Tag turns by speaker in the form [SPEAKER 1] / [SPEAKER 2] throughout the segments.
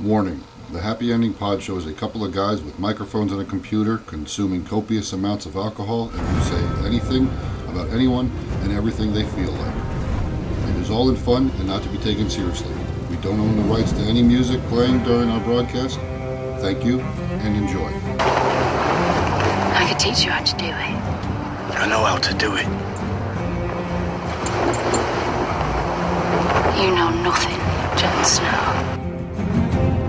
[SPEAKER 1] Warning The Happy Ending Pod Show is a couple of guys with microphones and a computer consuming copious amounts of alcohol and who say anything about anyone and everything they feel like. It is all in fun and not to be taken seriously. We don't own the rights to any music playing during our broadcast. Thank you and enjoy.
[SPEAKER 2] I could teach you how to do it.
[SPEAKER 3] I know how to do it.
[SPEAKER 2] You know nothing, Jon Snow.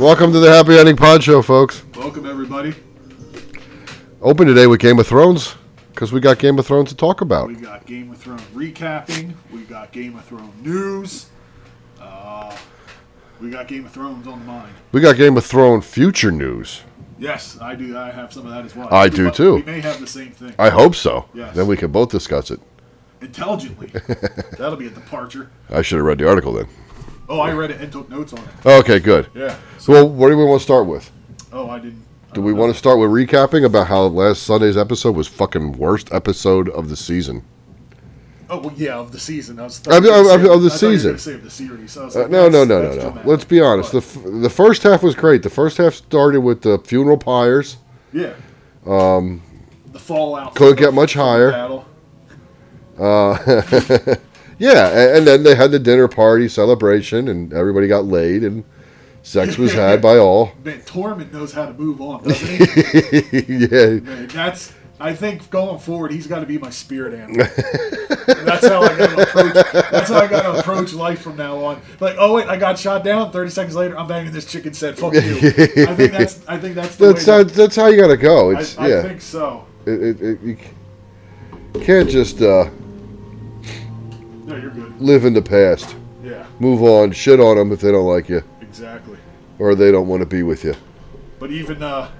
[SPEAKER 1] Welcome to the Happy Ending Pod Show, folks.
[SPEAKER 4] Welcome everybody.
[SPEAKER 1] Open today with Game of Thrones because we got Game of Thrones to talk about.
[SPEAKER 4] We got Game of Thrones recapping. We got Game of Thrones news. Uh, we got Game of Thrones on the mind.
[SPEAKER 1] We got Game of Thrones future news.
[SPEAKER 4] Yes, I do. I have some of that as well.
[SPEAKER 1] I do, too.
[SPEAKER 4] We may have the same thing
[SPEAKER 1] I hope so.
[SPEAKER 4] Yes.
[SPEAKER 1] Then we can both discuss it.
[SPEAKER 4] intelligently. That'll be a departure.
[SPEAKER 1] I should have read the article then.
[SPEAKER 4] Oh, I read it and took notes on it.
[SPEAKER 1] Okay, good.
[SPEAKER 4] Yeah.
[SPEAKER 1] So, well, what do we want to start with?
[SPEAKER 4] Oh, I didn't.
[SPEAKER 1] Do we want to start with recapping about how last Sunday's episode was fucking worst episode of the season?
[SPEAKER 4] Oh well, yeah, of the season. I was.
[SPEAKER 1] Of the-
[SPEAKER 4] I was gonna
[SPEAKER 1] of- of the
[SPEAKER 4] I thought you were
[SPEAKER 1] season.
[SPEAKER 4] gonna say of the series. I was
[SPEAKER 1] Uh,
[SPEAKER 4] like,
[SPEAKER 1] no, no,
[SPEAKER 4] that's-
[SPEAKER 1] no, no,
[SPEAKER 4] that's
[SPEAKER 1] no.
[SPEAKER 4] dramatic.
[SPEAKER 1] Let's be honest. The
[SPEAKER 4] But,
[SPEAKER 1] f- the first half was great. The first half started with the funeral pyres.
[SPEAKER 4] yeah. Um. The fallout.
[SPEAKER 1] couldn't get
[SPEAKER 4] from-
[SPEAKER 1] much
[SPEAKER 4] from the
[SPEAKER 1] higher.
[SPEAKER 4] Battle.
[SPEAKER 1] Yeah, and, and then they had the dinner party celebration, and everybody got laid, and sex was had by all.
[SPEAKER 4] Man, Tormund knows how to move on, doesn't he?
[SPEAKER 1] yeah,
[SPEAKER 4] Man, that's. I think going forward, he's got to be my spirit animal. that's how I got to approach. That's how I got to approach life from now on. Like, oh wait, I got shot down. Thirty seconds later, I'm banging this chicken. Said, "Fuck you." I think that's. I think that's the
[SPEAKER 1] that's
[SPEAKER 4] way.
[SPEAKER 1] how, that's how you gotta go.
[SPEAKER 4] I,
[SPEAKER 1] It's
[SPEAKER 4] I
[SPEAKER 1] yeah,
[SPEAKER 4] think so.
[SPEAKER 1] it, it, it, you c- can't just uh,
[SPEAKER 4] No, you're good.
[SPEAKER 1] live in the past.
[SPEAKER 4] Yeah,
[SPEAKER 1] Move on, shit on them if they don't like you
[SPEAKER 4] exactly.
[SPEAKER 1] or they don't want to be with you.
[SPEAKER 4] But even uh,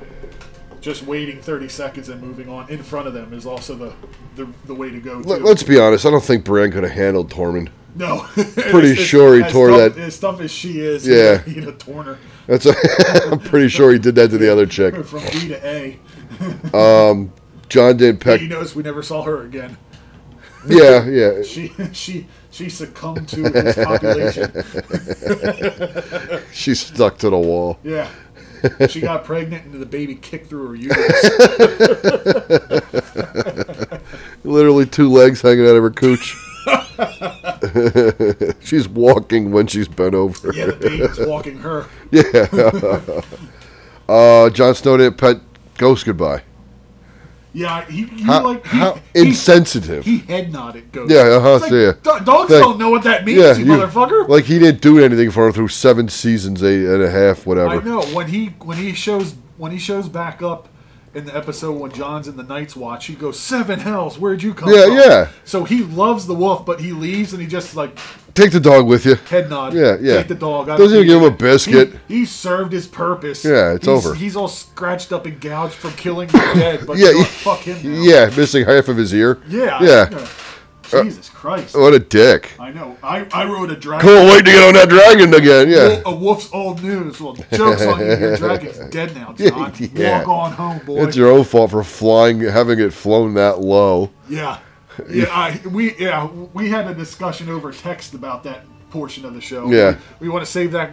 [SPEAKER 4] just waiting 30 seconds and moving on in front of them is also the the, the way to go. Too.
[SPEAKER 1] Let, let's be honest. I don't think Bran could have handled Tormund.
[SPEAKER 4] no,
[SPEAKER 1] pretty sure he
[SPEAKER 4] as
[SPEAKER 1] tore
[SPEAKER 4] tough-
[SPEAKER 1] that-
[SPEAKER 4] As tough as she is,
[SPEAKER 1] Yeah.
[SPEAKER 4] he'd have torn her.
[SPEAKER 1] That's i I'm pretty sure he did that to the other chick.
[SPEAKER 4] from B to A.
[SPEAKER 1] John did Peck.
[SPEAKER 4] You notice we never saw her again.
[SPEAKER 1] Yeah, yeah.
[SPEAKER 4] She she she succumbed to his population.
[SPEAKER 1] She's stuck to the wall.
[SPEAKER 4] Yeah. She got pregnant and the baby kicked through her uterus.
[SPEAKER 1] Literally two legs hanging out of her cooch. she's walking when she's bent over.
[SPEAKER 4] Yeah, the baby's walking her.
[SPEAKER 1] Uh, John Snow did pet Ghost goodbye.
[SPEAKER 4] Yeah, he, he
[SPEAKER 1] How,
[SPEAKER 4] like he,
[SPEAKER 1] how
[SPEAKER 4] he-
[SPEAKER 1] insensitive.
[SPEAKER 4] He head nodded. Goes.
[SPEAKER 1] Yeah, uh-huh,
[SPEAKER 4] It's like,
[SPEAKER 1] see ya.
[SPEAKER 4] "Do- dogs
[SPEAKER 1] Like-
[SPEAKER 4] don't know what that means, you,
[SPEAKER 1] you-
[SPEAKER 4] motherfucker.
[SPEAKER 1] Like he didn't do anything for her through seven seasons, eight and a half, whatever.
[SPEAKER 4] I know when he when he shows when he shows back up in the episode when John's in the Night's Watch, he goes seven hells. Where'd you come
[SPEAKER 1] Yeah,
[SPEAKER 4] from?
[SPEAKER 1] yeah.
[SPEAKER 4] So he loves the wolf, but he leaves and he just like
[SPEAKER 1] Take the dog with you.
[SPEAKER 4] head nod.
[SPEAKER 1] Yeah, yeah.
[SPEAKER 4] Take the dog. I
[SPEAKER 1] Doesn't
[SPEAKER 4] don't
[SPEAKER 1] even give
[SPEAKER 4] need
[SPEAKER 1] him a
[SPEAKER 4] it.
[SPEAKER 1] biscuit.
[SPEAKER 4] He, he served his purpose.
[SPEAKER 1] Yeah, it's
[SPEAKER 4] He's-
[SPEAKER 1] over.
[SPEAKER 4] He's all scratched up and gouged from killing the dead. But
[SPEAKER 1] Yeah,
[SPEAKER 4] you know
[SPEAKER 1] he-
[SPEAKER 4] what? fuck him. Now.
[SPEAKER 1] Yeah, missing half of his ear.
[SPEAKER 4] yeah, I-
[SPEAKER 1] Yeah. Uh,
[SPEAKER 4] Jesus Christ.
[SPEAKER 1] What a dick.
[SPEAKER 4] I know. I, I rode a dragon.
[SPEAKER 1] Couldn't wait to get on that dragon again. Yeah.
[SPEAKER 4] A wolf's old news. Well, jokes on you. Your dragon's dead now, John.
[SPEAKER 1] Yeah.
[SPEAKER 4] Walk on home, oh, boy.
[SPEAKER 1] It's your own fault for flying, having it flown that low.
[SPEAKER 4] yeah, yeah. I, we yeah we had a discussion over text about that portion of the show.
[SPEAKER 1] Yeah.
[SPEAKER 4] we, want to save that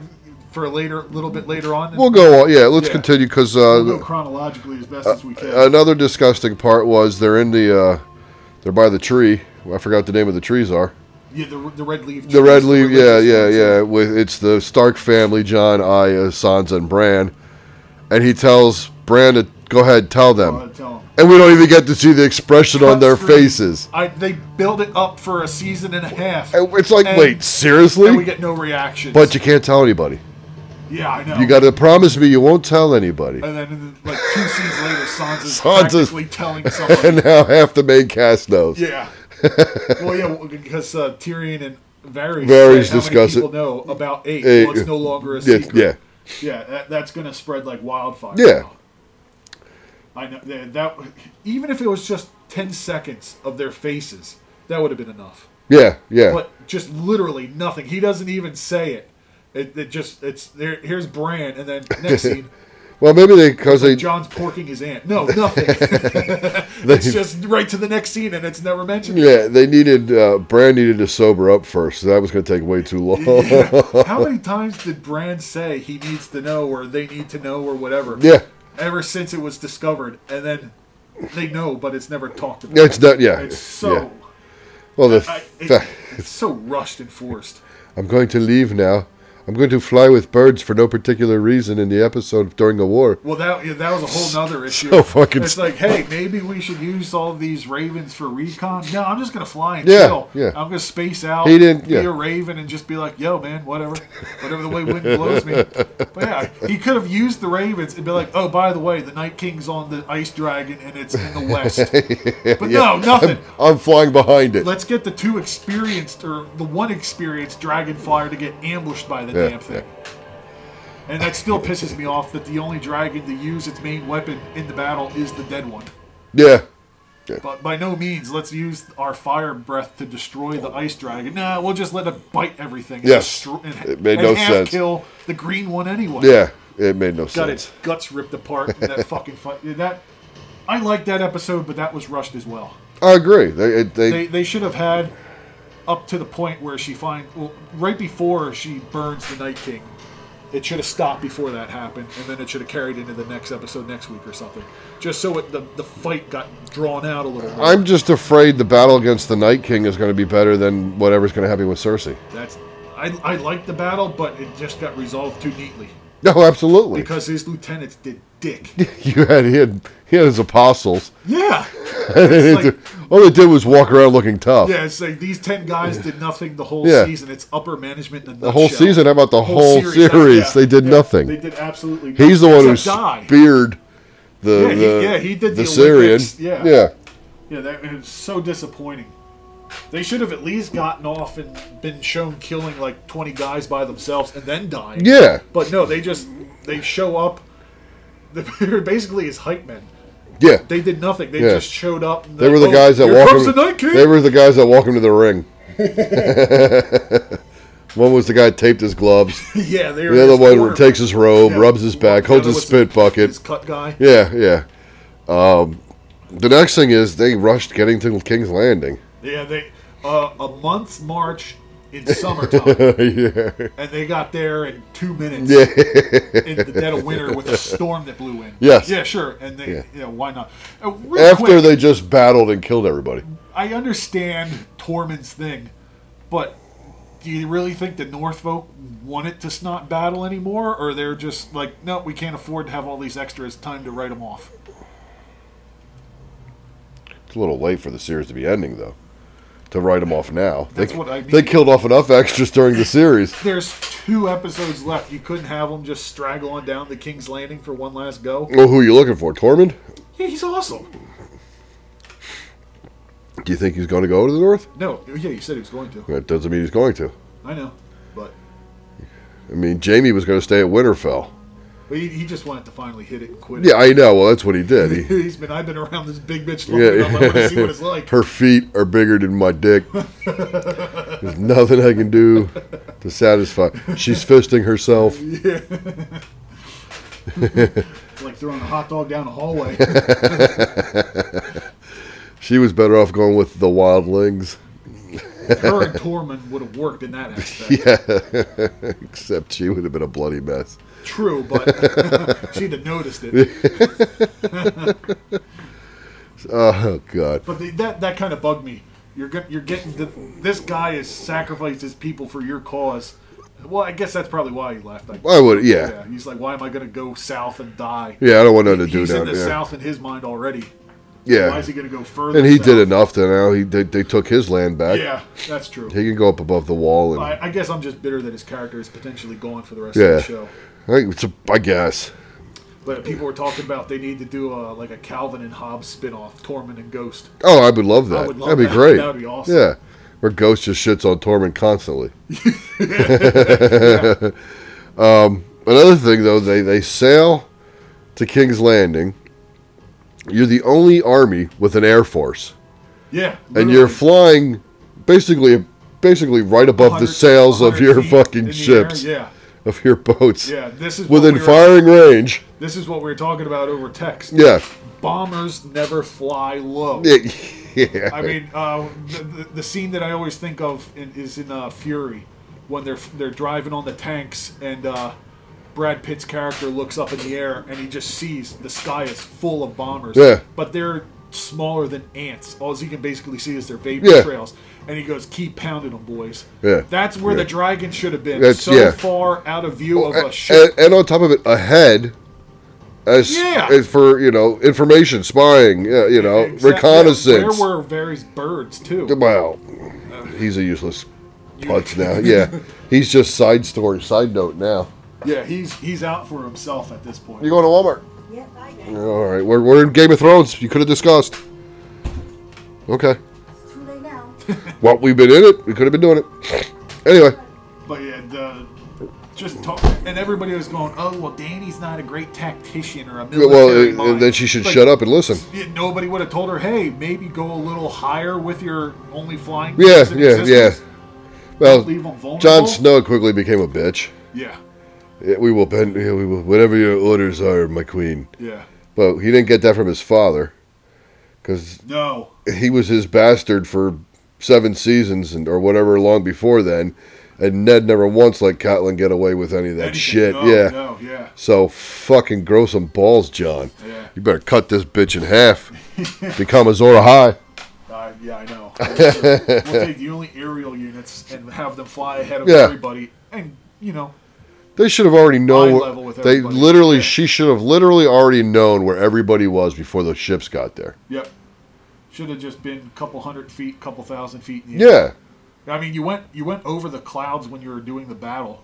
[SPEAKER 4] for later, a little bit later on.
[SPEAKER 1] We'll go on. Yeah, let's
[SPEAKER 4] Yeah.
[SPEAKER 1] continue because
[SPEAKER 4] We'll go
[SPEAKER 1] uh,
[SPEAKER 4] chronologically as best as we can.
[SPEAKER 1] another disgusting part was they're in the, uh, they're by the tree. I forgot what the name of the trees are.
[SPEAKER 4] yeah, the, the red leaf.
[SPEAKER 1] The red leaf, yeah,
[SPEAKER 4] religious
[SPEAKER 1] yeah,
[SPEAKER 4] ones,
[SPEAKER 1] yeah. With it's the Stark family, John, Aya, Sansa, and Bran, and he tells Bran to go ahead, tell them,
[SPEAKER 4] I'll tell 'em.
[SPEAKER 1] and we don't even get to see the expression on their
[SPEAKER 4] Cuts through-
[SPEAKER 1] faces.
[SPEAKER 4] I, they build it up for a season and a half.
[SPEAKER 1] And It's like,
[SPEAKER 4] And-
[SPEAKER 1] wait,
[SPEAKER 4] and we
[SPEAKER 1] seriously?
[SPEAKER 4] get no reactions.
[SPEAKER 1] But you can't tell anybody.
[SPEAKER 4] yeah, I know.
[SPEAKER 1] You got to promise me you won't tell anybody.
[SPEAKER 4] And then, like two scenes later, Sansa's
[SPEAKER 1] Sansa's-
[SPEAKER 4] practically telling someone.
[SPEAKER 1] And now half the main cast knows.
[SPEAKER 4] yeah. Well, yeah, well, because uh, Tyrion and Varys,
[SPEAKER 1] Varys
[SPEAKER 4] say how
[SPEAKER 1] discuss
[SPEAKER 4] many
[SPEAKER 1] it.
[SPEAKER 4] people know about eight.
[SPEAKER 1] Eight.
[SPEAKER 4] Well, it's no longer a
[SPEAKER 1] Yeah,
[SPEAKER 4] secret.
[SPEAKER 1] yeah.
[SPEAKER 4] Yeah, that, that's going to spread like wildfire.
[SPEAKER 1] Yeah.
[SPEAKER 4] now. I know that, that. Even if it was just ten seconds of their faces, that would have been enough.
[SPEAKER 1] yeah, yeah.
[SPEAKER 4] But just literally nothing. He doesn't even say it. It, it just it's there. Here's Bran, and then next scene,
[SPEAKER 1] Well, maybe they because they
[SPEAKER 4] John's porking his aunt. No, nothing. it's just right to the next scene, and it's never mentioned.
[SPEAKER 1] yeah they needed uh, Bran needed to sober up first. That was going to take way too long.
[SPEAKER 4] How many times did Brand say he needs to know or they need to know or whatever?
[SPEAKER 1] Yeah.
[SPEAKER 4] Ever since it was discovered, and then they know, but it's never talked about.
[SPEAKER 1] It's not. Yeah.
[SPEAKER 4] It's so
[SPEAKER 1] yeah. Well, the
[SPEAKER 4] I, it,
[SPEAKER 1] fa-
[SPEAKER 4] it's so rushed and forced.
[SPEAKER 1] I'm going to leave now. I'm going to fly with birds for no particular reason in the episode during a war.
[SPEAKER 4] Well, that yeah, that was a whole nother issue.
[SPEAKER 1] So fucking
[SPEAKER 4] It's like, hey, maybe we should use all these ravens for recon. No, I'm just gonna fly and
[SPEAKER 1] Yeah,
[SPEAKER 4] chill.
[SPEAKER 1] yeah.
[SPEAKER 4] I'm gonna space out.
[SPEAKER 1] He didn't-
[SPEAKER 4] be
[SPEAKER 1] yeah.
[SPEAKER 4] a raven and just be like, yo, man, whatever, whatever the way wind blows me. But yeah, he could have used the ravens and be like, oh, by the way, the Night King's on the ice dragon and it's in the west. But no, nothing.
[SPEAKER 1] I'm flying behind it.
[SPEAKER 4] Let's get the two experienced or the one experienced dragon flyer to get ambushed by the
[SPEAKER 1] Yeah,
[SPEAKER 4] damn thing. And that still pisses me off that the only dragon to use its main weapon in the battle is the dead one.
[SPEAKER 1] Yeah.
[SPEAKER 4] But by no means, let's use our fire breath to destroy the ice dragon. Nah, we'll just let it bite everything. and
[SPEAKER 1] Yes.
[SPEAKER 4] destroy- and,
[SPEAKER 1] It made
[SPEAKER 4] and
[SPEAKER 1] no
[SPEAKER 4] half
[SPEAKER 1] sense.
[SPEAKER 4] Kill the green one anyway.
[SPEAKER 1] Yeah. It made no
[SPEAKER 4] got
[SPEAKER 1] sense.
[SPEAKER 4] its guts ripped apart. in that fucking fight. That I liked that episode, but that was rushed as well
[SPEAKER 1] I agree. They, it- they,
[SPEAKER 4] they they should have had up to the point where she find well, right before she burns the Night King. It should have stopped before that happened, and then it should have carried into the next episode next week or something, just so it, the the fight got drawn out a little. Bit.
[SPEAKER 1] I'm just afraid the battle against the Night King is going to be better than whatever's going to happen with Cersei.
[SPEAKER 4] That's I I liked the battle, but it just got resolved too neatly
[SPEAKER 1] No, absolutely.
[SPEAKER 4] because his lieutenants did dick.
[SPEAKER 1] you had he had he had his apostles.
[SPEAKER 4] yeah,
[SPEAKER 1] It's
[SPEAKER 4] like-
[SPEAKER 1] all they did was walk around looking tough.
[SPEAKER 4] yeah. It's like these ten guys did nothing the whole
[SPEAKER 1] Yeah.
[SPEAKER 4] season. It's upper management. In a
[SPEAKER 1] The whole
[SPEAKER 4] nutshell.
[SPEAKER 1] season, how about the whole, series?
[SPEAKER 4] yeah,
[SPEAKER 1] they did
[SPEAKER 4] yeah,
[SPEAKER 1] nothing.
[SPEAKER 4] They did absolutely.
[SPEAKER 1] He's the one who
[SPEAKER 4] except die.
[SPEAKER 1] speared the
[SPEAKER 4] Yeah, he-
[SPEAKER 1] the,
[SPEAKER 4] yeah, he did the
[SPEAKER 1] Syrian.
[SPEAKER 4] Olympics, yeah. Yeah, that it was so disappointing. They should have at least gotten off and been shown killing like twenty guys by themselves and then dying.
[SPEAKER 1] Yeah.
[SPEAKER 4] But no, they just they show up. They're basically his hype men.
[SPEAKER 1] yeah.
[SPEAKER 4] They did nothing. They
[SPEAKER 1] Yeah.
[SPEAKER 4] just showed up. And
[SPEAKER 1] They were the
[SPEAKER 4] "Oh,
[SPEAKER 1] guys that
[SPEAKER 4] here
[SPEAKER 1] walked
[SPEAKER 4] comes
[SPEAKER 1] him.
[SPEAKER 4] the Night King!"
[SPEAKER 1] They were the guys that walked him to the ring. one was the guy that taped his gloves.
[SPEAKER 4] yeah, they were
[SPEAKER 1] The other
[SPEAKER 4] his
[SPEAKER 1] one
[SPEAKER 4] corner.
[SPEAKER 1] takes his robe,
[SPEAKER 4] Yeah.
[SPEAKER 1] rubs his back,
[SPEAKER 4] The
[SPEAKER 1] holds
[SPEAKER 4] other
[SPEAKER 1] his
[SPEAKER 4] was
[SPEAKER 1] spit
[SPEAKER 4] His
[SPEAKER 1] bucket.
[SPEAKER 4] cut guy.
[SPEAKER 1] Yeah, yeah. Um, the next thing is they rushed getting to King's Landing.
[SPEAKER 4] Yeah, they uh, a month's march in summertime,
[SPEAKER 1] yeah,
[SPEAKER 4] and they got there in two minutes in the dead of winter with a storm that blew in.
[SPEAKER 1] Yes.
[SPEAKER 4] Yeah, sure. And they,
[SPEAKER 1] Yeah.
[SPEAKER 4] yeah, why not? Uh, real
[SPEAKER 1] After
[SPEAKER 4] quick,
[SPEAKER 1] they just battled and killed everybody.
[SPEAKER 4] I understand Tormund's thing, but do you really think the Northfolk wanted to s- not battle anymore, or they're just like, no, we can't afford to have all these extras. Time to write them off.
[SPEAKER 1] It's a little late for the series to be ending, though. To write them off now,
[SPEAKER 4] That's
[SPEAKER 1] they,
[SPEAKER 4] what I mean.
[SPEAKER 1] they killed off enough extras during the series.
[SPEAKER 4] There's two episodes left. You couldn't have them just straggle on down to King's Landing for one last go.
[SPEAKER 1] Well, who are you looking for, Tormund?
[SPEAKER 4] Yeah, he's awesome.
[SPEAKER 1] Do you think he's going to go to the north?
[SPEAKER 4] No, yeah, you said he was going to.
[SPEAKER 1] That doesn't mean he's going to.
[SPEAKER 4] I know, but
[SPEAKER 1] I mean, Jamie was going to stay at Winterfell.
[SPEAKER 4] but he, he just wanted to finally hit it and quit.
[SPEAKER 1] Yeah, I know. Well, that's what he did. He,
[SPEAKER 4] it. he's been. I've been around this big bitch long
[SPEAKER 1] Yeah.
[SPEAKER 4] enough. I want to see what it's like.
[SPEAKER 1] her feet are bigger than my dick. There's nothing I can do to satisfy. She's fisting herself.
[SPEAKER 4] It's like throwing a hot dog down a hallway.
[SPEAKER 1] She was better off going with the wildlings.
[SPEAKER 4] Her and Tormund would have worked in that aspect.
[SPEAKER 1] Except she would have been a bloody mess.
[SPEAKER 4] True, but she'd have noticed it.
[SPEAKER 1] Oh God.
[SPEAKER 4] But the, that that kind of bugged me. You're get, you're getting the, this guy has sacrificed his people for your cause. Well, I guess that's probably why he left. I,
[SPEAKER 1] I would. Yeah.
[SPEAKER 4] yeah, he's like, why am I going to go south and die?
[SPEAKER 1] Yeah, I don't want nothing to do
[SPEAKER 4] he's
[SPEAKER 1] down
[SPEAKER 4] in the
[SPEAKER 1] there.
[SPEAKER 4] south in his mind already.
[SPEAKER 1] yeah.
[SPEAKER 4] Why is he going to go further?
[SPEAKER 1] and he
[SPEAKER 4] south?
[SPEAKER 1] did enough that now he they, they took his land back.
[SPEAKER 4] Yeah, that's true.
[SPEAKER 1] He can go up above the wall and
[SPEAKER 4] I, I guess I'm just bitter that his character is potentially gone for the rest of
[SPEAKER 1] yeah.
[SPEAKER 4] the show.
[SPEAKER 1] I think it's a, I guess.
[SPEAKER 4] But people were talking about they need to do a, like a Calvin and Hobbes spin-off, Tormund and Ghost.
[SPEAKER 1] Oh, I would love that.
[SPEAKER 4] would love
[SPEAKER 1] That'd be
[SPEAKER 4] that.
[SPEAKER 1] great.
[SPEAKER 4] That'd be awesome.
[SPEAKER 1] Yeah. Where Ghost just shits on Tormund constantly. um, another thing though, they, they sail to King's Landing. You're the only army with an air force.
[SPEAKER 4] Yeah,
[SPEAKER 1] And
[SPEAKER 4] literally.
[SPEAKER 1] you're flying basically basically right above the
[SPEAKER 4] 100
[SPEAKER 1] sails of
[SPEAKER 4] 100
[SPEAKER 1] your
[SPEAKER 4] feet in
[SPEAKER 1] fucking
[SPEAKER 4] the
[SPEAKER 1] ships.
[SPEAKER 4] air,
[SPEAKER 1] Of your boats.
[SPEAKER 4] Yeah, yeah. This is what
[SPEAKER 1] Within
[SPEAKER 4] we were-
[SPEAKER 1] firing range.
[SPEAKER 4] This is what we were talking about over text.
[SPEAKER 1] Yeah.
[SPEAKER 4] Bombers never fly low.
[SPEAKER 1] yeah.
[SPEAKER 4] I mean, uh, the, the, the scene that I always think of in, is in uh, Fury when they're they're driving on the tanks and uh, Brad Pitt's character looks up in the air and he just sees the sky is full of bombers.
[SPEAKER 1] Yeah.
[SPEAKER 4] But they're smaller than ants. All he can basically see is their vapor
[SPEAKER 1] Yeah.
[SPEAKER 4] trails. And he goes, "Keep pounding them, boys."
[SPEAKER 1] Yeah.
[SPEAKER 4] That's where
[SPEAKER 1] Yeah.
[SPEAKER 4] the dragon should have been.
[SPEAKER 1] That's-
[SPEAKER 4] so
[SPEAKER 1] yeah. Oh, eh,
[SPEAKER 4] far out of view of a ship.
[SPEAKER 1] and, and on top of it, ahead, as,
[SPEAKER 4] Yeah.
[SPEAKER 1] as for you know information, spying, yeah, you know,
[SPEAKER 4] Exact-
[SPEAKER 1] reconnaissance.
[SPEAKER 4] There were various birds too.
[SPEAKER 1] wow, he's a useless putz now. Yeah, he's just side story, side note now.
[SPEAKER 4] Yeah, he's he's out for himself at this point.
[SPEAKER 1] You going to Walmart?
[SPEAKER 5] Yes, I know.
[SPEAKER 1] All right, we're we're in Game of Thrones. You could have discussed. Okay,
[SPEAKER 5] It's too late now.
[SPEAKER 1] well, we've been in it. We could have been doing it. Anyway,
[SPEAKER 4] But yeah, the, just talk, and everybody was going, "Oh, well, Danny's not a great tactician or a
[SPEAKER 1] well,
[SPEAKER 4] military
[SPEAKER 1] uh, then she should shut up and listen.
[SPEAKER 4] nobody would have told her, "Hey, maybe go a little higher with your only flying."
[SPEAKER 1] Yeah,
[SPEAKER 4] units in
[SPEAKER 1] yeah, yeah.
[SPEAKER 4] existence."
[SPEAKER 1] Well,
[SPEAKER 4] leave 'em vulnerable.
[SPEAKER 1] Jon Snow quickly became a bitch.
[SPEAKER 4] yeah,
[SPEAKER 1] Yeah, we will bend. yeah, We will, whatever your orders are, my queen.
[SPEAKER 4] yeah.
[SPEAKER 1] But he didn't get that from his father, because
[SPEAKER 4] No,
[SPEAKER 1] he was his bastard for seven seasons and or whatever long before then, and Ned never once let Catelyn get away with any of that
[SPEAKER 4] Anything-
[SPEAKER 1] shit.
[SPEAKER 4] no,
[SPEAKER 1] yeah.
[SPEAKER 4] no, yeah.
[SPEAKER 1] So fucking grow some balls, John.
[SPEAKER 4] Yeah.
[SPEAKER 1] You better cut this bitch in half. Become Azora High.
[SPEAKER 4] I yeah, I know. we'll take the only aerial units and have them fly ahead of
[SPEAKER 1] Yeah.
[SPEAKER 4] everybody, and you know,
[SPEAKER 1] They should have already
[SPEAKER 4] level
[SPEAKER 1] known.
[SPEAKER 4] with
[SPEAKER 1] They
[SPEAKER 4] everybody.
[SPEAKER 1] literally,
[SPEAKER 4] Yeah.
[SPEAKER 1] she should have literally already known where everybody was before the ships got there.
[SPEAKER 4] yep. Should have just been a couple hundred feet, couple thousand feet. In the air.
[SPEAKER 1] Yeah.
[SPEAKER 4] I mean, you went you went over the clouds when you were doing the battle.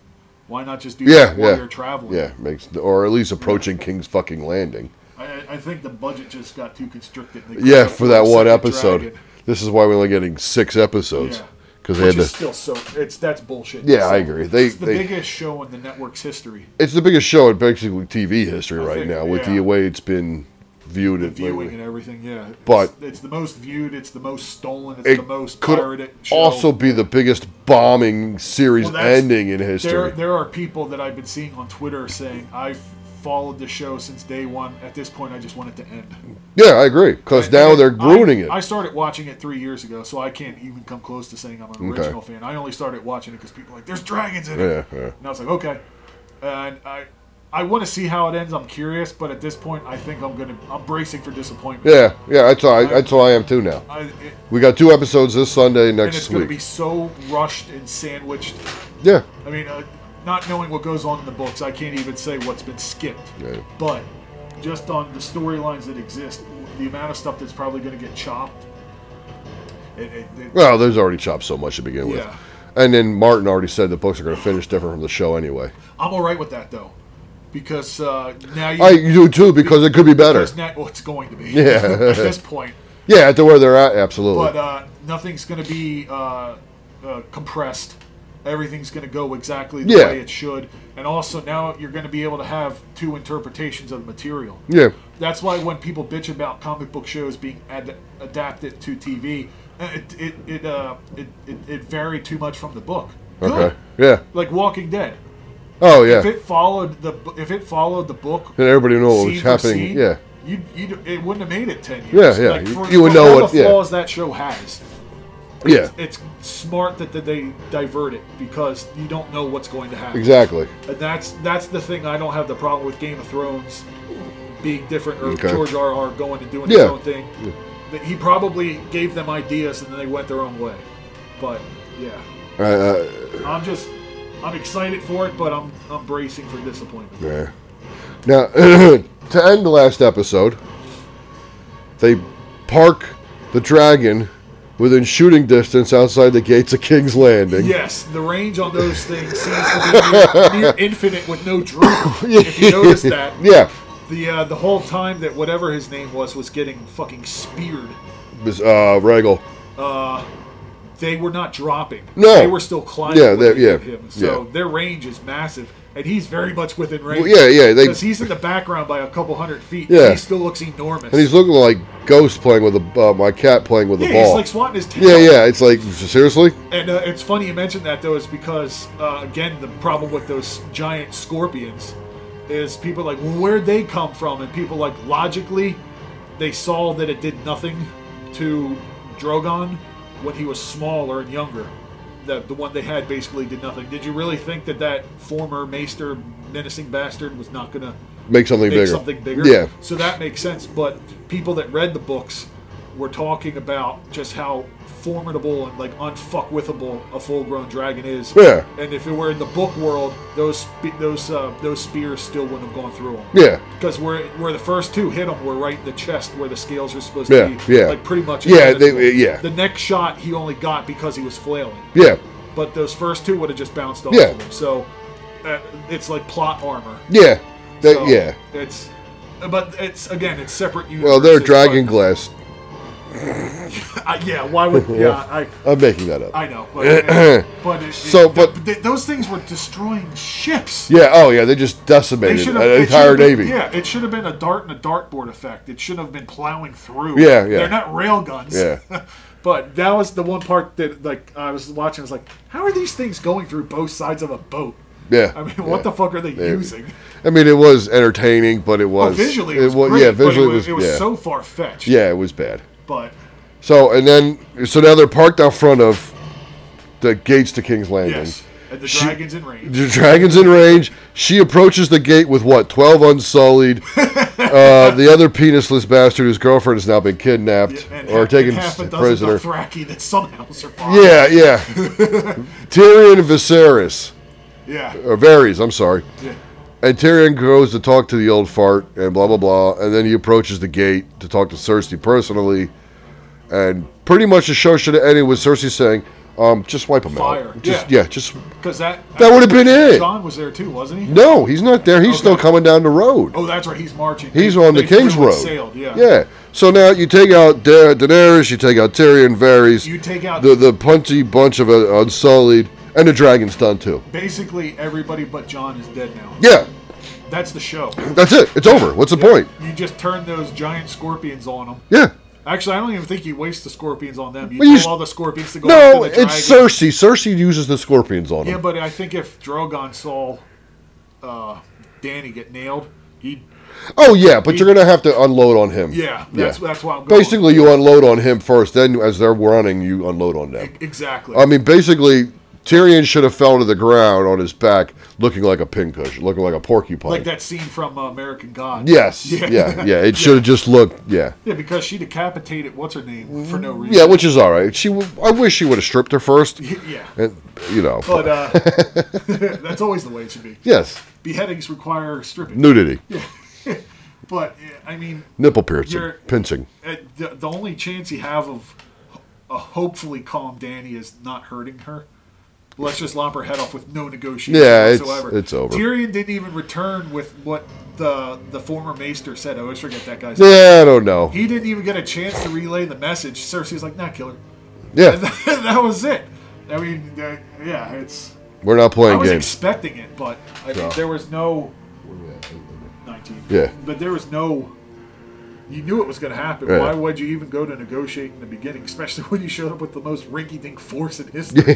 [SPEAKER 4] Why not just do
[SPEAKER 1] Yeah,
[SPEAKER 4] that while
[SPEAKER 1] yeah.
[SPEAKER 4] you're traveling?
[SPEAKER 1] Yeah, makes or at least approaching King's fucking Landing.
[SPEAKER 4] I, I- I think the budget just got too constricted. They
[SPEAKER 1] Yeah,
[SPEAKER 4] couldn't
[SPEAKER 1] for that
[SPEAKER 4] afford
[SPEAKER 1] one
[SPEAKER 4] Second
[SPEAKER 1] episode.
[SPEAKER 4] Dragon,
[SPEAKER 1] This is why we're only getting six episodes
[SPEAKER 4] Yeah.
[SPEAKER 1] because
[SPEAKER 4] which
[SPEAKER 1] they
[SPEAKER 4] is
[SPEAKER 1] had to.
[SPEAKER 4] still so it's that's bullshit.
[SPEAKER 1] Yeah,
[SPEAKER 4] So,
[SPEAKER 1] I agree. They,
[SPEAKER 4] It's the
[SPEAKER 1] they
[SPEAKER 4] biggest show in the network's history.
[SPEAKER 1] it's the biggest show in basically TV history right
[SPEAKER 4] think,
[SPEAKER 1] now with
[SPEAKER 4] yeah.
[SPEAKER 1] the way it's been viewed.
[SPEAKER 4] The
[SPEAKER 1] It
[SPEAKER 4] viewing
[SPEAKER 1] lately.
[SPEAKER 4] and everything, yeah. It's-
[SPEAKER 1] But-
[SPEAKER 4] it's, the most viewed. It's the most stolen. It's
[SPEAKER 1] It
[SPEAKER 4] the most
[SPEAKER 1] could
[SPEAKER 4] pirated. Show.
[SPEAKER 1] also be the biggest bombing series
[SPEAKER 4] Well, that's-
[SPEAKER 1] ending in
[SPEAKER 4] there
[SPEAKER 1] history.
[SPEAKER 4] there are people that I've been seeing on Twitter saying I've followed the show since day one. At this point, I just want it to end.
[SPEAKER 1] yeah, I agree. Because
[SPEAKER 4] I-
[SPEAKER 1] now
[SPEAKER 4] I-
[SPEAKER 1] they're groaning
[SPEAKER 4] I,
[SPEAKER 1] it.
[SPEAKER 4] I started watching it three years ago, so I can't even come close to saying I'm an
[SPEAKER 1] Okay.
[SPEAKER 4] original fan. I only started watching it because people were like, "There's dragons in
[SPEAKER 1] yeah,
[SPEAKER 4] it,"
[SPEAKER 1] yeah.
[SPEAKER 4] and I was like, "Okay." And I, I want to see how it ends. I'm curious, but at this point, I think I'm gonna, I'm bracing for disappointment.
[SPEAKER 1] Yeah, yeah, that's how I, that's how I am too now.
[SPEAKER 4] I, it,
[SPEAKER 1] We got two episodes this Sunday
[SPEAKER 4] and it's
[SPEAKER 1] next
[SPEAKER 4] gonna
[SPEAKER 1] week.
[SPEAKER 4] be so rushed and sandwiched.
[SPEAKER 1] yeah,
[SPEAKER 4] I mean, uh, not knowing what goes on in the books, I can't even say what's been skipped.
[SPEAKER 1] Yeah.
[SPEAKER 4] But just on the storylines that exist, the amount of stuff that's probably gonna get chopped. It, it, it,
[SPEAKER 1] Well, there's already chopped so much to begin with.
[SPEAKER 4] Yeah.
[SPEAKER 1] And then Martin already said the books are going to finish different from the show anyway.
[SPEAKER 4] I'm all right with that though, because uh, now you,
[SPEAKER 1] I you do too because it could be better.
[SPEAKER 4] because now, well, it's going to be
[SPEAKER 1] Yeah.
[SPEAKER 4] at this point.
[SPEAKER 1] Yeah, at the where they're at, absolutely.
[SPEAKER 4] But uh, nothing's going to be uh, uh, compressed. Everything's going to go exactly the
[SPEAKER 1] Yeah.
[SPEAKER 4] way it should. And also now you're going to be able to have two interpretations of the material.
[SPEAKER 1] yeah,
[SPEAKER 4] That's why when people bitch about comic book shows being ad- adapted to TV, uh, it it it, uh, it it it varied too much from the book. Good.
[SPEAKER 1] okay, yeah.
[SPEAKER 4] Like Walking Dead.
[SPEAKER 1] Oh yeah.
[SPEAKER 4] If it followed the bu- if it followed the book
[SPEAKER 1] Then everybody knew what was
[SPEAKER 4] scene for
[SPEAKER 1] happening.
[SPEAKER 4] scene,
[SPEAKER 1] Yeah,
[SPEAKER 4] you you it wouldn't have made it ten
[SPEAKER 1] Yeah,
[SPEAKER 4] years.
[SPEAKER 1] yeah.
[SPEAKER 4] Like, for,
[SPEAKER 1] You would
[SPEAKER 4] for
[SPEAKER 1] know
[SPEAKER 4] all
[SPEAKER 1] what-
[SPEAKER 4] the
[SPEAKER 1] yeah.
[SPEAKER 4] flaws that show has.
[SPEAKER 1] Yeah,
[SPEAKER 4] It's smart that, that they divert it because you don't know what's going to happen.
[SPEAKER 1] exactly.
[SPEAKER 4] And that's that's the thing I don't have the problem with Game of Thrones being different or
[SPEAKER 1] Okay.
[SPEAKER 4] George R. R. going and doing
[SPEAKER 1] Yeah.
[SPEAKER 4] his own thing. That He probably gave them ideas and then they went their own way. But yeah,
[SPEAKER 1] Uh, uh,
[SPEAKER 4] I'm just I'm excited for it, but I'm I'm bracing for disappointment.
[SPEAKER 1] yeah. Now, to end the last episode, they park the dragon within shooting distance outside the gates of King's Landing.
[SPEAKER 4] Yes, the range on those things seems to be near, near infinite with no droop. if you notice that,
[SPEAKER 1] Yeah.
[SPEAKER 4] the uh, the whole time that whatever his name was was getting fucking speared,
[SPEAKER 1] This, uh, Regal.
[SPEAKER 4] they were not dropping.
[SPEAKER 1] No.
[SPEAKER 4] they were still climbing.
[SPEAKER 1] Yeah,
[SPEAKER 4] when
[SPEAKER 1] they-
[SPEAKER 4] they
[SPEAKER 1] yeah,
[SPEAKER 4] hit him. So
[SPEAKER 1] yeah.
[SPEAKER 4] their range is massive, and he's very much within range.
[SPEAKER 1] Well, yeah, yeah, they-
[SPEAKER 4] because he's in the background by a couple hundred feet.
[SPEAKER 1] Yeah.
[SPEAKER 4] and he still looks enormous.
[SPEAKER 1] And he's looking like Ghost playing with a, uh, my cat playing with a
[SPEAKER 4] yeah,
[SPEAKER 1] ball.
[SPEAKER 4] he's like swatting his tail.
[SPEAKER 1] yeah, yeah. It's like, seriously?
[SPEAKER 4] And uh, it's funny you mentioned that though, is because uh, again the problem with those giant scorpions is people are like, well, where'd they come from? And people like logically, they saw that it did nothing to Drogon when he was smaller and younger. That the one they had basically did nothing. Did you really think that that former Maester menacing bastard was not gonna
[SPEAKER 1] Make something
[SPEAKER 4] make
[SPEAKER 1] bigger.
[SPEAKER 4] something bigger.
[SPEAKER 1] Yeah.
[SPEAKER 4] So that makes sense. But people that read the books were talking about just how formidable and like unfuckwithable a full-grown dragon is.
[SPEAKER 1] Yeah.
[SPEAKER 4] And if it were in the book world, those spe- those uh, those spears still wouldn't have gone through him.
[SPEAKER 1] Yeah.
[SPEAKER 4] Because where where the first two hit him were right in the chest where the scales are supposed
[SPEAKER 1] Yeah,
[SPEAKER 4] to be.
[SPEAKER 1] yeah.
[SPEAKER 4] Like pretty much.
[SPEAKER 1] Yeah, they-
[SPEAKER 4] invisible.
[SPEAKER 1] yeah.
[SPEAKER 4] The next shot he only got because he was flailing.
[SPEAKER 1] Yeah.
[SPEAKER 4] But those first two would have just bounced off
[SPEAKER 1] Yeah.
[SPEAKER 4] of him. So uh, it's like plot armor.
[SPEAKER 1] Yeah. They,
[SPEAKER 4] So,
[SPEAKER 1] yeah.
[SPEAKER 4] It's, but it's again, it's separate.
[SPEAKER 1] Well, they're
[SPEAKER 4] universes,
[SPEAKER 1] dragon
[SPEAKER 4] but-
[SPEAKER 1] glass.
[SPEAKER 4] I- yeah, why would? Yeah, I,
[SPEAKER 1] I'm making that up.
[SPEAKER 4] I know, but, but it,
[SPEAKER 1] So,
[SPEAKER 4] it-
[SPEAKER 1] but-
[SPEAKER 4] th- th- those things were destroying ships.
[SPEAKER 1] yeah. Oh, yeah. They just
[SPEAKER 4] They
[SPEAKER 1] decimated
[SPEAKER 4] should've-
[SPEAKER 1] an
[SPEAKER 4] it
[SPEAKER 1] entire
[SPEAKER 4] should've been-
[SPEAKER 1] navy.
[SPEAKER 4] Yeah, it should have been a dart and a dartboard effect. It should have been plowing through.
[SPEAKER 1] Yeah, yeah.
[SPEAKER 4] They're not rail guns.
[SPEAKER 1] Yeah.
[SPEAKER 4] but that was the one part that like I was watching. I was like, how are these things going through both sides of a boat?
[SPEAKER 1] Yeah.
[SPEAKER 4] I mean, what the fuck are they
[SPEAKER 1] Yeah.
[SPEAKER 4] using?
[SPEAKER 1] I mean, it was entertaining, but it was
[SPEAKER 4] Oh, visually, it
[SPEAKER 1] it
[SPEAKER 4] was,
[SPEAKER 1] wa-
[SPEAKER 4] great,
[SPEAKER 1] yeah, visually
[SPEAKER 4] but it was, it was
[SPEAKER 1] yeah,
[SPEAKER 4] so far fetched.
[SPEAKER 1] yeah, it was bad.
[SPEAKER 4] but
[SPEAKER 1] So and then so now they're parked out front of the gates to King's Landing.
[SPEAKER 4] Yes. And the
[SPEAKER 1] She-
[SPEAKER 4] dragon's in range.
[SPEAKER 1] The dragon's in range. She approaches the gate with what twelve unsullied. uh, the other penisless bastard, whose girlfriend has now been kidnapped
[SPEAKER 4] And
[SPEAKER 1] or
[SPEAKER 4] half-
[SPEAKER 1] taken
[SPEAKER 4] and half a dozen
[SPEAKER 1] prisoner.
[SPEAKER 4] Dothraki that somehow survived.
[SPEAKER 1] Yeah, yeah. Tyrion and Viserys,
[SPEAKER 4] Yeah.
[SPEAKER 1] or Varys, I'm sorry.
[SPEAKER 4] yeah.
[SPEAKER 1] And Tyrion goes to talk to the old fart and blah blah blah, and then he approaches the gate to talk to Cersei personally, and pretty much the show should have ended with Cersei saying, um, "Just wipe him
[SPEAKER 4] Fire.
[SPEAKER 1] out." Just,
[SPEAKER 4] Yeah.
[SPEAKER 1] yeah. Just
[SPEAKER 4] Because that
[SPEAKER 1] That would've been it.
[SPEAKER 4] John was there too, wasn't he?
[SPEAKER 1] no, he's not there. He's still coming down the road.
[SPEAKER 4] Oh, that's right. He's marching.
[SPEAKER 1] he's
[SPEAKER 4] They-
[SPEAKER 1] on the
[SPEAKER 4] they flew
[SPEAKER 1] King's
[SPEAKER 4] and
[SPEAKER 1] Road.
[SPEAKER 4] Sailed. Yeah.
[SPEAKER 1] So now you take out da- Daenerys, you take out Tyrion, Varys.
[SPEAKER 4] You take out-
[SPEAKER 1] the the punchy bunch of uh, unsullied, and the dragon's done too.
[SPEAKER 4] Basically, everybody but John is dead now.
[SPEAKER 1] Yeah,
[SPEAKER 4] That's the show.
[SPEAKER 1] that's it. It's over. What's the point?
[SPEAKER 4] You just turn those giant scorpions on them.
[SPEAKER 1] Yeah.
[SPEAKER 4] Actually, I don't even think you waste the scorpions on them. You
[SPEAKER 1] Well, you
[SPEAKER 4] kill
[SPEAKER 1] s-
[SPEAKER 4] all the scorpions to go
[SPEAKER 1] No,
[SPEAKER 4] after the
[SPEAKER 1] it's
[SPEAKER 4] dragon.
[SPEAKER 1] Cersei. Cersei uses the scorpions on him.
[SPEAKER 4] Yeah, but I think if Drogon saw uh, Danny get nailed, he'd
[SPEAKER 1] Oh yeah, but you're gonna have to unload on him.
[SPEAKER 4] Yeah, that's- that's why I'm going.
[SPEAKER 1] Basically, you unload on him first. Then, as they're running, you unload on them.
[SPEAKER 4] exactly.
[SPEAKER 1] I mean, basically, Tyrion should have fell to the ground on his back, looking like a pincushion, looking like a porcupine.
[SPEAKER 4] like that scene from uh, American God.
[SPEAKER 1] Yes. Yeah. Yeah. It should have just looked. Yeah.
[SPEAKER 4] Yeah, because she decapitated what's her name for no reason.
[SPEAKER 1] Yeah, which is all right. She. w- I wish she would have stripped her first.
[SPEAKER 4] yeah.
[SPEAKER 1] And, you know.
[SPEAKER 4] But uh, that's always the way it should be.
[SPEAKER 1] yes.
[SPEAKER 4] Beheadings require stripping.
[SPEAKER 1] Nudity.
[SPEAKER 4] But yeah, I mean,
[SPEAKER 1] Nipple piercing.
[SPEAKER 4] You're-
[SPEAKER 1] Pinching.
[SPEAKER 4] uh, the, the only chance you have of a hopefully calm Danny is not hurting her. Let's just lop her head off with no negotiation
[SPEAKER 1] Yeah, it's-
[SPEAKER 4] whatsoever.
[SPEAKER 1] it's over.
[SPEAKER 4] Tyrion didn't even return with what the the former Maester said. I always forget that guy's name.
[SPEAKER 1] Yeah. I don't know.
[SPEAKER 4] He didn't even get a chance to relay the message. Cersei's like, nah, kill her. And
[SPEAKER 1] Yeah.
[SPEAKER 4] that was it. I mean, uh, yeah, it's.
[SPEAKER 1] We're not
[SPEAKER 4] I
[SPEAKER 1] playing
[SPEAKER 4] was
[SPEAKER 1] games.
[SPEAKER 4] expecting it, but I mean,
[SPEAKER 1] Yeah.
[SPEAKER 4] there was no. 19.
[SPEAKER 1] Yeah.
[SPEAKER 4] But there was no. You knew it was going to happen.
[SPEAKER 1] Yeah.
[SPEAKER 4] Why would you even go to negotiate in the beginning, especially when you showed up with the most rinky-dink force in history?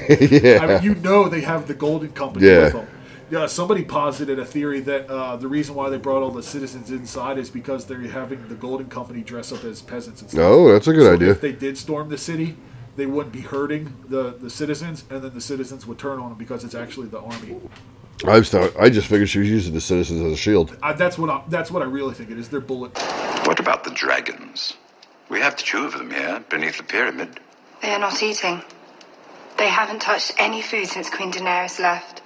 [SPEAKER 4] I mean, you know they have the Golden Company
[SPEAKER 1] Yeah.
[SPEAKER 4] with them. Yeah, somebody posited a theory that uh, the reason why they brought all the citizens inside is because they're having the Golden Company dress up as peasants and stuff.
[SPEAKER 1] No, Oh, that's a good
[SPEAKER 4] So
[SPEAKER 1] idea.
[SPEAKER 4] If they did storm the city, they wouldn't be hurting the, the citizens, and then the citizens would turn on them because it's actually the army.
[SPEAKER 1] I'm still, I just figured she was using the citizens as a shield.
[SPEAKER 4] I, that's what I, that's what I really think it is. They're bullet.
[SPEAKER 6] What about the dragons? We have two of them here, beneath the pyramid.
[SPEAKER 7] They are not eating. They haven't touched any food since Queen Daenerys left.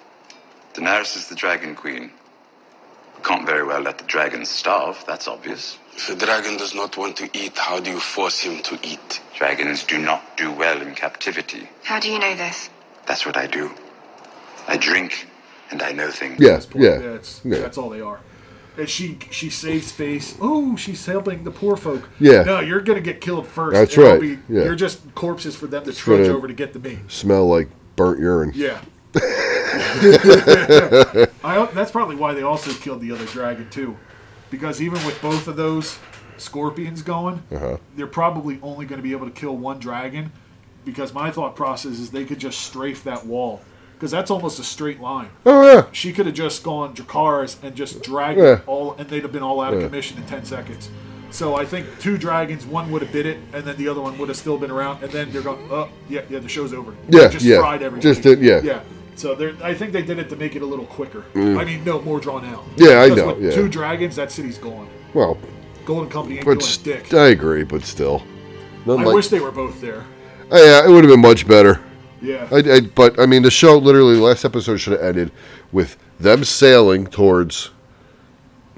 [SPEAKER 6] Daenerys is the dragon queen. We can't very well let the dragons starve, that's obvious.
[SPEAKER 8] If a dragon does not want to eat, how do you force him to eat?
[SPEAKER 6] Dragons do not do well in captivity.
[SPEAKER 7] How do you know this?
[SPEAKER 6] That's what I do. I drink, and I know things.
[SPEAKER 1] Yeah, yeah,
[SPEAKER 4] That's
[SPEAKER 1] yeah.
[SPEAKER 4] that's all they are. And she she saves face. Oh, she's helping the poor folk.
[SPEAKER 1] Yeah.
[SPEAKER 4] No, you're gonna get killed first.
[SPEAKER 1] That's
[SPEAKER 4] It'll
[SPEAKER 1] right. Yeah.
[SPEAKER 4] You're just corpses for them to trudge
[SPEAKER 1] gonna-
[SPEAKER 4] over to get the meat.
[SPEAKER 1] Smell like burnt urine.
[SPEAKER 4] Yeah. I, that's probably why they also killed the other dragon too, because even with both of those scorpions going,
[SPEAKER 1] Uh-huh.
[SPEAKER 4] they're probably only going to be able to kill one dragon. Because my thought process is they could just strafe that wall, because that's almost a straight line.
[SPEAKER 1] Oh yeah.
[SPEAKER 4] She could have just gone Dracarys and just dragged
[SPEAKER 1] Yeah.
[SPEAKER 4] it all, and they'd have been all out of commission in ten seconds. So I think two dragons, one would have bit it, and then the other one would have still been around, and then they're going, oh yeah, yeah, the show's over.
[SPEAKER 1] Yeah,
[SPEAKER 4] just
[SPEAKER 1] yeah.
[SPEAKER 4] fried everything.
[SPEAKER 1] Just did- yeah. Mm.
[SPEAKER 4] yeah. So they're, I think they did it to make it a little quicker. I mean, no more drawn out.
[SPEAKER 1] Yeah, I
[SPEAKER 4] Because
[SPEAKER 1] know,
[SPEAKER 4] With
[SPEAKER 1] yeah.
[SPEAKER 4] Two dragons, that city's gone.
[SPEAKER 1] Well,
[SPEAKER 4] Golden Company ain't
[SPEAKER 1] but
[SPEAKER 4] doing
[SPEAKER 1] st-
[SPEAKER 4] dick.
[SPEAKER 1] I agree, but still, Not
[SPEAKER 4] I
[SPEAKER 1] like-
[SPEAKER 4] wish they were both there.
[SPEAKER 1] Oh, yeah, it would have been much better.
[SPEAKER 4] Yeah.
[SPEAKER 1] I, I, but I mean, the show literally last episode should have ended with them sailing towards,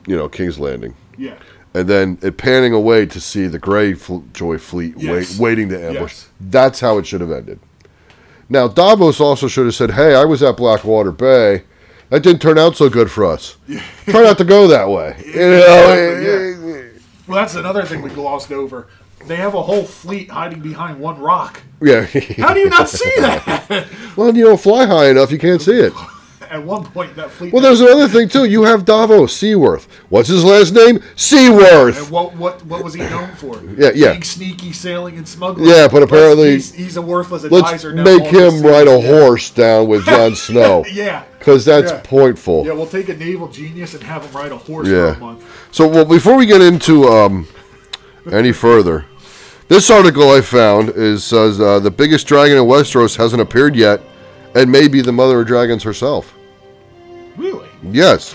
[SPEAKER 1] you know, King's Landing,
[SPEAKER 4] yeah.
[SPEAKER 1] and then it panning away to see the Grey fl- Joy fleet
[SPEAKER 4] Yes.
[SPEAKER 1] wait, waiting to ambush.
[SPEAKER 4] Yes.
[SPEAKER 1] That's how it should have ended. Now Davos also should have said, "Hey, I was at Blackwater Bay. That didn't turn out so good for us. Try not to go that way." You know,
[SPEAKER 4] Exactly,
[SPEAKER 1] eh,
[SPEAKER 4] Well, that's another thing we glossed over. They have a whole fleet hiding behind one rock.
[SPEAKER 1] yeah.
[SPEAKER 4] How do you not see that?
[SPEAKER 1] well, you don't fly high enough, you can't see it.
[SPEAKER 4] At one point, that fleet.
[SPEAKER 1] Well, there's another thing too. You have Davos Seaworth. What's his last name?
[SPEAKER 4] And
[SPEAKER 1] Seaworth.
[SPEAKER 4] what what what was he known for?
[SPEAKER 1] Yeah, yeah.
[SPEAKER 4] Being sneaky, sailing, and smuggling.
[SPEAKER 1] Yeah, but
[SPEAKER 4] Let's-
[SPEAKER 1] apparently-
[SPEAKER 4] he's, he's a worthless
[SPEAKER 1] Let's
[SPEAKER 4] advisor. now
[SPEAKER 1] make
[SPEAKER 4] on this
[SPEAKER 1] him ride a
[SPEAKER 4] series. Yeah.
[SPEAKER 1] horse down with Jon Snow.
[SPEAKER 4] Yeah.
[SPEAKER 1] because that's
[SPEAKER 4] Yeah.
[SPEAKER 1] pointful.
[SPEAKER 4] Yeah, we'll take a naval genius and have him ride a horse
[SPEAKER 1] Yeah.
[SPEAKER 4] for a month.
[SPEAKER 1] So, well, before we get into um, any further, this article I found is says uh, the biggest dragon in Westeros hasn't appeared yet, and may be the mother of dragons herself.
[SPEAKER 4] Really?
[SPEAKER 1] Yes.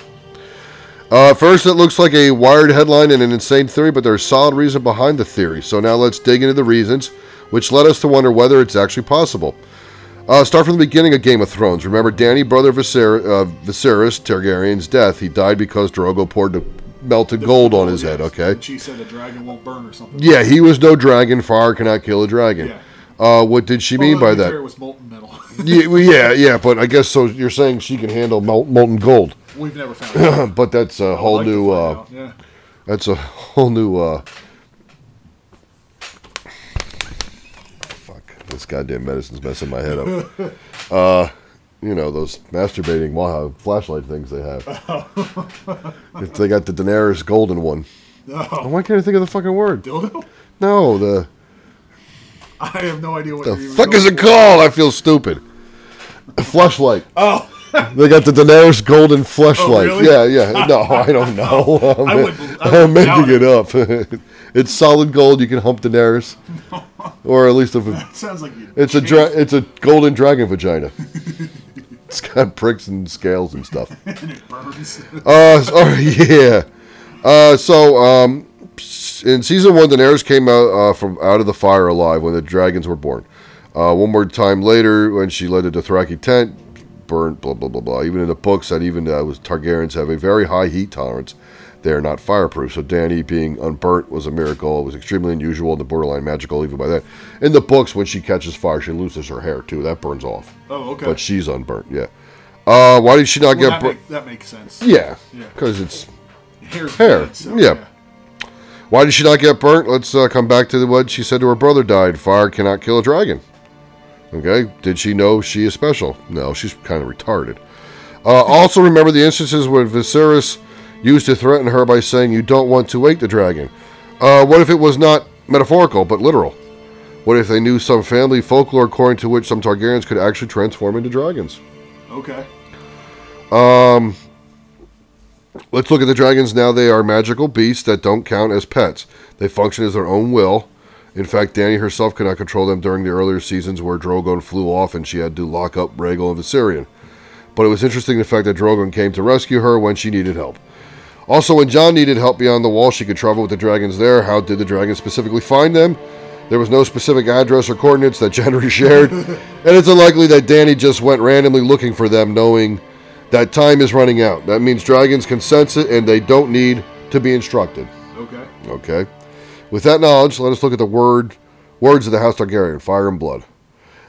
[SPEAKER 1] Uh, first, it looks like a wired headline and an insane theory, but there's solid reason behind the theory. So now let's dig into the reasons, which led us to wonder whether it's actually possible. Uh, start from the beginning of Game of Thrones. Remember Danny, brother of Viser- uh, Viserys Targaryen's death. He died because Drogo poured the melted gold on his head.
[SPEAKER 4] Oh, Yes.
[SPEAKER 1] Okay.
[SPEAKER 4] And she said the dragon won't burn or something.
[SPEAKER 1] Yeah, he was no dragon. Fire cannot kill a dragon.
[SPEAKER 4] Yeah.
[SPEAKER 1] Uh, what did she mean
[SPEAKER 4] Although,
[SPEAKER 1] by
[SPEAKER 4] to be
[SPEAKER 1] that?
[SPEAKER 4] fair, It was molten metal.
[SPEAKER 1] Yeah, well, yeah, yeah. But I guess so. You're saying she can handle mol- molten gold,
[SPEAKER 4] We've never found it.
[SPEAKER 1] but that's a whole
[SPEAKER 4] I'd like to
[SPEAKER 1] new.
[SPEAKER 4] find
[SPEAKER 1] uh,
[SPEAKER 4] out, yeah.
[SPEAKER 1] That's a whole new uh fuck. This goddamn medicine's messing my head up. uh you know, those masturbating Waha flashlight things they have. if they got the Daenerys golden one. Oh, why can't I think of the fucking word?
[SPEAKER 4] Dildo?
[SPEAKER 1] No, the
[SPEAKER 4] I have no idea what
[SPEAKER 1] the
[SPEAKER 4] you're even
[SPEAKER 1] fuck
[SPEAKER 4] going
[SPEAKER 1] is it
[SPEAKER 4] for.
[SPEAKER 1] called? I feel stupid. Flashlight. Oh, they got the Daenerys golden flashlight.
[SPEAKER 4] Oh, really?
[SPEAKER 1] Yeah, yeah. No, I don't know. I'm,
[SPEAKER 4] I would- I
[SPEAKER 1] am
[SPEAKER 4] would doubt
[SPEAKER 1] making it up. it's solid gold. You can hump Daenerys, or at least if it,
[SPEAKER 4] It sounds like you.
[SPEAKER 1] it's a
[SPEAKER 4] changed
[SPEAKER 1] dra- it's a golden dragon vagina. it's got pricks and scales and stuff.
[SPEAKER 4] it burns.
[SPEAKER 1] Uh, sorry, yeah. Uh, so, um, in season one, Daenerys came out uh, from out of the fire alive when the dragons were born. Uh, one more time later, when she led the Dothraki tent, burnt, blah, blah, blah, blah. Even in the books, that even uh, was Targaryens have a very high heat tolerance. They are not fireproof. So, Danny being unburnt was a miracle. It was extremely unusual and the borderline magical, even by that. In the books, when she catches fire, she loses her hair, too. That burns off.
[SPEAKER 4] Oh, okay.
[SPEAKER 1] But she's unburnt, yeah. Uh, why did she not
[SPEAKER 4] Well,
[SPEAKER 1] get
[SPEAKER 4] that,
[SPEAKER 1] burnt?
[SPEAKER 4] make, that makes sense.
[SPEAKER 1] Yeah,
[SPEAKER 4] Yeah.
[SPEAKER 1] because it's.
[SPEAKER 4] Hair's
[SPEAKER 1] Hair,
[SPEAKER 4] dead, so,
[SPEAKER 1] yeah. Why did she not get burnt? Let's uh, come back to the, what she said to her brother died. Fire cannot kill a dragon. Okay, did she know she is special? No, she's kind of retarded. Uh, also, remember the instances when Viserys used to threaten her by saying, You don't want to wake the dragon. Uh, what if it was not metaphorical, but literal? What if they knew some family folklore according to which some Targaryens could actually transform into dragons?
[SPEAKER 4] Okay.
[SPEAKER 1] Let's look at the dragons now. They are magical beasts that don't count as pets. They function as their own will In fact, Danny herself could not control them during the earlier seasons where Drogon flew off and she had to lock up Rhaegal and Viserion. But it was interesting the fact that Drogon came to rescue her when she needed help. Also, when John needed help beyond the wall, she could travel with the dragons there. How did the dragons specifically find them? There was no specific address or coordinates that Jenry shared, and it's unlikely that Danny just went randomly looking for them, knowing that time is running out. That means dragons can sense it and they don't need to be instructed.
[SPEAKER 4] Okay.
[SPEAKER 1] Okay. With that knowledge, let us look at the word words of the House Targaryen, fire and blood.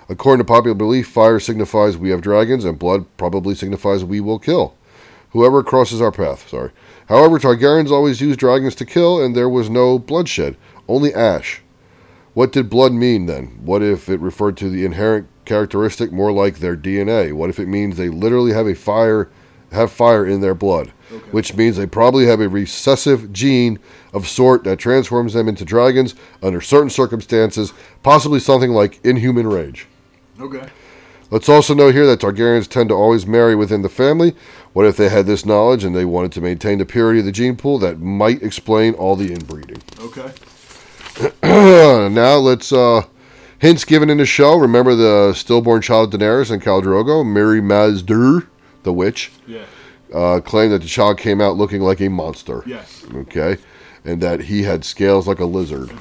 [SPEAKER 1] According to popular belief, fire signifies we have dragons, and blood probably signifies we will kill. Whoever crosses our path, sorry. However, Targaryens always used dragons to kill, and there was no bloodshed, only ash. What did blood mean then? What if it referred to the inherent characteristic more like their DNA? What if it means they literally have a fire have fire in their blood, which means they probably have a recessive gene of sort that transforms them into dragons under certain circumstances, possibly something like inhuman rage.
[SPEAKER 4] Okay.
[SPEAKER 1] Let's also note here that Targaryens tend to always marry within the family. What if they had this knowledge and they wanted to maintain the purity of the gene pool? That might explain all the inbreeding.
[SPEAKER 4] Okay.
[SPEAKER 1] now let's uh hints given in the show. Remember the stillborn child Daenerys and Khal Drogo, Mary Mazdur, the witch,
[SPEAKER 4] Yeah.
[SPEAKER 1] uh, claimed that the child came out looking like a monster.
[SPEAKER 4] Yes.
[SPEAKER 1] Okay, and that he had scales like a lizard,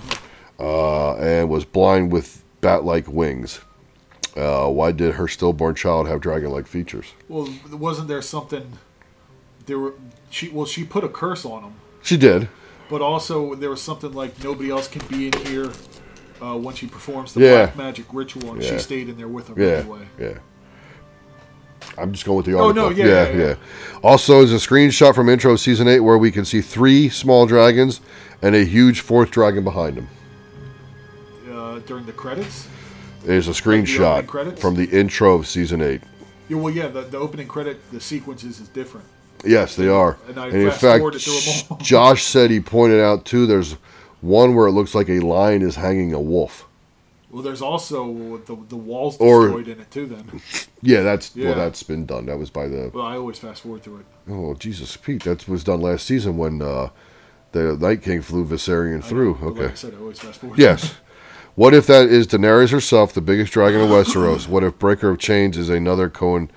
[SPEAKER 1] uh, and was blind with bat-like wings. Uh, why did her stillborn child have dragon-like features?
[SPEAKER 4] Well, wasn't there something? There were she. Well, she put a curse on him,
[SPEAKER 1] She did.
[SPEAKER 4] but also there was something like nobody else can be in here uh, when she performs the
[SPEAKER 1] Yeah.
[SPEAKER 4] black magic ritual, and
[SPEAKER 1] Yeah.
[SPEAKER 4] she stayed in there with him
[SPEAKER 1] Yeah,
[SPEAKER 4] anyway.
[SPEAKER 1] yeah. I'm just going with the
[SPEAKER 4] Oh,
[SPEAKER 1] article.
[SPEAKER 4] no, yeah, yeah, yeah.
[SPEAKER 1] Also, is a screenshot from intro of season eight where we can see three small dragons and a huge fourth dragon behind them.
[SPEAKER 4] Uh, during the credits.
[SPEAKER 1] There's a
[SPEAKER 4] opening
[SPEAKER 1] screenshot
[SPEAKER 4] credits?
[SPEAKER 1] from the intro of season eight.
[SPEAKER 4] Yeah. Well, yeah. The, the opening credit, the sequences is different.
[SPEAKER 1] Yes, they are.
[SPEAKER 4] And I
[SPEAKER 1] in
[SPEAKER 4] fast-forwarded through 'em all.
[SPEAKER 1] Josh said he pointed out too. There's one where it looks like a lion is hanging a wolf.
[SPEAKER 4] Well, there's also the the walls
[SPEAKER 1] Or-
[SPEAKER 4] destroyed in it too. Then.
[SPEAKER 1] Yeah, that's
[SPEAKER 4] Yeah.
[SPEAKER 1] well, that's been done. That was by the
[SPEAKER 4] Well, I always fast forward through it.
[SPEAKER 1] Oh Jesus, Pete! That was done last season when uh, the Night King flew Viserion through.
[SPEAKER 4] But
[SPEAKER 1] Okay.
[SPEAKER 4] Like I said, I always fast forward.
[SPEAKER 1] Yes. What if that is Daenerys herself, the biggest dragon of Westeros? What if Breaker of Chains is another con-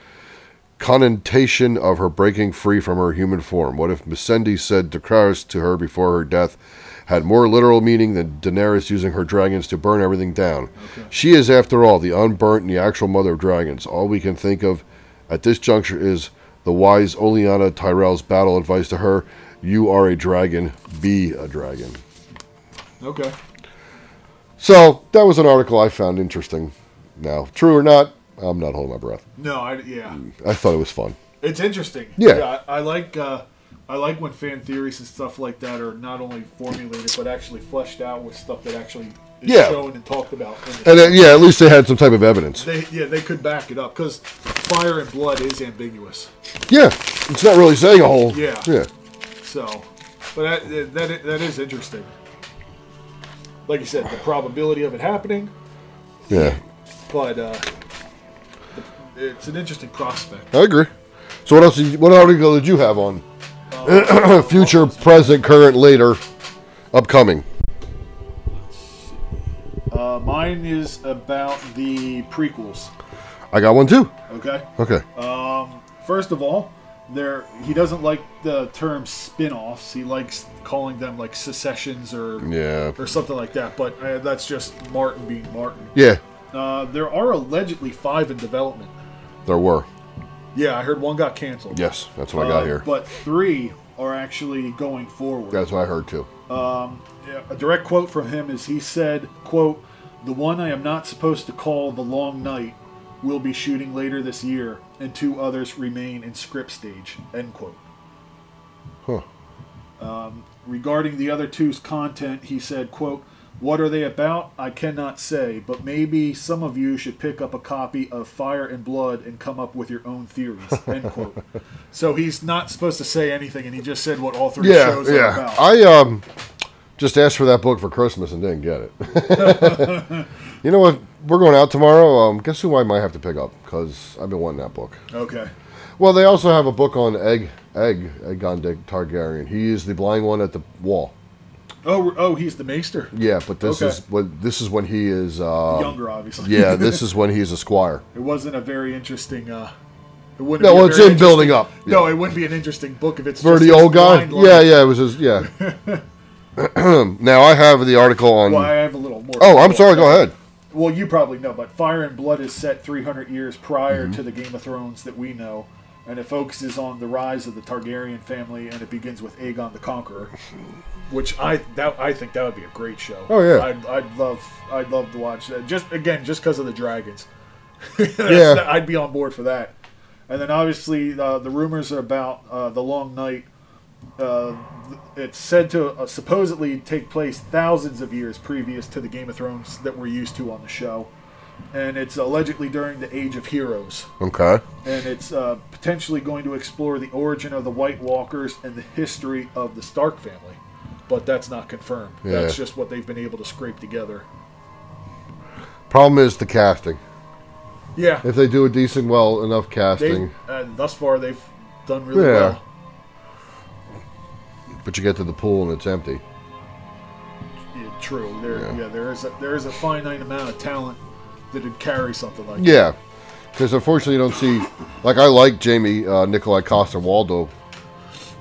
[SPEAKER 1] connotation of her breaking free from her human form? What if Missandei said Dracarys to her before her death had more literal meaning than Daenerys using her dragons to burn everything down? She is, after all, the unburnt and the actual mother of dragons. All we can think of at this juncture is the wise Oleana Tyrell's battle advice to her You are a dragon, be a dragon.
[SPEAKER 4] Okay.
[SPEAKER 1] So that was an article I found interesting. Now, true or not, I'm not holding my breath.
[SPEAKER 4] No, I yeah.
[SPEAKER 1] I thought it was fun.
[SPEAKER 4] It's interesting.
[SPEAKER 1] Mm. Yeah.
[SPEAKER 4] I, I like uh, I like when fan theories and stuff like that are not only formulated but actually fleshed out with stuff that actually is
[SPEAKER 1] Yeah.
[SPEAKER 4] shown and talked about. in the-
[SPEAKER 1] And uh, yeah, at least they had some type of evidence.
[SPEAKER 4] they, yeah, they could back it up because fire and blood is ambiguous.
[SPEAKER 1] Yeah, it's not really saying a whole.
[SPEAKER 4] Yeah.
[SPEAKER 1] yeah,
[SPEAKER 4] So, but that that i- that is interesting. Like you said, the probability of it happening,
[SPEAKER 1] yeah.
[SPEAKER 4] but uh, it's an interesting prospect.
[SPEAKER 1] I agree. So what else? Did you, what article did you have on
[SPEAKER 4] Uh,
[SPEAKER 1] future, present, current, later, upcoming?
[SPEAKER 4] Uh, mine is about the prequels.
[SPEAKER 1] I got one too.
[SPEAKER 4] Okay.
[SPEAKER 1] Okay.
[SPEAKER 4] Uh, First of all, there he doesn't like the term spin-offs. He likes calling them like secessions or
[SPEAKER 1] Yeah.
[SPEAKER 4] or something like that. But uh, that's just Martin being Martin.
[SPEAKER 1] Yeah,
[SPEAKER 4] Uh, there are allegedly five in development.
[SPEAKER 1] there were.
[SPEAKER 4] Yeah, I heard one got canceled.
[SPEAKER 1] Yes, that's what I
[SPEAKER 4] Uh,
[SPEAKER 1] got here.
[SPEAKER 4] But three are actually going forward.
[SPEAKER 1] That's what I heard too.
[SPEAKER 4] Yeah, a direct quote from him is he said, "quote The one I am not supposed to call the Long Night will be shooting later this year, and two others remain in script stage." End quote. Um,
[SPEAKER 1] Huh.
[SPEAKER 4] regarding the other two's content he said quote what are they about i cannot say but maybe some of you should pick up a copy of fire and blood and come up with your own theories end quote so he's not supposed to say anything and he just said what all three
[SPEAKER 1] Yeah,
[SPEAKER 4] shows are
[SPEAKER 1] yeah.
[SPEAKER 4] about
[SPEAKER 1] I um just asked for that book for Christmas and didn't get it. you know what? We're going out tomorrow. Um, guess who I might have to pick up because I've been wanting that book.
[SPEAKER 4] okay
[SPEAKER 1] Well, they also have a book on Egg Egg Egon Targaryen. He is the blind one at the wall.
[SPEAKER 4] Oh, oh, he's the maester.
[SPEAKER 1] Yeah, but this
[SPEAKER 4] Okay.
[SPEAKER 1] is what this is when he is. Uh,
[SPEAKER 4] Younger, obviously.
[SPEAKER 1] yeah, this is when he's a squire.
[SPEAKER 4] It wasn't a very interesting. Uh, it wouldn't.
[SPEAKER 1] No,
[SPEAKER 4] be a
[SPEAKER 1] well, it's
[SPEAKER 4] very
[SPEAKER 1] in building
[SPEAKER 4] interesting-
[SPEAKER 1] up.
[SPEAKER 4] No, it wouldn't be an interesting book if it's
[SPEAKER 1] For
[SPEAKER 4] just
[SPEAKER 1] the
[SPEAKER 4] his
[SPEAKER 1] old guy.
[SPEAKER 4] blind
[SPEAKER 1] Yeah,
[SPEAKER 4] line.
[SPEAKER 1] yeah, it was his. Yeah. now I have the article on.
[SPEAKER 4] Well, I have a little more.
[SPEAKER 1] oh, I'm sorry. Go ahead.
[SPEAKER 4] Well, you probably know, but Fire and Blood is set 300 years prior
[SPEAKER 1] Mm-hmm.
[SPEAKER 4] to the Game of Thrones that we know, and it focuses on the rise of the Targaryen family, and it begins with Aegon the Conqueror, which I that I think that would be a great show.
[SPEAKER 1] Oh, yeah.
[SPEAKER 4] I'd, I'd love I'd love to watch that. Just again, just because of the dragons.
[SPEAKER 1] Yeah.
[SPEAKER 4] I'd be on board for that. And then obviously uh, the rumors about uh, the Long Night. Uh, it's said to uh, supposedly take place thousands of years previous to the Game of Thrones that we're used to on the show, and it's allegedly during the Age of Heroes,
[SPEAKER 1] Okay.
[SPEAKER 4] and it's uh, potentially going to explore the origin of the White Walkers and the history of the Stark family, but that's not confirmed. That's
[SPEAKER 1] Yeah.
[SPEAKER 4] just what they've been able to scrape together.
[SPEAKER 1] Problem is the casting.
[SPEAKER 4] Yeah,
[SPEAKER 1] If they do a decent, well enough
[SPEAKER 4] they
[SPEAKER 1] casting,
[SPEAKER 4] uh, thus far they've done really
[SPEAKER 1] Yeah.
[SPEAKER 4] well.
[SPEAKER 1] but you get to the pool and it's empty.
[SPEAKER 4] Yeah, true. There, yeah. there is a, there is a finite amount of talent that would carry something like
[SPEAKER 1] Yeah, because unfortunately you don't see like I like Jamie uh, Nikolai Costa Waldo,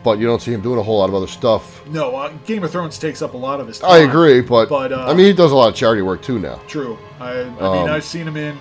[SPEAKER 1] but you don't see him doing a whole lot of other stuff.
[SPEAKER 4] No, uh, Game of Thrones takes up a lot of his time.
[SPEAKER 1] I agree, but,
[SPEAKER 4] But, uh,
[SPEAKER 1] I mean Um, he does a lot of charity work too now.
[SPEAKER 4] True. I, I mean, I've seen him in.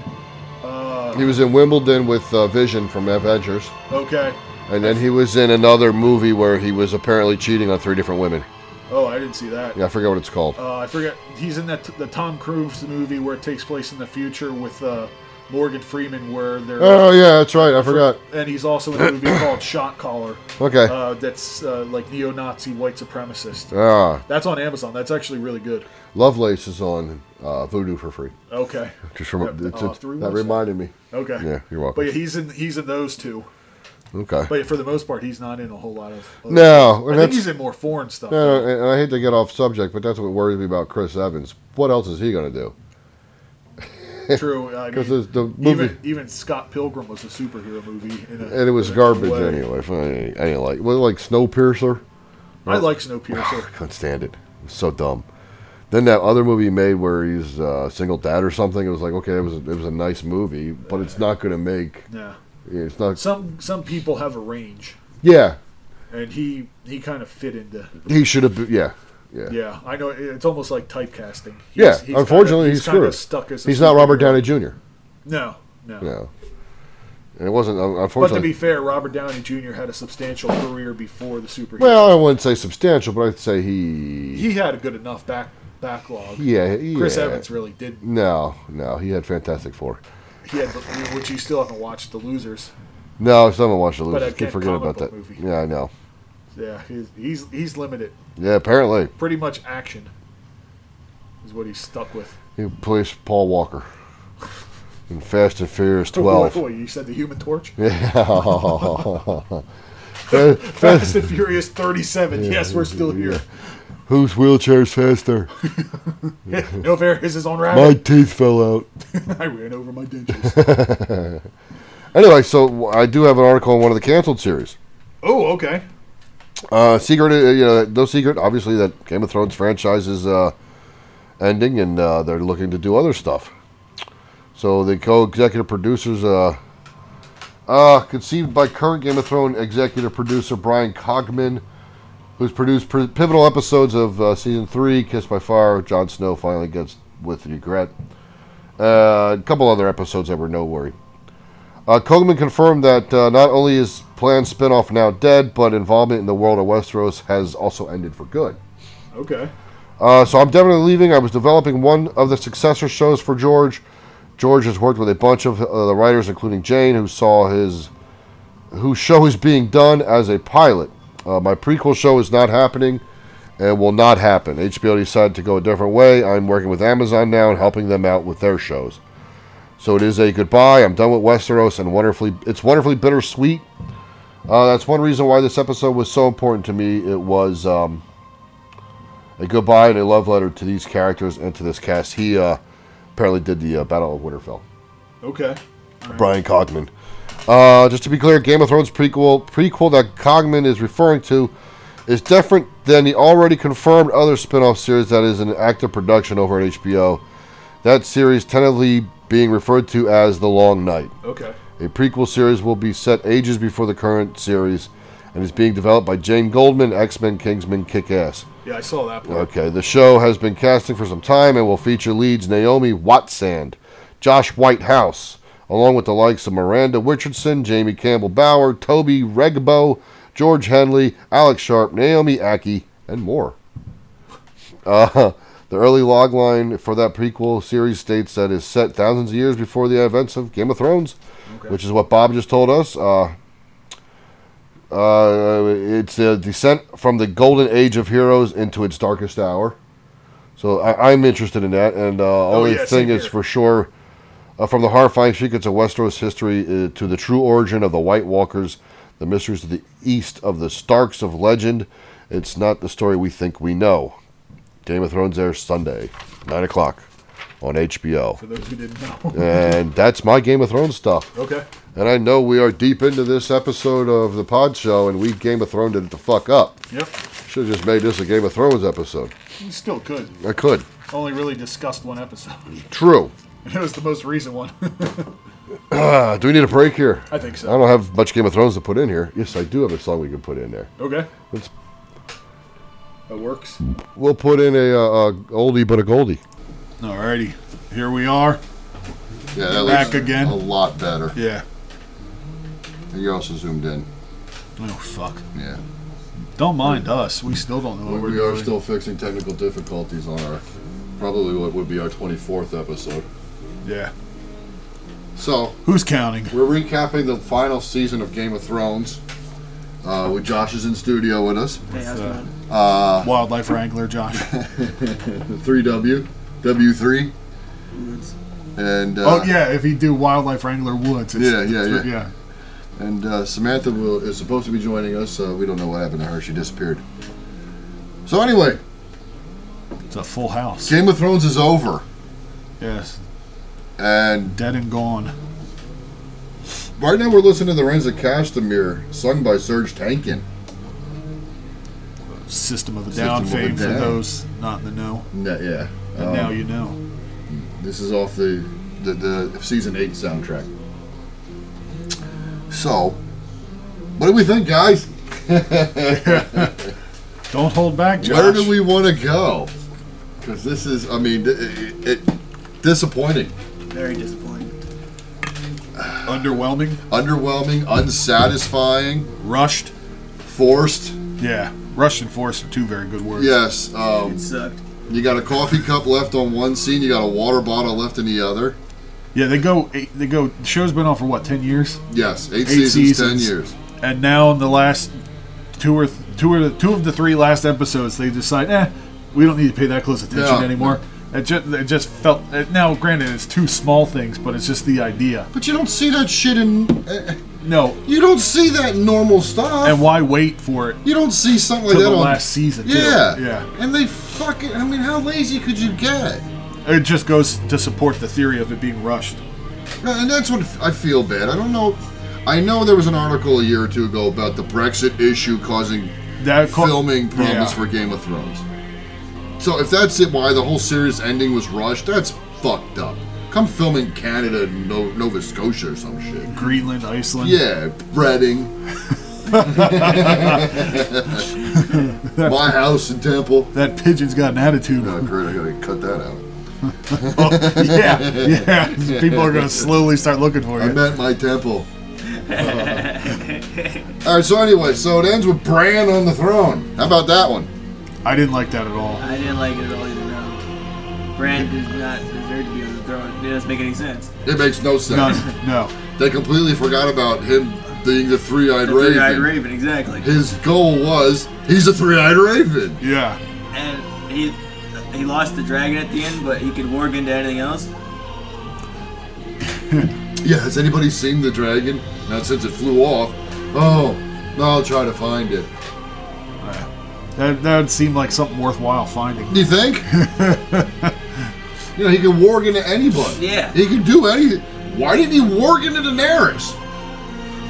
[SPEAKER 4] Uh,
[SPEAKER 1] He was in Wimbledon with uh, Vision from Avengers,
[SPEAKER 4] okay.
[SPEAKER 1] and then he was in another movie where he was apparently cheating on three different women.
[SPEAKER 4] Oh, I didn't see that.
[SPEAKER 1] Yeah, I forget what it's called.
[SPEAKER 4] Uh, I forget. He's in that the Tom Cruise movie where it takes place in the future with uh, Morgan Freeman, where they're.
[SPEAKER 1] oh yeah, that's right. I forgot.
[SPEAKER 4] And he's also in a movie called Shot Caller.
[SPEAKER 1] Okay.
[SPEAKER 4] Uh, that's uh, like neo-Nazi white supremacist.
[SPEAKER 1] Ah,
[SPEAKER 4] That's on Amazon. That's actually really good.
[SPEAKER 1] Lovelace is on uh, Voodoo for free.
[SPEAKER 4] Okay.
[SPEAKER 1] Just rem-
[SPEAKER 4] Yep, Uh,
[SPEAKER 1] it's-
[SPEAKER 4] I'll
[SPEAKER 1] it's-
[SPEAKER 4] have to rewatch
[SPEAKER 1] that
[SPEAKER 4] that.
[SPEAKER 1] reminded me.
[SPEAKER 4] Okay.
[SPEAKER 1] Yeah, you're welcome.
[SPEAKER 4] But yeah, he's in he's in those two.
[SPEAKER 1] Okay.
[SPEAKER 4] But for the most part, he's not in a whole lot of. of-
[SPEAKER 1] No,
[SPEAKER 4] I
[SPEAKER 1] and
[SPEAKER 4] think
[SPEAKER 1] that's-
[SPEAKER 4] he's in more foreign stuff.
[SPEAKER 1] No, no, and I hate to get off subject, but that's what worries me about Chris Evans. What else is he going to do?
[SPEAKER 4] True. I
[SPEAKER 1] 'Cause
[SPEAKER 4] mean,
[SPEAKER 1] it's the movie-
[SPEAKER 4] Mm. Even, even Scott Pilgrim was a superhero movie. In a,
[SPEAKER 1] And it was
[SPEAKER 4] in a
[SPEAKER 1] garbage
[SPEAKER 4] way.
[SPEAKER 1] anyway. If I, I didn't like. Was it like Snowpiercer?
[SPEAKER 4] I like Snowpiercer.
[SPEAKER 1] Couldn't stand it. It was so dumb. Then that other movie he made where he's uh, single dad or something. It was like okay, it was a, it was a nice movie, but it's not going to make.
[SPEAKER 4] yeah.
[SPEAKER 1] It's not.
[SPEAKER 4] Some some people have a range,
[SPEAKER 1] Yeah,
[SPEAKER 4] and he he kind of fit into.
[SPEAKER 1] he should have. Yeah, yeah,
[SPEAKER 4] Yeah, I know. It's almost like typecasting. He's,
[SPEAKER 1] yeah.
[SPEAKER 4] he's
[SPEAKER 1] unfortunately,
[SPEAKER 4] kinda,
[SPEAKER 1] he's,
[SPEAKER 4] kinda
[SPEAKER 1] screwed.
[SPEAKER 4] stuck as. a
[SPEAKER 1] he's not Robert
[SPEAKER 4] superhero.
[SPEAKER 1] Downey Jr.
[SPEAKER 4] No, no.
[SPEAKER 1] No, and it wasn't. uh,
[SPEAKER 4] But to
[SPEAKER 1] Unfortunately,
[SPEAKER 4] be fair, Robert Downey Jr. had a substantial career before the superhero.
[SPEAKER 1] well, I wouldn't say substantial, but I'd say he.
[SPEAKER 4] he had a good enough back backlog.
[SPEAKER 1] Yeah, yeah.
[SPEAKER 4] Chris Evans really didn't.
[SPEAKER 1] No, no, he had Fantastic Four.
[SPEAKER 4] He had, which you still haven't watched, The Losers.
[SPEAKER 1] No, someone watched the
[SPEAKER 4] But
[SPEAKER 1] losers. Keep
[SPEAKER 4] again,
[SPEAKER 1] forgetting
[SPEAKER 4] comic
[SPEAKER 1] about
[SPEAKER 4] book
[SPEAKER 1] that.
[SPEAKER 4] movie.
[SPEAKER 1] Yeah, I know.
[SPEAKER 4] Yeah, he's he's, he's limited.
[SPEAKER 1] Yeah, apparently
[SPEAKER 4] Pretty much action is what he's stuck with.
[SPEAKER 1] he plays Paul Walker in Fast and Furious
[SPEAKER 4] Oh,
[SPEAKER 1] Twelve.
[SPEAKER 4] boy, you said the Human Torch. Fast
[SPEAKER 1] Fast-
[SPEAKER 4] and Furious 37. yes, we're still here.
[SPEAKER 1] Whose wheelchair's faster?
[SPEAKER 4] No fair is his own
[SPEAKER 1] My
[SPEAKER 4] rabbit.
[SPEAKER 1] teeth fell out.
[SPEAKER 4] I ran over my dentures.
[SPEAKER 1] Anyway, so I do have an article on one of the canceled series.
[SPEAKER 4] oh, okay.
[SPEAKER 1] Uh, secret, uh, you know, no secret. Obviously, that Game of Thrones franchise is uh, ending, and uh, they're looking to do other stuff. So the co-executive producers, uh, uh, conceived by current Game of Thrones executive producer Brian Cogman, who's produced pri- pivotal episodes of uh, season three, Kiss by Fire, Jon Snow finally gets with regret, uh, a couple other episodes that were no worry. Uh, Kogman confirmed that uh, not only is planned spinoff now dead, but involvement in the world of Westeros has also ended for good.
[SPEAKER 4] Okay.
[SPEAKER 1] Uh, so I'm definitely leaving. I was developing one of the successor shows for George. George has worked with a bunch of uh, the writers, including Jane, who saw his whose show is being done as a pilot. Uh, my prequel show is not happening and will not happen. HBO decided to go a different way. I'm working with Amazon now and helping them out with their shows. So it is a goodbye. I'm done with Westeros and wonderfully it's wonderfully bittersweet. Uh, that's one reason why this episode was so important to me. It was um, a goodbye and a love letter to these characters and to this cast. He uh, apparently did the uh, Battle of Winterfell.
[SPEAKER 4] Okay.
[SPEAKER 1] Brian Cogman. Uh, just to be clear, Game of Thrones prequel prequel that Cogman is referring to is different than the already confirmed other spin-off series that is in active production over at HBO. That series tentatively being referred to as The Long Night.
[SPEAKER 4] Okay.
[SPEAKER 1] A prequel series will be set ages before the current series and is being developed by Jane Goldman, X-Men, Kingsman, Kick-Ass.
[SPEAKER 4] Yeah, I saw that part.
[SPEAKER 1] Okay, the show has been casting for some time and will feature leads Naomi Wattsand, Josh Whitehouse, along with the likes of Miranda Richardson, Jamie Campbell Bower, Toby Regbo, George Henley, Alex Sharp, Naomi Aki, and more. Uh, the early logline for that prequel series states that is set thousands of years before the events of Game of Thrones, which is what Bob just told us. Uh, uh, it's a descent from the golden age of heroes into its darkest hour. So I, I'm interested in that, and uh, only
[SPEAKER 4] yeah,
[SPEAKER 1] thing
[SPEAKER 4] same
[SPEAKER 1] is
[SPEAKER 4] here.
[SPEAKER 1] for sure, uh, from the horrifying secrets of Westeros history uh, to the true origin of the White Walkers, the mysteries of the East of the Starks of legend, it's not the story we think we know. Game of Thrones airs Sunday, nine o'clock, on
[SPEAKER 4] For
[SPEAKER 1] HBO,
[SPEAKER 4] those who didn't know.
[SPEAKER 1] and that's my Game of Thrones stuff.
[SPEAKER 4] Okay.
[SPEAKER 1] And I know we are deep into this episode of the Pod Show, and we Game of Thrones it the fuck up.
[SPEAKER 4] Yep.
[SPEAKER 1] Should have just made this a Game of Thrones episode.
[SPEAKER 4] You still could.
[SPEAKER 1] I could.
[SPEAKER 4] Only really discussed one episode.
[SPEAKER 1] True.
[SPEAKER 4] It was the most recent one.
[SPEAKER 1] Uh, do we need a break here?
[SPEAKER 4] I think so.
[SPEAKER 1] I don't have much Game of Thrones to put in here. Yes, I do have a song we can put in there.
[SPEAKER 4] okay.
[SPEAKER 1] Let's.
[SPEAKER 4] That works.
[SPEAKER 1] We'll put in a, uh, uh oldie but a goldie.
[SPEAKER 4] Alrighty. Here we are.
[SPEAKER 9] Yeah, that
[SPEAKER 4] Back
[SPEAKER 9] looks
[SPEAKER 4] again.
[SPEAKER 9] A lot better.
[SPEAKER 4] Yeah.
[SPEAKER 9] And you're also zoomed in.
[SPEAKER 4] Oh fuck.
[SPEAKER 9] Yeah.
[SPEAKER 4] Don't mind us. We still don't know what
[SPEAKER 9] We,
[SPEAKER 4] we're
[SPEAKER 9] we are
[SPEAKER 4] doing.
[SPEAKER 9] still fixing technical difficulties on our probably what would be our 24th episode.
[SPEAKER 4] yeah.
[SPEAKER 9] So
[SPEAKER 4] Who's counting?
[SPEAKER 9] we're recapping the final season of Game of Thrones. Uh, with Josh is in studio with us. Uh,
[SPEAKER 4] Wildlife wrangler Josh.
[SPEAKER 9] The 3W, W3, and uh,
[SPEAKER 4] oh yeah, if he do wildlife wrangler woods. It's,
[SPEAKER 9] Yeah, yeah,
[SPEAKER 4] it's-
[SPEAKER 9] yeah. and uh, Samantha will, is supposed to be joining us. Uh, we don't know what happened to her. She disappeared. So anyway,
[SPEAKER 4] It's a full house.
[SPEAKER 9] Game of Thrones is over,
[SPEAKER 4] Yes.
[SPEAKER 9] and
[SPEAKER 4] Dead and gone.
[SPEAKER 9] Right now, we're listening to the Renza Castamere, sung by Serge Tankin.
[SPEAKER 4] System of the
[SPEAKER 9] System
[SPEAKER 4] Down
[SPEAKER 9] of a
[SPEAKER 4] fame for
[SPEAKER 9] Down.
[SPEAKER 4] those not in the know.
[SPEAKER 9] No, yeah.
[SPEAKER 4] And now you know.
[SPEAKER 9] This is off the, the, the season 8 soundtrack. So, what do we think, guys?
[SPEAKER 4] Don't hold back, Josh.
[SPEAKER 9] Where do we want to go? Because this is, I mean, it, it, disappointing,
[SPEAKER 3] Very disappointing.
[SPEAKER 4] Underwhelming.
[SPEAKER 9] underwhelming, unsatisfying,
[SPEAKER 4] Rushed.
[SPEAKER 9] forced.
[SPEAKER 4] Yeah. Rushed and forced are two very good words.
[SPEAKER 9] Yes, um,
[SPEAKER 3] It sucked.
[SPEAKER 9] you got a coffee cup left on one scene, you got a water bottle left in the other.
[SPEAKER 4] Yeah, they go. They go. The show's been on for what ten years,
[SPEAKER 9] Yes, eight,
[SPEAKER 4] Eight
[SPEAKER 9] seasons, ten
[SPEAKER 4] seasons.
[SPEAKER 9] years.
[SPEAKER 4] and now in the last two or th- two or the, two of the three last episodes, they decide, eh, we don't need to pay that close attention
[SPEAKER 9] Yeah.
[SPEAKER 4] anymore. It just, it just felt. It, now, granted, it's two small things, but it's just the idea.
[SPEAKER 9] But you don't see that shit in. eh,
[SPEAKER 4] No,
[SPEAKER 9] You don't see that in normal stuff.
[SPEAKER 4] and why wait for it
[SPEAKER 9] you don't see something
[SPEAKER 4] to
[SPEAKER 9] like
[SPEAKER 4] the
[SPEAKER 9] that on
[SPEAKER 4] last season? too?
[SPEAKER 9] Yeah,
[SPEAKER 4] yeah.
[SPEAKER 9] And they fucking. I mean, how lazy could you get?
[SPEAKER 4] It just goes to support the theory of it being rushed.
[SPEAKER 9] And that's what I feel bad. I don't know. I know there was an article a year or two ago about the Brexit issue causing
[SPEAKER 4] That co-
[SPEAKER 9] filming problems
[SPEAKER 4] Yeah.
[SPEAKER 9] for Game of Thrones. So if that's it, why the whole series ending was rushed? That's fucked up. Come film in Canada, and No- Nova Scotia, or some shit.
[SPEAKER 4] Greenland, Iceland.
[SPEAKER 9] Yeah, breading. My house and temple.
[SPEAKER 4] That pigeon's got an attitude.
[SPEAKER 9] Oh, great, I gotta cut that out.
[SPEAKER 4] yeah, yeah. People are going to slowly start looking for
[SPEAKER 9] I
[SPEAKER 4] you.
[SPEAKER 9] meant my temple. All right, so anyway, so it ends with Bran on the throne. How about that one?
[SPEAKER 4] I didn't like that at all.
[SPEAKER 3] I didn't like it at all either. No. Brand does not deserve to be on the throne. It doesn't make any sense.
[SPEAKER 9] It makes no sense.
[SPEAKER 4] None. No.
[SPEAKER 9] They completely forgot about him being the three-eyed
[SPEAKER 3] The
[SPEAKER 9] raven.
[SPEAKER 3] three-eyed raven, exactly.
[SPEAKER 9] His goal was he's a three-eyed raven.
[SPEAKER 4] Yeah.
[SPEAKER 3] And he he lost the dragon at the end, but he could warg into anything else.
[SPEAKER 9] Yeah, has anybody seen the dragon? Not since it flew off. Oh, no, I'll try to find it.
[SPEAKER 4] That, that would seem like something worthwhile finding.
[SPEAKER 9] Do you think? you know, he can warg into anybody.
[SPEAKER 3] Yeah.
[SPEAKER 9] He can do anything. Why didn't he warg into Daenerys?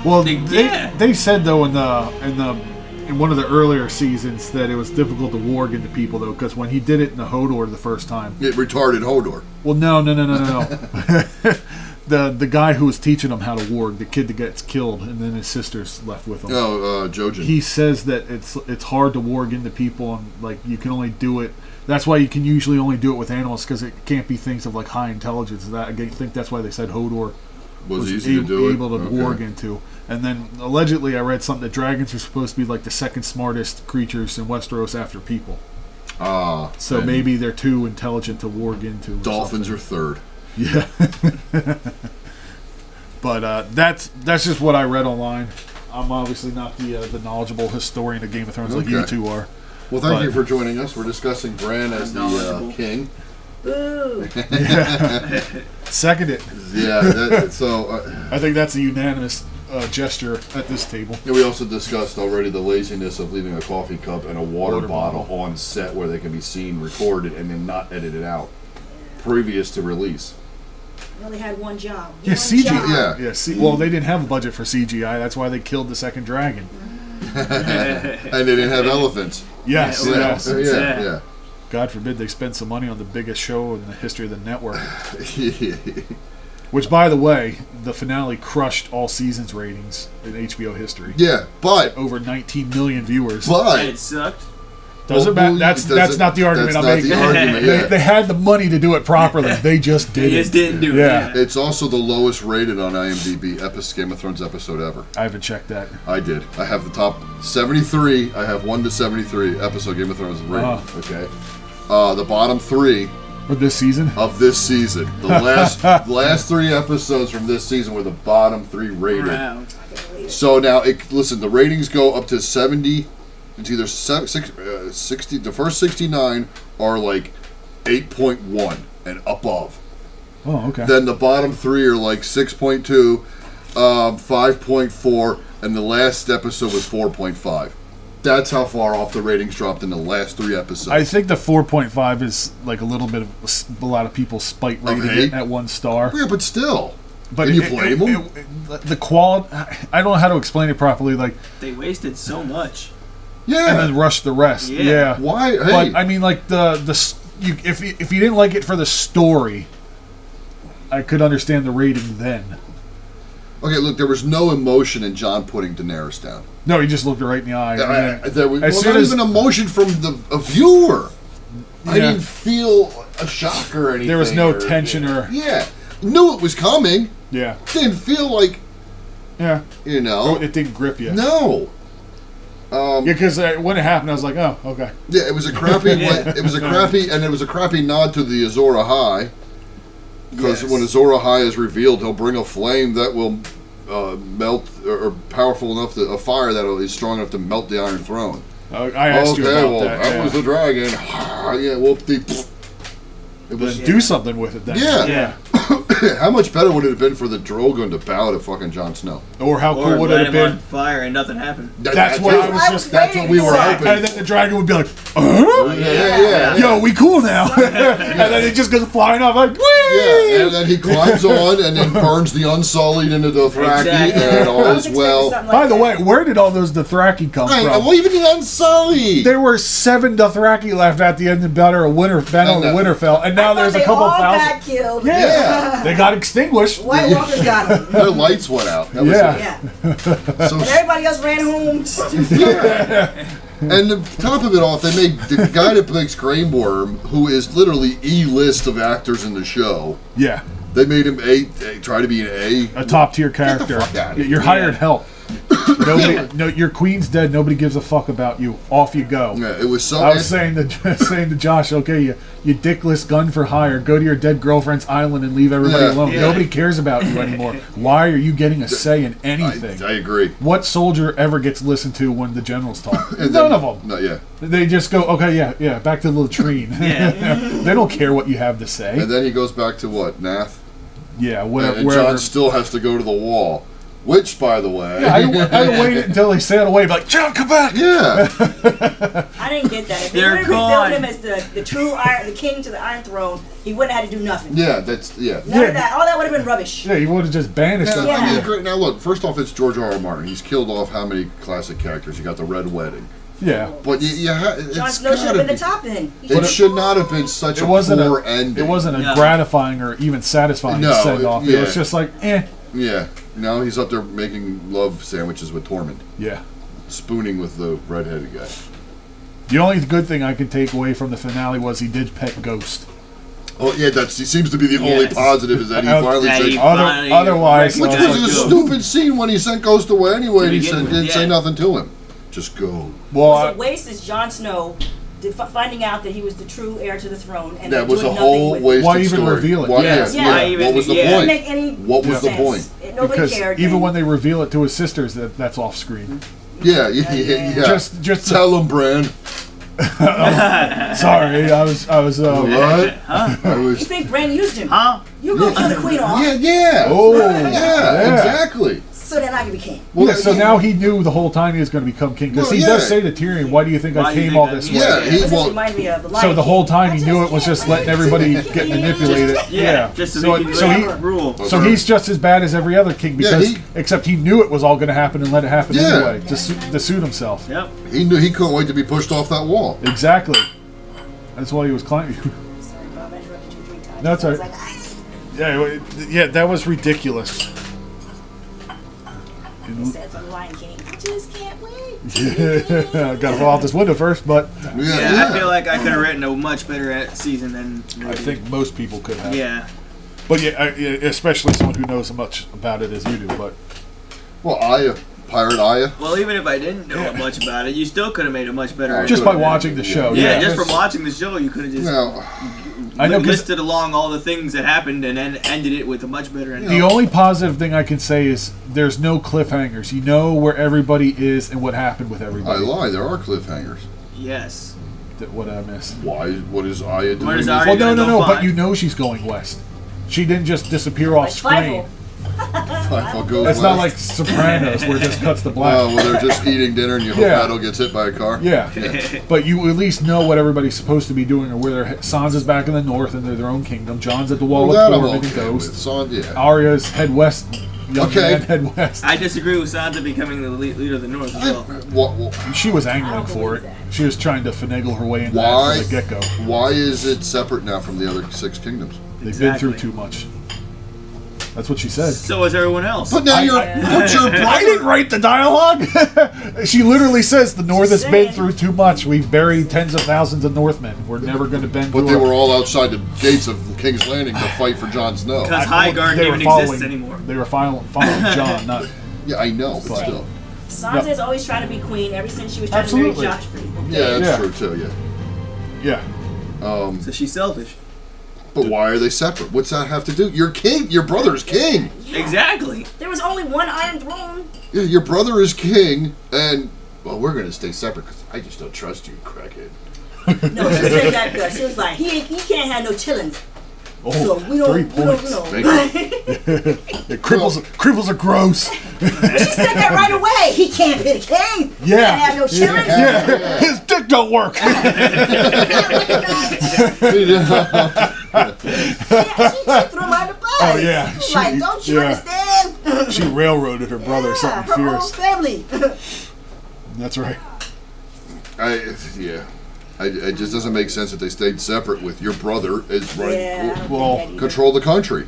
[SPEAKER 4] Well,
[SPEAKER 3] They-
[SPEAKER 4] they,
[SPEAKER 3] yeah.
[SPEAKER 4] they said though in the in the in one of the earlier seasons that it was difficult to warg into people though, because when he did it in the Hodor the first time,
[SPEAKER 1] It retarded Hodor.
[SPEAKER 4] well, no, no, no, no, no, no. the the guy who was teaching him how to warg, the kid that gets killed, and then his sister's left with him.
[SPEAKER 1] No, uh, Jojen.
[SPEAKER 4] He says that it's it's hard to warg into people, and like you can only do it. That's why you can usually only do it with animals because it can't be things of like high intelligence. That I think that's why they said Hodor
[SPEAKER 1] was,
[SPEAKER 4] was
[SPEAKER 1] easy to
[SPEAKER 4] ab-
[SPEAKER 1] do.
[SPEAKER 4] able
[SPEAKER 1] it.
[SPEAKER 4] to
[SPEAKER 1] Okay.
[SPEAKER 4] warg into. And then allegedly, I read something that dragons are supposed to be like the second smartest creatures in Westeros after people.
[SPEAKER 1] Ah,
[SPEAKER 4] So
[SPEAKER 1] and
[SPEAKER 4] maybe they're too intelligent to warg into. or
[SPEAKER 1] dolphins are third.
[SPEAKER 4] yeah. but uh, that's that's just what I read online. I'm obviously not the uh, the knowledgeable historian of Game of Thrones like you
[SPEAKER 1] Okay.
[SPEAKER 4] two are.
[SPEAKER 1] Well, thank
[SPEAKER 4] But-
[SPEAKER 1] you for joining us. We're discussing Bran as the uh,
[SPEAKER 3] Knowledgeable.
[SPEAKER 1] king.
[SPEAKER 4] Second it.
[SPEAKER 1] Yeah. That, so uh,
[SPEAKER 4] I think that's a unanimous uh, gesture at this table.
[SPEAKER 1] and we also discussed already the laziness of leaving a coffee cup and a water,
[SPEAKER 4] Water
[SPEAKER 1] bottle, on set where they can be seen, recorded, and then not edited out previous to release.
[SPEAKER 5] You only had one job.
[SPEAKER 4] Yeah,
[SPEAKER 5] One
[SPEAKER 4] CGI.
[SPEAKER 5] job.
[SPEAKER 1] Yeah.
[SPEAKER 4] Yeah, see, well, they didn't have a budget for CGI. That's why they killed the second dragon.
[SPEAKER 1] And they didn't have elephants.
[SPEAKER 4] Yes,
[SPEAKER 3] Yeah,
[SPEAKER 1] Yeah,
[SPEAKER 3] well,
[SPEAKER 4] yes.
[SPEAKER 1] yeah,
[SPEAKER 3] yeah.
[SPEAKER 1] yeah.
[SPEAKER 4] God forbid they spend some money on the biggest show in the history of the network.
[SPEAKER 1] yeah.
[SPEAKER 4] Which, by the way, the finale crushed all seasons ratings in HBO history.
[SPEAKER 1] but
[SPEAKER 4] Over 19 million viewers.
[SPEAKER 3] And
[SPEAKER 1] but
[SPEAKER 3] it sucked.
[SPEAKER 4] Doesn't
[SPEAKER 1] oh, Well,
[SPEAKER 4] matter. That's
[SPEAKER 1] doesn't-
[SPEAKER 4] that's not the argument
[SPEAKER 1] that's
[SPEAKER 4] I'm
[SPEAKER 1] not
[SPEAKER 4] making.
[SPEAKER 1] the argument,
[SPEAKER 4] They-
[SPEAKER 1] yeah.
[SPEAKER 4] They had the money to do it properly. They just
[SPEAKER 3] They
[SPEAKER 4] did
[SPEAKER 3] just
[SPEAKER 4] it.
[SPEAKER 3] didn't do
[SPEAKER 4] Yeah.
[SPEAKER 3] it.
[SPEAKER 1] it's also the lowest rated on IMDb epic Game of Thrones episode ever.
[SPEAKER 4] I haven't checked that.
[SPEAKER 1] I did. I have the top 73. I have 1 to 73 episode Game of Thrones rated.
[SPEAKER 4] Uh-huh.
[SPEAKER 1] Okay. Uh, the bottom three
[SPEAKER 4] For this season,
[SPEAKER 1] of this season. The last the last three episodes from this season were the bottom three rated.
[SPEAKER 3] Wow.
[SPEAKER 1] So now, it, listen, the ratings go up to 70. It's either se- six, uh, 60. The first 69 are like 8.1 and above.
[SPEAKER 4] oh okay.
[SPEAKER 1] Then the bottom three are like 6.2, um, 5.4, and the last episode was 4.5. That's how far off the ratings dropped in the last three episodes.
[SPEAKER 4] I think the 4.5 is like a little bit of a s- a lot of people spite rating
[SPEAKER 1] hate?
[SPEAKER 4] it at one star.
[SPEAKER 1] yeah, but still.
[SPEAKER 4] But
[SPEAKER 1] Can you
[SPEAKER 4] it-
[SPEAKER 1] blame
[SPEAKER 4] it-
[SPEAKER 1] 'em?
[SPEAKER 4] it- the quality, I don't know how to explain it properly. Like
[SPEAKER 3] They wasted so much.
[SPEAKER 4] and
[SPEAKER 1] Yeah.
[SPEAKER 4] then rush the rest.
[SPEAKER 3] Yeah.
[SPEAKER 4] Yeah.
[SPEAKER 1] Why? Hey.
[SPEAKER 4] But I mean, like the the s- you if you- if you didn't like it for the story, I could understand the rating then.
[SPEAKER 1] okay, look, there was no emotion in John putting Daenerys down.
[SPEAKER 4] No, he just looked her right in the eye.
[SPEAKER 1] I- I-
[SPEAKER 4] and then-
[SPEAKER 1] there was
[SPEAKER 4] as
[SPEAKER 1] well,
[SPEAKER 4] soon
[SPEAKER 1] not
[SPEAKER 4] as
[SPEAKER 1] even emotion from the a viewer. I
[SPEAKER 4] Yeah.
[SPEAKER 1] didn't feel a shock or anything.
[SPEAKER 4] there was no
[SPEAKER 1] or-
[SPEAKER 4] tension or
[SPEAKER 1] Yeah. Knew it was coming.
[SPEAKER 4] yeah
[SPEAKER 1] Didn't feel like,
[SPEAKER 4] yeah,
[SPEAKER 1] you know.
[SPEAKER 4] oh, it didn't grip you.
[SPEAKER 1] no.
[SPEAKER 4] Yeah, because when it happened, I was like, oh, okay.
[SPEAKER 1] Yeah, it was a crappy. It was a crappy, and it was a crappy nod to the Azora High, because
[SPEAKER 3] Yes.
[SPEAKER 1] when Azora High is revealed, he'll bring a flame that will uh, melt, or, or powerful enough to a fire that is strong enough to melt the Iron Throne.
[SPEAKER 4] Uh, I asked you about that. yeah.
[SPEAKER 1] was the dragon. yeah, whoop the. It was.
[SPEAKER 4] Do something with it then.
[SPEAKER 1] Yeah.
[SPEAKER 3] Yeah.
[SPEAKER 1] How much better would it have been for the Drogon to bow to fucking Jon Snow?
[SPEAKER 4] Or how
[SPEAKER 3] Or
[SPEAKER 4] cool would
[SPEAKER 3] light
[SPEAKER 4] it have
[SPEAKER 3] him on
[SPEAKER 4] been?
[SPEAKER 3] fire and nothing happened.
[SPEAKER 1] That-
[SPEAKER 4] That's what I was
[SPEAKER 5] I
[SPEAKER 4] just.
[SPEAKER 5] was
[SPEAKER 1] That's what we were hoping.
[SPEAKER 4] And then the dragon would be like, huh?
[SPEAKER 1] yeah, yeah, yeah.
[SPEAKER 4] Yo, we cool now. and then it just goes flying off like, whee!
[SPEAKER 1] Yeah, and then he climbs on and then burns the Unsullied into the Thraki,
[SPEAKER 3] Exactly.
[SPEAKER 1] and all
[SPEAKER 5] I was
[SPEAKER 1] is
[SPEAKER 5] expecting
[SPEAKER 1] well.
[SPEAKER 5] something
[SPEAKER 4] By
[SPEAKER 5] like
[SPEAKER 4] the
[SPEAKER 5] that.
[SPEAKER 4] way, where did all those Dothraki come
[SPEAKER 1] Right,
[SPEAKER 4] from?
[SPEAKER 1] well, even the Unsullied.
[SPEAKER 4] there were seven Dothraki left at the end of Battle of Winter, Battle
[SPEAKER 1] I
[SPEAKER 4] of
[SPEAKER 1] know.
[SPEAKER 4] Winterfell, and now
[SPEAKER 5] I thought
[SPEAKER 4] there's a
[SPEAKER 5] they
[SPEAKER 4] couple
[SPEAKER 5] all
[SPEAKER 4] thousand.
[SPEAKER 5] got killed.
[SPEAKER 1] yeah,
[SPEAKER 4] They got extinguished.
[SPEAKER 5] White Walker got them.
[SPEAKER 1] their lights went out. That was
[SPEAKER 4] Yeah.
[SPEAKER 5] Yeah.
[SPEAKER 1] it. So
[SPEAKER 5] And everybody else ran home.
[SPEAKER 1] And the top of it all, they make the guy that makes Grey Worm, who is literally E list of actors in the show,
[SPEAKER 4] Yeah,
[SPEAKER 1] they made him a, a- try to be an A.
[SPEAKER 4] a top tier
[SPEAKER 1] the
[SPEAKER 4] character.
[SPEAKER 1] fuck outta here.
[SPEAKER 4] You're hired help. Nobody, no, your queen's dead. Nobody gives a fuck about you. Off you go.
[SPEAKER 1] Yeah, it was so.
[SPEAKER 4] I was saying to saying to Josh, okay, you you dickless gun for hire, go to your dead girlfriend's island and leave everybody
[SPEAKER 1] Yeah.
[SPEAKER 4] alone.
[SPEAKER 1] Yeah.
[SPEAKER 4] Nobody cares about you anymore. Why are you getting a say in anything?
[SPEAKER 1] I, I agree.
[SPEAKER 4] what soldier ever gets listened to when the generals talk?
[SPEAKER 1] And
[SPEAKER 4] None
[SPEAKER 1] then-
[SPEAKER 4] of them.
[SPEAKER 1] No, yeah.
[SPEAKER 4] They just go, okay, yeah, yeah, back to the latrine. they don't care what you have to say.
[SPEAKER 1] And then he goes back to what Nath.
[SPEAKER 4] yeah,
[SPEAKER 1] And,
[SPEAKER 4] whatever.
[SPEAKER 1] and
[SPEAKER 4] Uh, wherever.
[SPEAKER 1] John still has to go to the wall. Which, by the way,
[SPEAKER 4] Yeah, I, I waited until they sailed away, like John, come back.
[SPEAKER 1] yeah.
[SPEAKER 5] I didn't get that. If they
[SPEAKER 3] They're
[SPEAKER 5] would have revealed
[SPEAKER 3] gone.
[SPEAKER 5] him as the, the true iron, the king to the Iron Throne, he wouldn't have had to do nothing.
[SPEAKER 1] Yeah, that's yeah.
[SPEAKER 5] None
[SPEAKER 4] Yeah.
[SPEAKER 5] of that. All that would have been rubbish.
[SPEAKER 4] Yeah, he would have just banished
[SPEAKER 1] Yeah,
[SPEAKER 4] them.
[SPEAKER 1] I
[SPEAKER 5] Yeah.
[SPEAKER 1] mean, great. uh, Now look, first off, it's George R. R. Martin. He's killed off how many classic characters? You got the Red Wedding,
[SPEAKER 4] Yeah,
[SPEAKER 1] but you, you ha- it's
[SPEAKER 5] Jon Snow should have
[SPEAKER 1] gotta
[SPEAKER 5] been
[SPEAKER 1] be.
[SPEAKER 5] the top then. He
[SPEAKER 1] It
[SPEAKER 5] should've-
[SPEAKER 1] should not have been such
[SPEAKER 4] it
[SPEAKER 1] a
[SPEAKER 4] wasn't
[SPEAKER 1] poor
[SPEAKER 4] a
[SPEAKER 1] ending.
[SPEAKER 4] it wasn't a
[SPEAKER 3] Yeah.
[SPEAKER 4] gratifying or even satisfying
[SPEAKER 1] No,
[SPEAKER 4] send off.
[SPEAKER 1] yeah.
[SPEAKER 4] It was just like, eh,
[SPEAKER 1] Yeah. Now he's up there making love sandwiches with Tormund,
[SPEAKER 4] yeah.
[SPEAKER 1] spooning with the redheaded guy.
[SPEAKER 4] The only good thing I could take away from the finale was he did pet Ghost.
[SPEAKER 1] Oh yeah, that's he seems to be the only
[SPEAKER 3] Yes.
[SPEAKER 1] positive is that he
[SPEAKER 4] Uh,
[SPEAKER 1] finally
[SPEAKER 3] that he
[SPEAKER 1] said.
[SPEAKER 4] Other-
[SPEAKER 3] finally
[SPEAKER 4] otherwise,
[SPEAKER 1] Which
[SPEAKER 3] recognized
[SPEAKER 4] uh,
[SPEAKER 1] was a
[SPEAKER 3] Ghost.
[SPEAKER 1] stupid scene when he sent Ghost away anyway, and he
[SPEAKER 3] begin
[SPEAKER 1] said,
[SPEAKER 3] with,
[SPEAKER 1] didn't say
[SPEAKER 3] yeah.
[SPEAKER 1] nothing to him. Just go.
[SPEAKER 4] Well,
[SPEAKER 5] It was
[SPEAKER 4] I,
[SPEAKER 5] a waste as Jon Snow did, f- finding out that he was the true heir to the throne and
[SPEAKER 1] That
[SPEAKER 5] then
[SPEAKER 1] was a
[SPEAKER 5] doing
[SPEAKER 1] whole
[SPEAKER 5] nothing with
[SPEAKER 1] wasted
[SPEAKER 4] Why even
[SPEAKER 1] story.
[SPEAKER 4] reveal it?
[SPEAKER 1] Why,
[SPEAKER 3] Yeah.
[SPEAKER 1] yes,
[SPEAKER 5] Yeah.
[SPEAKER 1] yeah.
[SPEAKER 5] Why
[SPEAKER 3] even-
[SPEAKER 1] what was the
[SPEAKER 3] yeah.
[SPEAKER 5] It
[SPEAKER 1] point?
[SPEAKER 5] didn't make any
[SPEAKER 1] What was the
[SPEAKER 5] sense.
[SPEAKER 1] point?
[SPEAKER 5] It- nobody
[SPEAKER 4] because
[SPEAKER 5] cared.
[SPEAKER 4] even
[SPEAKER 5] then.
[SPEAKER 4] when they reveal it to his sisters, that that's off screen.
[SPEAKER 1] Yeah, yeah, yeah. yeah.
[SPEAKER 4] Just- just-
[SPEAKER 1] tell him, Bran.
[SPEAKER 4] Sorry, I was I was uh,
[SPEAKER 1] What? I
[SPEAKER 5] you
[SPEAKER 1] was.
[SPEAKER 5] think Bran used him?
[SPEAKER 3] Huh?
[SPEAKER 5] You go kill the queen off,
[SPEAKER 1] Yeah, yeah.
[SPEAKER 4] Oh,
[SPEAKER 1] yeah,
[SPEAKER 4] yeah.
[SPEAKER 1] exactly.
[SPEAKER 5] so then I can be king.
[SPEAKER 1] Well,
[SPEAKER 4] yeah, so
[SPEAKER 1] he-
[SPEAKER 4] now he knew the whole time he was going to become king because
[SPEAKER 1] Well,
[SPEAKER 4] he
[SPEAKER 1] yeah.
[SPEAKER 4] does say to Tyrion, "Why do you think
[SPEAKER 3] Why
[SPEAKER 4] I
[SPEAKER 3] do you
[SPEAKER 4] came
[SPEAKER 3] think
[SPEAKER 4] all
[SPEAKER 3] I
[SPEAKER 4] this
[SPEAKER 3] did
[SPEAKER 4] way?"
[SPEAKER 1] Yeah, he
[SPEAKER 5] But this
[SPEAKER 1] well,
[SPEAKER 5] reminded me of the Lion
[SPEAKER 4] So the whole time he
[SPEAKER 5] I
[SPEAKER 4] knew
[SPEAKER 5] just
[SPEAKER 4] it was
[SPEAKER 5] can't
[SPEAKER 4] just letting
[SPEAKER 5] wait to
[SPEAKER 4] everybody
[SPEAKER 5] be
[SPEAKER 4] get
[SPEAKER 5] king.
[SPEAKER 4] manipulated.
[SPEAKER 5] Just-
[SPEAKER 4] yeah.
[SPEAKER 3] Just so,
[SPEAKER 4] so,
[SPEAKER 3] he can
[SPEAKER 4] so he,
[SPEAKER 3] whatever rule.
[SPEAKER 4] so he's just as bad as every other king
[SPEAKER 1] Yeah,
[SPEAKER 4] because
[SPEAKER 1] he-
[SPEAKER 4] except he knew it was all going to happen and let it happen
[SPEAKER 1] Yeah.
[SPEAKER 4] anyway to, su- to suit himself.
[SPEAKER 3] Yep.
[SPEAKER 1] he knew he couldn't wait to be pushed off that wall.
[SPEAKER 4] Exactly. That's why he was climbing.
[SPEAKER 5] Sorry, Bob, I interrupted you three times.
[SPEAKER 4] That's
[SPEAKER 5] I was
[SPEAKER 4] all right.
[SPEAKER 5] like, "Ah."
[SPEAKER 4] yeah, it- yeah, that was ridiculous.
[SPEAKER 5] He said from Lion King, I just can't wait.
[SPEAKER 4] Got to fall out this window first, but
[SPEAKER 1] Yeah,
[SPEAKER 3] Yeah,
[SPEAKER 1] yeah.
[SPEAKER 3] I feel like I could have written a much better at season than.
[SPEAKER 4] I think most people could have.
[SPEAKER 3] Yeah.
[SPEAKER 4] But yeah, I, yeah, especially someone who knows as much about it as you do. But
[SPEAKER 1] well, Aya, pirate Aya.
[SPEAKER 3] Well, even if I didn't know much about it, you still could have made a much better.
[SPEAKER 1] Yeah,
[SPEAKER 3] at
[SPEAKER 4] just
[SPEAKER 3] it.
[SPEAKER 4] by watching the show,
[SPEAKER 3] Yeah,
[SPEAKER 4] yeah,
[SPEAKER 3] just
[SPEAKER 4] it's-
[SPEAKER 3] from watching the show, you could have just
[SPEAKER 1] Now,
[SPEAKER 4] I know 'cause-
[SPEAKER 3] listed along all the things that happened and then ended it with a much better ending.
[SPEAKER 4] The only positive thing I can say is there's no cliffhangers. You know where everybody is and what happened with
[SPEAKER 1] I
[SPEAKER 4] everybody.
[SPEAKER 1] lie. There are cliffhangers.
[SPEAKER 3] Yes.
[SPEAKER 4] That- what did I miss?
[SPEAKER 1] Why? What is Aya doing?
[SPEAKER 3] Where is
[SPEAKER 1] this-
[SPEAKER 3] Aya?
[SPEAKER 4] Well, no,
[SPEAKER 3] gonna
[SPEAKER 4] no,
[SPEAKER 3] go
[SPEAKER 4] no. But
[SPEAKER 3] find-
[SPEAKER 4] you know she's going west. She didn't just disappear off
[SPEAKER 5] Like
[SPEAKER 4] screen.
[SPEAKER 5] Fievel.
[SPEAKER 1] If I go
[SPEAKER 4] It's not like
[SPEAKER 1] west-
[SPEAKER 4] Sopranos where it just cuts the black.
[SPEAKER 1] Oh, well, they're just eating dinner and you hope
[SPEAKER 4] Yeah.
[SPEAKER 1] Battle gets hit by a car.
[SPEAKER 4] yeah. but you at least know what everybody's supposed to be doing, or where they're. he- Sansa's back in the north and they're their own kingdom. John's at the wall
[SPEAKER 1] Well,
[SPEAKER 4] with
[SPEAKER 1] that I'm
[SPEAKER 4] Tormund and
[SPEAKER 1] okay with.
[SPEAKER 4] Ghost.
[SPEAKER 1] Son, yeah.
[SPEAKER 4] Arya's head west. Young
[SPEAKER 1] Okay.
[SPEAKER 4] man head west.
[SPEAKER 3] I disagree with Sansa becoming the le- leader of the North as well.
[SPEAKER 1] What, what,
[SPEAKER 4] She was
[SPEAKER 5] I
[SPEAKER 4] angling
[SPEAKER 5] don't
[SPEAKER 4] for it.
[SPEAKER 5] believe
[SPEAKER 4] She was trying to finagle her way into
[SPEAKER 1] Why?
[SPEAKER 4] that from the get go.
[SPEAKER 1] Why is it separate now from the other six kingdoms?
[SPEAKER 4] They've
[SPEAKER 3] Exactly.
[SPEAKER 4] been through too much. That's what she said.
[SPEAKER 3] So is everyone else.
[SPEAKER 1] But now you're, but your
[SPEAKER 4] I
[SPEAKER 1] brother,
[SPEAKER 4] didn't write the dialogue. she literally says the North has been
[SPEAKER 5] Saying.
[SPEAKER 4] through too much. We've buried tens of thousands of Northmen. We're never going to bend.
[SPEAKER 1] but
[SPEAKER 4] to
[SPEAKER 1] they
[SPEAKER 4] a-
[SPEAKER 1] were all outside the gates of King's Landing to fight for Jon Snow.
[SPEAKER 3] Because
[SPEAKER 4] I-
[SPEAKER 3] Highgarden
[SPEAKER 4] they were
[SPEAKER 3] even
[SPEAKER 4] following-
[SPEAKER 3] exists anymore.
[SPEAKER 4] They were following, following John, not
[SPEAKER 1] Yeah, I know, but still,
[SPEAKER 5] Sansa is always trying to be queen ever since she was trying to
[SPEAKER 4] Absolutely.
[SPEAKER 5] marry Joffrey.
[SPEAKER 1] yeah, that's
[SPEAKER 4] Yeah.
[SPEAKER 1] true too. Yeah,
[SPEAKER 4] yeah.
[SPEAKER 3] So she's selfish.
[SPEAKER 1] but why are they separate? What's that have to do? Your king, your brother's king.
[SPEAKER 3] Exactly.
[SPEAKER 5] There was only one Iron Throne.
[SPEAKER 1] Yeah, your brother is king, and well, we're gonna stay separate because I just don't trust you, crackhead.
[SPEAKER 5] No, she said that because she was like, he, ain't- he can't have no chillins.
[SPEAKER 4] Oh,
[SPEAKER 5] So we don't,
[SPEAKER 4] three
[SPEAKER 5] we don't,
[SPEAKER 4] points.
[SPEAKER 5] we don't.
[SPEAKER 1] Thank you.
[SPEAKER 4] The cripples, cripples are gross.
[SPEAKER 5] She said that right away. He can't be the king. He
[SPEAKER 4] Yeah.
[SPEAKER 5] can't have no chillins.
[SPEAKER 4] Yeah. His dick don't work.
[SPEAKER 5] Yeah, she, she threw him under the bus.
[SPEAKER 4] Oh, yeah,
[SPEAKER 5] She's
[SPEAKER 4] she-
[SPEAKER 5] like, don't you
[SPEAKER 4] yeah.
[SPEAKER 5] understand?
[SPEAKER 4] she railroaded her brother or
[SPEAKER 5] yeah,
[SPEAKER 4] something
[SPEAKER 5] her whole
[SPEAKER 4] fierce.
[SPEAKER 5] family.
[SPEAKER 4] That's right.
[SPEAKER 1] I yeah, I, it just doesn't make sense if they stayed separate. With your brother is running,
[SPEAKER 5] yeah.
[SPEAKER 4] Well,
[SPEAKER 1] control the country.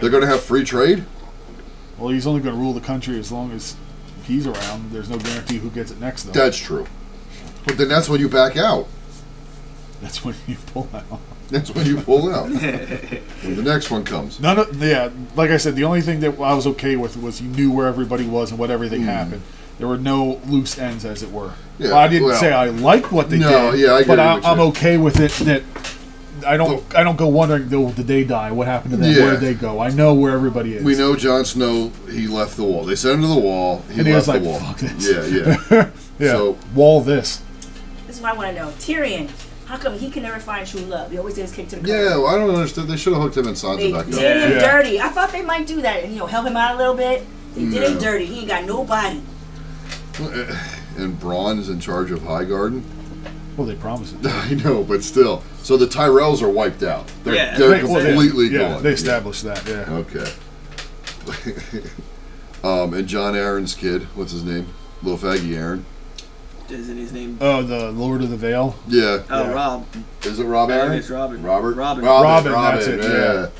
[SPEAKER 1] They're gonna have free trade.
[SPEAKER 4] Well, he's only going to rule the country as long as he's around. There's no guarantee who gets it next, though.
[SPEAKER 1] That's true. But then that's when you back out.
[SPEAKER 4] That's when you pull out.
[SPEAKER 1] That's when you pull out. when the next one comes.
[SPEAKER 4] None of yeah, like I said, the only thing that I was okay with was you knew where everybody was and what everything happened. There were no loose ends, as it were.
[SPEAKER 1] Mm-hmm. Yeah,
[SPEAKER 4] Well, I didn't
[SPEAKER 1] well-
[SPEAKER 4] say I liked what they
[SPEAKER 1] No,
[SPEAKER 4] did.
[SPEAKER 1] yeah, I
[SPEAKER 4] but
[SPEAKER 1] agree
[SPEAKER 4] I,
[SPEAKER 1] with
[SPEAKER 4] I'm
[SPEAKER 1] you.
[SPEAKER 4] okay with it that I don't I don't go wondering though did they die? What happened to them?
[SPEAKER 1] Yeah.
[SPEAKER 4] Where did they go? I know where everybody is.
[SPEAKER 1] We know Jon Snow. He left the wall. They sent him to the wall. He
[SPEAKER 4] And he
[SPEAKER 1] left
[SPEAKER 4] was like,
[SPEAKER 1] the wall.
[SPEAKER 4] "Fuck this."
[SPEAKER 1] Yeah, yeah.
[SPEAKER 4] Yeah.
[SPEAKER 1] so-
[SPEAKER 4] wall this.
[SPEAKER 5] This is what I want to know. Tyrion, how come he can never find true love? He always gets kicked to the curb.
[SPEAKER 1] yeah. Well, I don't understand. They should have hooked him and Sansa
[SPEAKER 5] They
[SPEAKER 1] back
[SPEAKER 5] did
[SPEAKER 1] up.
[SPEAKER 5] him
[SPEAKER 4] Yeah.
[SPEAKER 5] dirty. I thought they might do that and you know help him out a little bit. They did him dirty. He ain't got nobody.
[SPEAKER 1] And Braun is in charge of High Garden.
[SPEAKER 4] Well, they promised it.
[SPEAKER 1] I know, but still. So the Tyrells are wiped out. They're,
[SPEAKER 3] Yeah.
[SPEAKER 1] they're
[SPEAKER 3] They-
[SPEAKER 4] well, they-
[SPEAKER 1] completely
[SPEAKER 4] yeah,
[SPEAKER 1] gone.
[SPEAKER 4] They
[SPEAKER 1] Yeah.
[SPEAKER 4] established that. Yeah.
[SPEAKER 1] Okay. um, and John Aaron's kid, what's his name? Little faggy Aaron.
[SPEAKER 3] Isn't his name?
[SPEAKER 4] Oh, the Lord of the Veil.
[SPEAKER 1] Yeah.
[SPEAKER 3] Oh,
[SPEAKER 4] Yeah.
[SPEAKER 3] Rob.
[SPEAKER 1] Is it Rob
[SPEAKER 3] I think
[SPEAKER 1] Aaron?
[SPEAKER 3] it's Robin.
[SPEAKER 1] Robert.
[SPEAKER 3] Robin.
[SPEAKER 1] Robin.
[SPEAKER 4] Robin, that's
[SPEAKER 1] Robin,
[SPEAKER 4] it,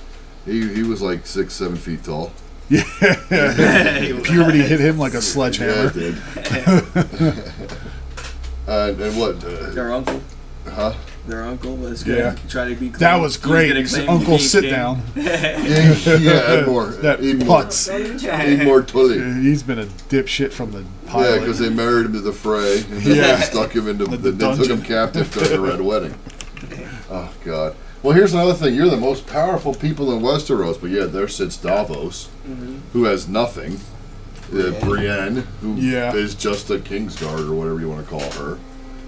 [SPEAKER 1] Yeah. He he was like six seven feet tall.
[SPEAKER 4] Puberty hit him like a
[SPEAKER 1] Yeah, it
[SPEAKER 4] sledgehammer.
[SPEAKER 1] did. uh, and what? Uh,
[SPEAKER 3] Their uncle.
[SPEAKER 1] huh?
[SPEAKER 3] Their uncle was gonna
[SPEAKER 4] Yeah.
[SPEAKER 3] try to be. Clean.
[SPEAKER 4] That was
[SPEAKER 3] He gonna
[SPEAKER 4] great. His
[SPEAKER 3] claim to
[SPEAKER 4] Uncle
[SPEAKER 3] be
[SPEAKER 4] sit
[SPEAKER 3] king.
[SPEAKER 4] down.
[SPEAKER 1] Yeah, yeah, and more.
[SPEAKER 4] That
[SPEAKER 1] and more.
[SPEAKER 4] putz.
[SPEAKER 5] Don't even try.
[SPEAKER 1] And more tully.
[SPEAKER 4] He's been a dipshit from the
[SPEAKER 1] Yeah,
[SPEAKER 4] pilot.
[SPEAKER 1] because they married him to the fray, and then
[SPEAKER 4] Yeah.
[SPEAKER 1] they stuck him into
[SPEAKER 4] The-
[SPEAKER 1] the,
[SPEAKER 4] the
[SPEAKER 1] they took
[SPEAKER 4] dungeon.
[SPEAKER 1] him captive during the Red Wedding. Oh God. Well, here's another thing. You're the most powerful people in Westeros, but yeah, there sits Davos,
[SPEAKER 4] Mm-hmm.
[SPEAKER 1] who has nothing. Uh, Brienne, who is
[SPEAKER 4] Yeah.
[SPEAKER 1] just a Kingsguard or whatever you want to call her,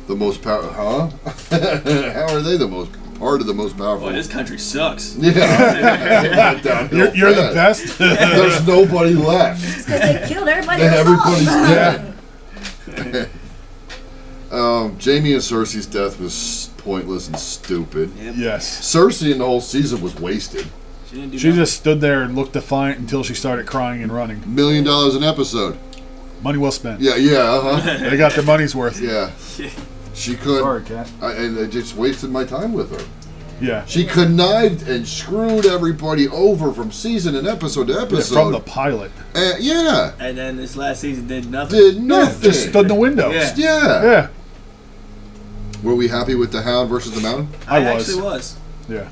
[SPEAKER 1] the most power. Huh? How are they the most part of the most powerful?
[SPEAKER 3] Boy, this country sucks.
[SPEAKER 1] yeah, Downhill
[SPEAKER 4] You're, you're the
[SPEAKER 1] fast.
[SPEAKER 4] best.
[SPEAKER 1] There's nobody left.
[SPEAKER 5] Because they killed everybody.
[SPEAKER 1] Yeah,
[SPEAKER 5] else
[SPEAKER 1] everybody's
[SPEAKER 5] off.
[SPEAKER 1] dead. um, Jamie and Cersei's death was pointless and stupid.
[SPEAKER 4] yes.
[SPEAKER 1] Cersei in the whole season was wasted.
[SPEAKER 3] She didn't do
[SPEAKER 4] She
[SPEAKER 3] nothing.
[SPEAKER 4] just stood there and looked defiant until she started crying and running.
[SPEAKER 1] Million dollars an episode.
[SPEAKER 4] Money well spent.
[SPEAKER 1] Yeah, yeah, uh huh.
[SPEAKER 4] They got their money's worth.
[SPEAKER 1] Yeah. She could.
[SPEAKER 4] Cat.
[SPEAKER 1] I, and I just wasted my time with her.
[SPEAKER 4] Yeah.
[SPEAKER 1] She connived and screwed everybody over from season and episode to
[SPEAKER 4] Yeah,
[SPEAKER 1] episode.
[SPEAKER 4] From the pilot.
[SPEAKER 1] Uh, yeah.
[SPEAKER 3] And then this last season did nothing.
[SPEAKER 1] Did nothing.
[SPEAKER 4] Just stood in the windows.
[SPEAKER 3] Yeah.
[SPEAKER 1] yeah.
[SPEAKER 4] Yeah,
[SPEAKER 1] Were we happy with the Hound versus the Mountain?
[SPEAKER 4] I, was.
[SPEAKER 3] actually was.
[SPEAKER 4] Yeah.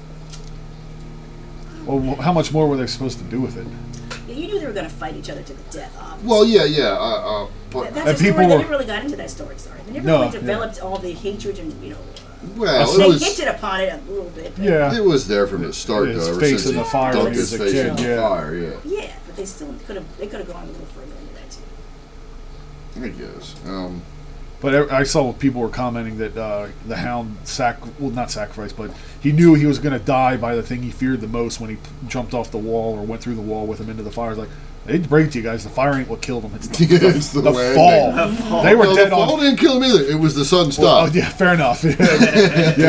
[SPEAKER 4] Well, wh- how much more were they supposed to do with it?
[SPEAKER 5] Yeah, You knew they were gonna fight each other to the death. Off.
[SPEAKER 1] Well, yeah, yeah. Uh, uh, but,
[SPEAKER 5] That- That's a
[SPEAKER 4] And people
[SPEAKER 5] story. They
[SPEAKER 4] were-
[SPEAKER 5] never really got into that story. Sorry, they never
[SPEAKER 4] No,
[SPEAKER 5] really
[SPEAKER 4] yeah.
[SPEAKER 5] developed all the hatred and you know.
[SPEAKER 1] well,
[SPEAKER 4] That's
[SPEAKER 1] it
[SPEAKER 5] They
[SPEAKER 1] was.
[SPEAKER 5] hinted upon it a little bit. But
[SPEAKER 4] Yeah.
[SPEAKER 1] It was there from the start,
[SPEAKER 4] His
[SPEAKER 1] though. Ever
[SPEAKER 4] face
[SPEAKER 1] since
[SPEAKER 4] in
[SPEAKER 1] he
[SPEAKER 4] the fire
[SPEAKER 1] dunked
[SPEAKER 5] when he
[SPEAKER 1] his
[SPEAKER 5] was a
[SPEAKER 1] face
[SPEAKER 5] kid,
[SPEAKER 1] in the
[SPEAKER 4] yeah.
[SPEAKER 1] fire. Yeah,
[SPEAKER 5] Yeah, but they still could have. They could have gone a little further into that too.
[SPEAKER 1] I guess. Um,
[SPEAKER 4] But I I saw people were commenting that uh, the hound sac well not sacrificed, but he knew he was going to die by the thing he feared the most when he p- jumped off the wall or went through the wall with him into the fire. It's like I hate to break it to you guys, the fire ain't what killed him. It's the,
[SPEAKER 1] It's the
[SPEAKER 4] the
[SPEAKER 1] landing.
[SPEAKER 4] fall. They were
[SPEAKER 1] no, the
[SPEAKER 4] dead
[SPEAKER 1] fall
[SPEAKER 4] on.
[SPEAKER 1] didn't kill him either. It was the sun
[SPEAKER 4] Oh
[SPEAKER 1] stop.
[SPEAKER 4] yeah, fair enough. yeah,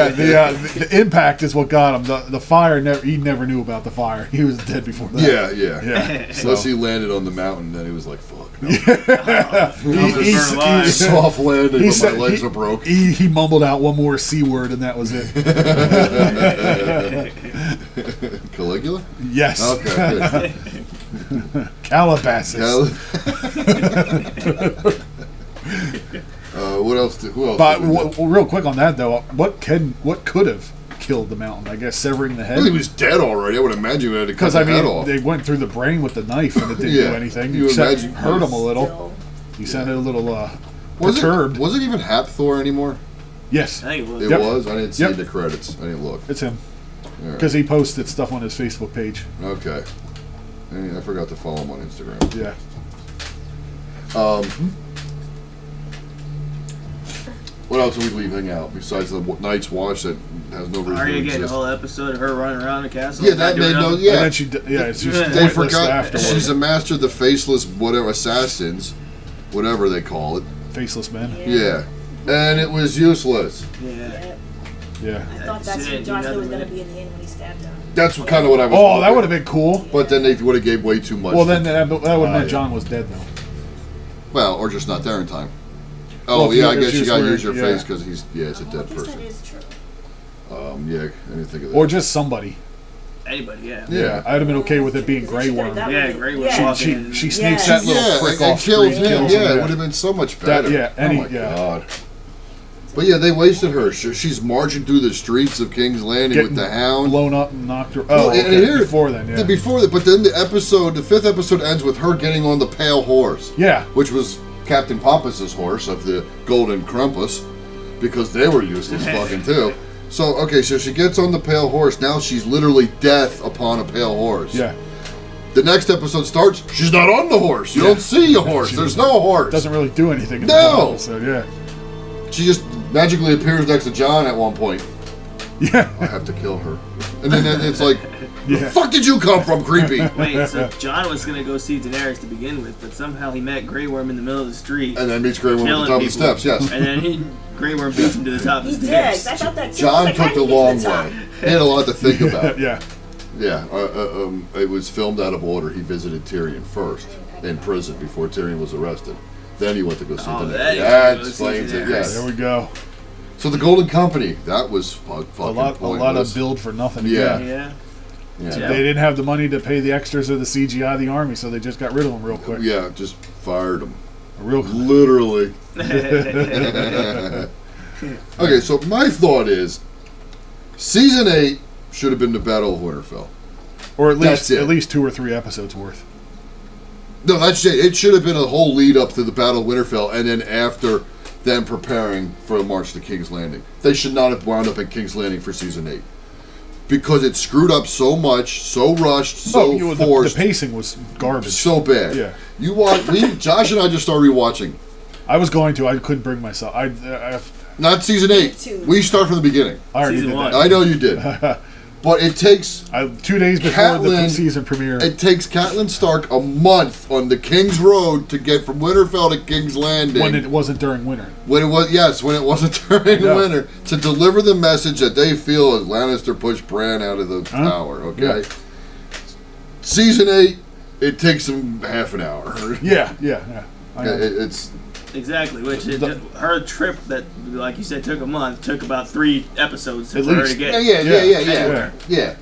[SPEAKER 4] the, uh, the impact is what got him. The the fire never. He never knew about the fire. He was dead before that.
[SPEAKER 1] yeah, yeah,
[SPEAKER 4] Yeah, so-
[SPEAKER 1] Unless he landed on the mountain, then he was like, "Fuck." No.
[SPEAKER 4] He, he,
[SPEAKER 3] burn alive.
[SPEAKER 4] he-
[SPEAKER 1] Soft landing,
[SPEAKER 4] he
[SPEAKER 1] but
[SPEAKER 4] said-
[SPEAKER 1] my legs
[SPEAKER 4] he-
[SPEAKER 1] are broke.
[SPEAKER 4] He, he mumbled out one more c word, and that was it.
[SPEAKER 1] Caligula.
[SPEAKER 4] Yes,
[SPEAKER 1] Okay.
[SPEAKER 4] Calabasas.
[SPEAKER 1] Good. Cal- uh, what else? Did, who else?
[SPEAKER 4] But
[SPEAKER 1] did we
[SPEAKER 4] w-
[SPEAKER 1] do?
[SPEAKER 4] real quick on that though, what can what could have killed the mountain? I guess severing the
[SPEAKER 1] Well, he
[SPEAKER 4] head.
[SPEAKER 1] was dead already. I would imagine we had to cut
[SPEAKER 4] Because
[SPEAKER 1] the
[SPEAKER 4] I
[SPEAKER 1] head
[SPEAKER 4] mean,
[SPEAKER 1] off.
[SPEAKER 4] they went through the brain with the knife and it didn't
[SPEAKER 1] Yeah.
[SPEAKER 4] do anything.
[SPEAKER 1] You
[SPEAKER 4] except
[SPEAKER 1] imagine-
[SPEAKER 4] hurt him a little.
[SPEAKER 5] Still,
[SPEAKER 4] He sounded a little uh,
[SPEAKER 1] was
[SPEAKER 4] perturbed.
[SPEAKER 1] it? Was it even Hapthor anymore?
[SPEAKER 4] yes,
[SPEAKER 3] I think it was.
[SPEAKER 1] It
[SPEAKER 4] Yep.
[SPEAKER 1] was. I didn't see
[SPEAKER 4] Yep.
[SPEAKER 1] the credits. I didn't look.
[SPEAKER 4] it's him.
[SPEAKER 1] Alright.
[SPEAKER 4] Because he posted stuff on his Facebook page.
[SPEAKER 1] Okay. I I forgot to follow him on Instagram.
[SPEAKER 4] Yeah.
[SPEAKER 1] What else are we leaving out besides the w- Night's Watch that has no reason to
[SPEAKER 3] Arya getting a
[SPEAKER 1] exist?
[SPEAKER 3] whole episode of her running around the castle.
[SPEAKER 1] Yeah,
[SPEAKER 3] not
[SPEAKER 1] that
[SPEAKER 3] doing
[SPEAKER 1] made no.
[SPEAKER 3] nothing.
[SPEAKER 4] And
[SPEAKER 1] Yeah,
[SPEAKER 4] then she, d- yeah, she's
[SPEAKER 3] They
[SPEAKER 1] they
[SPEAKER 4] pointless
[SPEAKER 1] forgot.
[SPEAKER 4] afterwards.
[SPEAKER 1] She's a master of the faceless whatever assassins, whatever they call it.
[SPEAKER 4] Faceless man.
[SPEAKER 1] Yeah, and it was useless.
[SPEAKER 3] Yeah.
[SPEAKER 4] Yeah.
[SPEAKER 5] I thought that's
[SPEAKER 3] She
[SPEAKER 5] who
[SPEAKER 3] didn't do
[SPEAKER 5] Jon Snow was
[SPEAKER 3] nothing with
[SPEAKER 5] gonna
[SPEAKER 3] it.
[SPEAKER 5] be in the end when he stabbed her.
[SPEAKER 1] That's kind of what I was.
[SPEAKER 4] Oh, that
[SPEAKER 1] hoping.
[SPEAKER 4] would have been cool.
[SPEAKER 1] But then they would have gave way too much.
[SPEAKER 4] Well,
[SPEAKER 1] to-
[SPEAKER 4] then that, that would have meant
[SPEAKER 1] Uh, yeah.
[SPEAKER 4] John was dead though.
[SPEAKER 1] well, or just not there in time. Oh
[SPEAKER 4] Well, if
[SPEAKER 1] yeah,
[SPEAKER 4] you-
[SPEAKER 1] I
[SPEAKER 4] if
[SPEAKER 1] guess
[SPEAKER 4] she
[SPEAKER 1] you
[SPEAKER 4] was
[SPEAKER 1] gotta
[SPEAKER 4] wearing-
[SPEAKER 1] use your
[SPEAKER 4] yeah.
[SPEAKER 1] face because he's yeah, it's a
[SPEAKER 5] Well, I
[SPEAKER 1] dead
[SPEAKER 5] guess that
[SPEAKER 1] person.
[SPEAKER 5] is true.
[SPEAKER 1] Um, yeah, I didn't think of that.
[SPEAKER 4] Or just somebody.
[SPEAKER 3] Anybody, yeah.
[SPEAKER 1] yeah,
[SPEAKER 4] I'd have been okay with it being
[SPEAKER 5] She
[SPEAKER 4] Grey
[SPEAKER 5] could've
[SPEAKER 4] Worm.
[SPEAKER 5] got
[SPEAKER 3] Yeah,
[SPEAKER 5] rid of
[SPEAKER 3] Grey
[SPEAKER 5] it.
[SPEAKER 3] Worm
[SPEAKER 5] Yeah.
[SPEAKER 3] walked
[SPEAKER 4] She,
[SPEAKER 3] in.
[SPEAKER 4] she snakes
[SPEAKER 5] Yes.
[SPEAKER 4] that little
[SPEAKER 1] yeah,
[SPEAKER 4] prick
[SPEAKER 1] and- and
[SPEAKER 4] off.
[SPEAKER 1] killed
[SPEAKER 4] screen,
[SPEAKER 1] him.
[SPEAKER 4] kills
[SPEAKER 1] Yeah, it would have been so much better.
[SPEAKER 4] yeah, any-
[SPEAKER 1] oh my
[SPEAKER 4] yeah.
[SPEAKER 1] god. But yeah, they wasted her. She- She's marching through the streets of King's Landing
[SPEAKER 4] Getting
[SPEAKER 1] with the hound.
[SPEAKER 4] blown up and knocked her.
[SPEAKER 1] Well,
[SPEAKER 4] Oh,
[SPEAKER 1] and
[SPEAKER 4] okay,
[SPEAKER 1] here-
[SPEAKER 4] before then, yeah.
[SPEAKER 1] the- Before that, but then the episode, the fifth episode ends with her getting on the pale horse.
[SPEAKER 4] Yeah.
[SPEAKER 1] Which was Captain Pompus's horse of the Golden Crumpus, because they were useless fucking too. So okay, so she gets on the pale horse. Now she's literally death upon a pale horse.
[SPEAKER 4] yeah,
[SPEAKER 1] The next episode starts. She's not on the horse. You don't see a horse.
[SPEAKER 4] She
[SPEAKER 1] There's no horse.
[SPEAKER 4] doesn't really do anything. In
[SPEAKER 1] No!
[SPEAKER 4] the episode, yeah,
[SPEAKER 1] She just magically appears next to John at one point.
[SPEAKER 4] yeah.
[SPEAKER 1] I have to kill her. And then it- it's like,
[SPEAKER 4] Yeah.
[SPEAKER 1] Fuck did you come from, creepy? and
[SPEAKER 3] Wait, so John was gonna go see Daenerys to begin with, but somehow he met Grey Worm in the middle of the street, and
[SPEAKER 1] then meets Grey Worm at the
[SPEAKER 3] Killing
[SPEAKER 1] top of the
[SPEAKER 3] people.
[SPEAKER 1] steps, yes.
[SPEAKER 3] then he, Grey Worm beats him to the top of
[SPEAKER 5] He
[SPEAKER 3] the stairs.
[SPEAKER 5] did. 'cause I thought that too. I was
[SPEAKER 1] John
[SPEAKER 5] like, how
[SPEAKER 1] took the
[SPEAKER 5] did he get to
[SPEAKER 1] long
[SPEAKER 5] top?
[SPEAKER 1] way. He had a lot to think about.
[SPEAKER 4] Yeah.
[SPEAKER 1] Yeah, uh, uh, um, it was filmed out of order. He visited Tyrion first in prison before Tyrion was arrested. Then he went to go see
[SPEAKER 3] Oh,
[SPEAKER 1] Daenerys.
[SPEAKER 3] that is-
[SPEAKER 1] That
[SPEAKER 3] goes
[SPEAKER 1] explains
[SPEAKER 3] to
[SPEAKER 1] it.
[SPEAKER 3] Daenerys.
[SPEAKER 1] Yes.
[SPEAKER 4] There we go.
[SPEAKER 1] So the Golden Company. That was fu- fucking
[SPEAKER 4] A lot, a
[SPEAKER 1] pointless.
[SPEAKER 4] lot of build for nothing.
[SPEAKER 1] Yeah.
[SPEAKER 4] again.
[SPEAKER 3] Yeah.
[SPEAKER 1] Yeah.
[SPEAKER 4] They didn't have the money to pay the extras or the CGI of the army, so they just got rid of them real quick.
[SPEAKER 1] Yeah, just fired him.
[SPEAKER 4] Real quick.
[SPEAKER 1] Literally. okay, so my thought is, season eight should have been the Battle of Winterfell.
[SPEAKER 4] Or at
[SPEAKER 1] That's
[SPEAKER 4] least
[SPEAKER 1] it.
[SPEAKER 4] at least two or three episodes worth.
[SPEAKER 1] No, that's it. It should have been a whole lead up to the Battle of Winterfell, and then after them preparing for the march to King's Landing. They should not have wound up at King's Landing for season eight because it screwed up so much, so rushed, so
[SPEAKER 4] oh, you, the, the
[SPEAKER 1] forced,
[SPEAKER 4] pacing was garbage.
[SPEAKER 1] so bad.
[SPEAKER 4] Yeah.
[SPEAKER 1] you want we, Josh and I just started rewatching.
[SPEAKER 4] I was going to, I couldn't bring myself. I, I,
[SPEAKER 1] Not season eight.
[SPEAKER 5] Two.
[SPEAKER 1] We start from the beginning.
[SPEAKER 4] I already
[SPEAKER 3] Season
[SPEAKER 4] did
[SPEAKER 3] one.
[SPEAKER 4] that.
[SPEAKER 1] I know you did, but it takes
[SPEAKER 4] I, two days before the
[SPEAKER 1] Catelyn-
[SPEAKER 4] season premiere.
[SPEAKER 1] It takes Catelyn Stark a month on the King's Road to get from Winterfell to King's Landing.
[SPEAKER 4] when it wasn't during winter.
[SPEAKER 1] When it was yes, when it wasn't during
[SPEAKER 4] Yeah.
[SPEAKER 1] winter, to deliver the message that they feel is Lannister pushed Bran out of the
[SPEAKER 4] Huh?
[SPEAKER 1] tower. Okay,
[SPEAKER 4] Yeah.
[SPEAKER 1] season eight, it takes them half an hour.
[SPEAKER 4] Yeah, yeah, yeah. I know.
[SPEAKER 1] It- it- it's
[SPEAKER 3] Exactly, which it,
[SPEAKER 4] The-
[SPEAKER 3] her trip that, like you said, took a month, took about three episodes to
[SPEAKER 4] At
[SPEAKER 3] for her
[SPEAKER 4] least.
[SPEAKER 3] to get
[SPEAKER 1] yeah, yeah, yeah, yeah,
[SPEAKER 4] Yeah.
[SPEAKER 1] yeah,
[SPEAKER 4] Yeah.
[SPEAKER 1] yeah.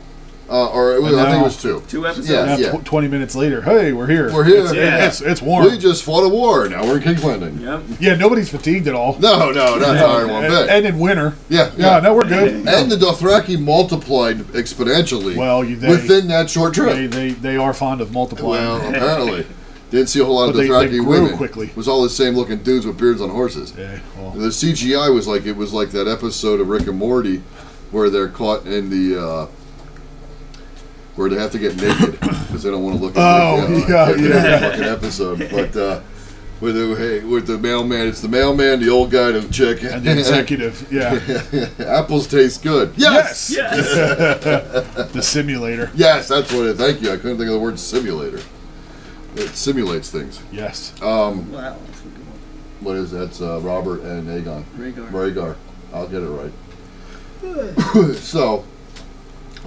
[SPEAKER 1] Uh, or it was,
[SPEAKER 4] And
[SPEAKER 1] I think it
[SPEAKER 4] now-
[SPEAKER 1] was two.
[SPEAKER 3] two episodes.
[SPEAKER 1] Yeah.
[SPEAKER 4] Now, tw- Twenty minutes later, hey, we're here.
[SPEAKER 1] We're here.
[SPEAKER 4] It's,
[SPEAKER 3] Yeah.
[SPEAKER 4] it's, it's warm.
[SPEAKER 1] We just fought a war. Now we're in King's Landing.
[SPEAKER 3] Yep.
[SPEAKER 4] yeah, nobody's fatigued at all.
[SPEAKER 1] No, no, not tired one
[SPEAKER 4] and,
[SPEAKER 1] bit.
[SPEAKER 4] and in winter.
[SPEAKER 1] Yeah,
[SPEAKER 4] Yeah,
[SPEAKER 1] yeah.
[SPEAKER 4] no, we're good.
[SPEAKER 1] And the Dothraki multiplied exponentially
[SPEAKER 4] Well, you- they-
[SPEAKER 1] within that short
[SPEAKER 4] They,
[SPEAKER 1] trip.
[SPEAKER 4] they they are fond of multiplying.
[SPEAKER 1] well, apparently. Didn't see a whole lot of
[SPEAKER 4] But they-
[SPEAKER 1] Dothraki
[SPEAKER 4] they grew
[SPEAKER 1] women.
[SPEAKER 4] quickly.
[SPEAKER 1] It was all the same looking dudes with beards on horses.
[SPEAKER 4] Yeah, well,
[SPEAKER 1] The CGI was like it was like that episode of Rick and Morty where they're caught in the uh, where they have to get naked because they don't want to look.
[SPEAKER 4] Oh,
[SPEAKER 1] naked.
[SPEAKER 4] yeah,
[SPEAKER 1] I can't remember
[SPEAKER 4] yeah.
[SPEAKER 1] the Fucking episode, but uh, with the hey, with the mailman, it's the mailman, the old guy, the chick,
[SPEAKER 4] and the executive, yeah,
[SPEAKER 1] Apples taste good.
[SPEAKER 4] yes,
[SPEAKER 3] Yes.
[SPEAKER 4] the simulator,
[SPEAKER 1] Yes, that's what it. Thank you. I couldn't think of the word simulator. It simulates things.
[SPEAKER 4] yes.
[SPEAKER 1] Uh,
[SPEAKER 3] wow.
[SPEAKER 1] What is that? It's, uh, Robert and Aegon.
[SPEAKER 3] Rhaegar.
[SPEAKER 1] Rhaegar. I'll get it right. so,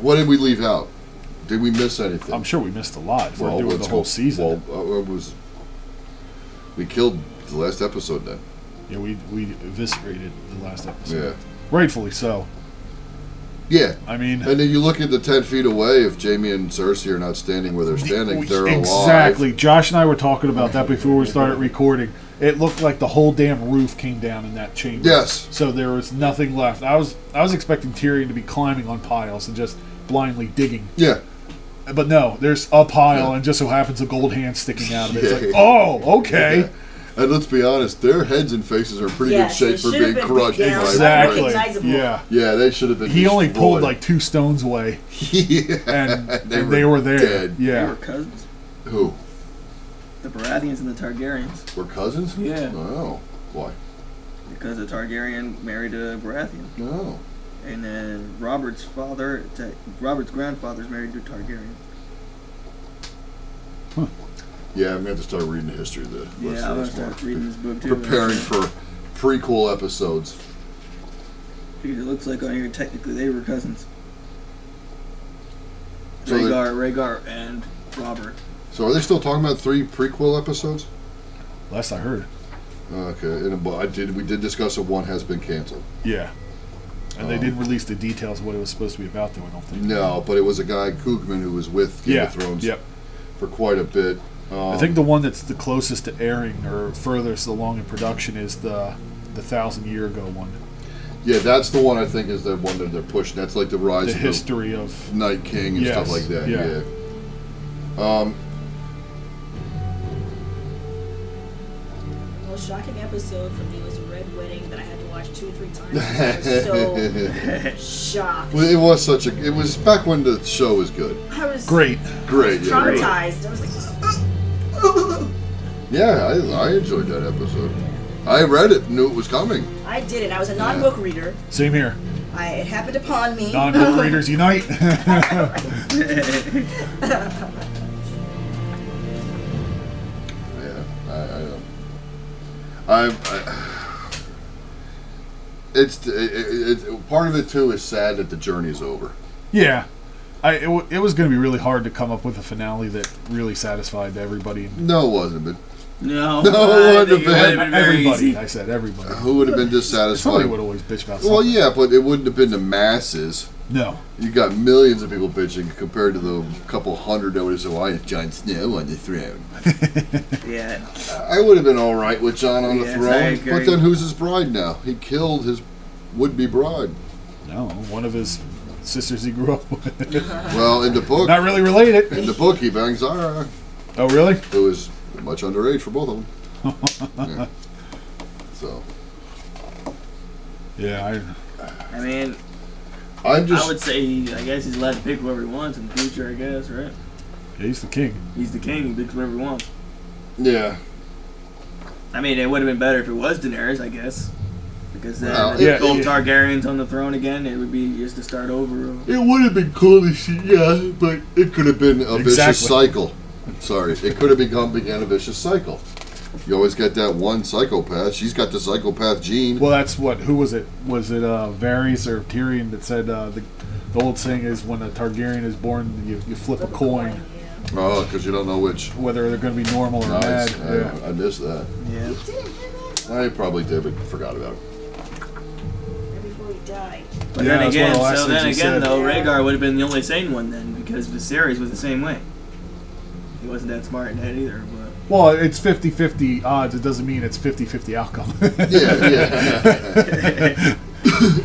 [SPEAKER 1] what did we leave out? Did we miss anything?
[SPEAKER 4] I'm sure we missed a lot. If we're doing
[SPEAKER 1] let's
[SPEAKER 4] the
[SPEAKER 1] go-
[SPEAKER 4] whole season.
[SPEAKER 1] Well, uh, it was. We killed the last episode then.
[SPEAKER 4] yeah, we we eviscerated the last episode.
[SPEAKER 1] Yeah.
[SPEAKER 4] Rightfully so.
[SPEAKER 1] Yeah.
[SPEAKER 4] I mean,
[SPEAKER 1] And then you look at the ten feet away. If Jamie and Cersei are not standing where they're standing, they're alive.
[SPEAKER 4] exactly. Josh and I were talking about that before we started recording. It looked like the whole damn roof came down in that chamber.
[SPEAKER 1] Yes.
[SPEAKER 4] So there was nothing left. I was I was expecting Tyrion to be climbing on piles and just blindly digging,
[SPEAKER 1] Yeah.
[SPEAKER 4] but no. There's a pile
[SPEAKER 1] Yeah.
[SPEAKER 4] and just so happens a gold hand sticking out of it. It's
[SPEAKER 1] Yeah.
[SPEAKER 4] like, oh, okay.
[SPEAKER 1] And let's be honest, their heads and faces are in pretty
[SPEAKER 5] Yes,
[SPEAKER 1] good
[SPEAKER 5] they
[SPEAKER 1] shape for
[SPEAKER 5] should have
[SPEAKER 1] being
[SPEAKER 5] been
[SPEAKER 1] crushed.
[SPEAKER 5] beat down.
[SPEAKER 1] by-
[SPEAKER 4] Exactly.
[SPEAKER 5] Unrecognizable.
[SPEAKER 4] Yeah.
[SPEAKER 1] Yeah, they should have been.
[SPEAKER 4] He only pulled
[SPEAKER 1] destroyed.
[SPEAKER 4] like two stones away, and, and
[SPEAKER 1] They
[SPEAKER 4] they,
[SPEAKER 1] were
[SPEAKER 4] were there.
[SPEAKER 1] dead.
[SPEAKER 3] They
[SPEAKER 4] Yeah.
[SPEAKER 3] were cousins.
[SPEAKER 1] Who?
[SPEAKER 3] The Baratheons and the Targaryens.
[SPEAKER 1] We're cousins?
[SPEAKER 3] Yeah.
[SPEAKER 1] Oh, why?
[SPEAKER 3] Because a Targaryen married a Baratheon.
[SPEAKER 1] No.
[SPEAKER 3] And then Robert's father, ta- Robert's grandfather's married to a Targaryen.
[SPEAKER 1] Yeah, I'm going to have to start reading the history of the.
[SPEAKER 3] Yeah,
[SPEAKER 1] what's-
[SPEAKER 3] I'm gonna
[SPEAKER 1] what's
[SPEAKER 3] start
[SPEAKER 1] more.
[SPEAKER 3] reading this book too.
[SPEAKER 1] Preparing for prequel episodes.
[SPEAKER 3] Because it looks like on here technically they were cousins.
[SPEAKER 1] So they-
[SPEAKER 3] Rhaegar, Rhaegar, and Robert.
[SPEAKER 1] So, are they still talking about three prequel episodes?
[SPEAKER 4] Last I heard.
[SPEAKER 1] Okay, and but I did. We did discuss that one has been canceled.
[SPEAKER 4] Yeah. And
[SPEAKER 1] Oh.
[SPEAKER 4] they didn't release the details of what it was supposed to be about, though. I don't think.
[SPEAKER 1] No, but it was a guy Coogman who was with Game
[SPEAKER 4] yeah.
[SPEAKER 1] of Thrones
[SPEAKER 4] Yep.
[SPEAKER 1] for quite a bit. Um,
[SPEAKER 4] I think the one that's the closest to airing or furthest along in production is the the thousand year ago one.
[SPEAKER 1] yeah, that's the one I think is the one that they're pushing. That's like the rise
[SPEAKER 4] The
[SPEAKER 1] of the
[SPEAKER 4] history of
[SPEAKER 1] Night King and stuff
[SPEAKER 4] Yes,
[SPEAKER 1] like that.
[SPEAKER 4] yeah.
[SPEAKER 1] Yeah.
[SPEAKER 5] most shocking episode for me was Red Wedding that I had to watch two or three times. I was so shocked.
[SPEAKER 1] Well, it was such a. It was back when the show was good.
[SPEAKER 5] I was
[SPEAKER 4] great.
[SPEAKER 1] Great. Yeah, great.
[SPEAKER 5] traumatized. I was like,
[SPEAKER 1] yeah I, I enjoyed that episode. I read it, knew it was coming.
[SPEAKER 5] I did it. I was a non-book reader.
[SPEAKER 4] Same here.
[SPEAKER 5] I I, it happened upon me.
[SPEAKER 4] Not enough readers unite.
[SPEAKER 1] Yeah, I, I know. I'm. I, it's it, it, it, part of it too is sad that the journey's over.
[SPEAKER 4] yeah, I it, w- it was going to be really hard to come up with a finale that really satisfied everybody.
[SPEAKER 1] No, it wasn't. But
[SPEAKER 3] No,
[SPEAKER 1] No,
[SPEAKER 3] I
[SPEAKER 1] it would've
[SPEAKER 3] think it would
[SPEAKER 1] been-
[SPEAKER 3] have been very
[SPEAKER 4] everybody,
[SPEAKER 3] easy.
[SPEAKER 4] I said everybody.
[SPEAKER 1] who would have been
[SPEAKER 4] Somebody
[SPEAKER 1] dissatisfied?
[SPEAKER 4] would always bitch about something.
[SPEAKER 1] Well, yeah, but it wouldn't have been the masses.
[SPEAKER 4] No.
[SPEAKER 1] You got millions of people bitching compared to the couple hundred that was, "Why is Jon Snow on the throne?"
[SPEAKER 3] Yeah,
[SPEAKER 1] I would have been all right with John on the
[SPEAKER 3] Yes, I
[SPEAKER 1] throne,
[SPEAKER 3] agree.
[SPEAKER 1] but then who's his bride now? He killed his would-be bride.
[SPEAKER 4] No, one of his sisters he grew up with.
[SPEAKER 1] Well, in the book,
[SPEAKER 4] Not really related.
[SPEAKER 1] in the book, he bangs Zara,
[SPEAKER 4] Oh, really?
[SPEAKER 1] who is much underage for both of them. Yeah. So
[SPEAKER 4] Yeah,
[SPEAKER 3] I mean,
[SPEAKER 1] I'm just
[SPEAKER 3] I would say he, I guess he's allowed to pick whoever he wants in the future. I guess, right?
[SPEAKER 4] I, he's the king.
[SPEAKER 3] He's the king. He picks whoever he wants.
[SPEAKER 1] yeah.
[SPEAKER 3] I mean, it would have been better if it was Daenerys, I guess, because then
[SPEAKER 1] Well,
[SPEAKER 3] if
[SPEAKER 4] yeah,
[SPEAKER 3] both
[SPEAKER 4] yeah.
[SPEAKER 3] Targaryens on the throne again, it would be just to start over.
[SPEAKER 1] It would have been cool if she, yeah, but it could have been a vicious
[SPEAKER 4] Exactly.
[SPEAKER 1] cycle. Sorry, it could have become began a vicious cycle. You always get that one psychopath. She's got the psychopath gene.
[SPEAKER 4] Well, that's what. Who was it? Was it uh, Varys or Tyrion that said uh, the, the old saying is when a Targaryen is born, you, you flip a coin,
[SPEAKER 5] Yeah.
[SPEAKER 1] Oh, because you don't know which.
[SPEAKER 4] whether they're going to be normal or
[SPEAKER 1] Nice.
[SPEAKER 4] bad.
[SPEAKER 1] I, I missed that.
[SPEAKER 3] Yeah,
[SPEAKER 5] Didn't hear that
[SPEAKER 1] I probably did, but forgot about it.
[SPEAKER 5] right before he died.
[SPEAKER 3] but
[SPEAKER 4] Yeah,
[SPEAKER 3] then
[SPEAKER 4] that's one of
[SPEAKER 3] again,
[SPEAKER 4] the last
[SPEAKER 3] so then again,
[SPEAKER 4] things he said.
[SPEAKER 3] though, Rhaegar would have been the only sane one then, because Viserys was the same way. He wasn't that smart in that either, but.
[SPEAKER 4] Well, it's 50 50 odds. It doesn't mean it's 50 50 outcome.
[SPEAKER 1] Yeah, yeah.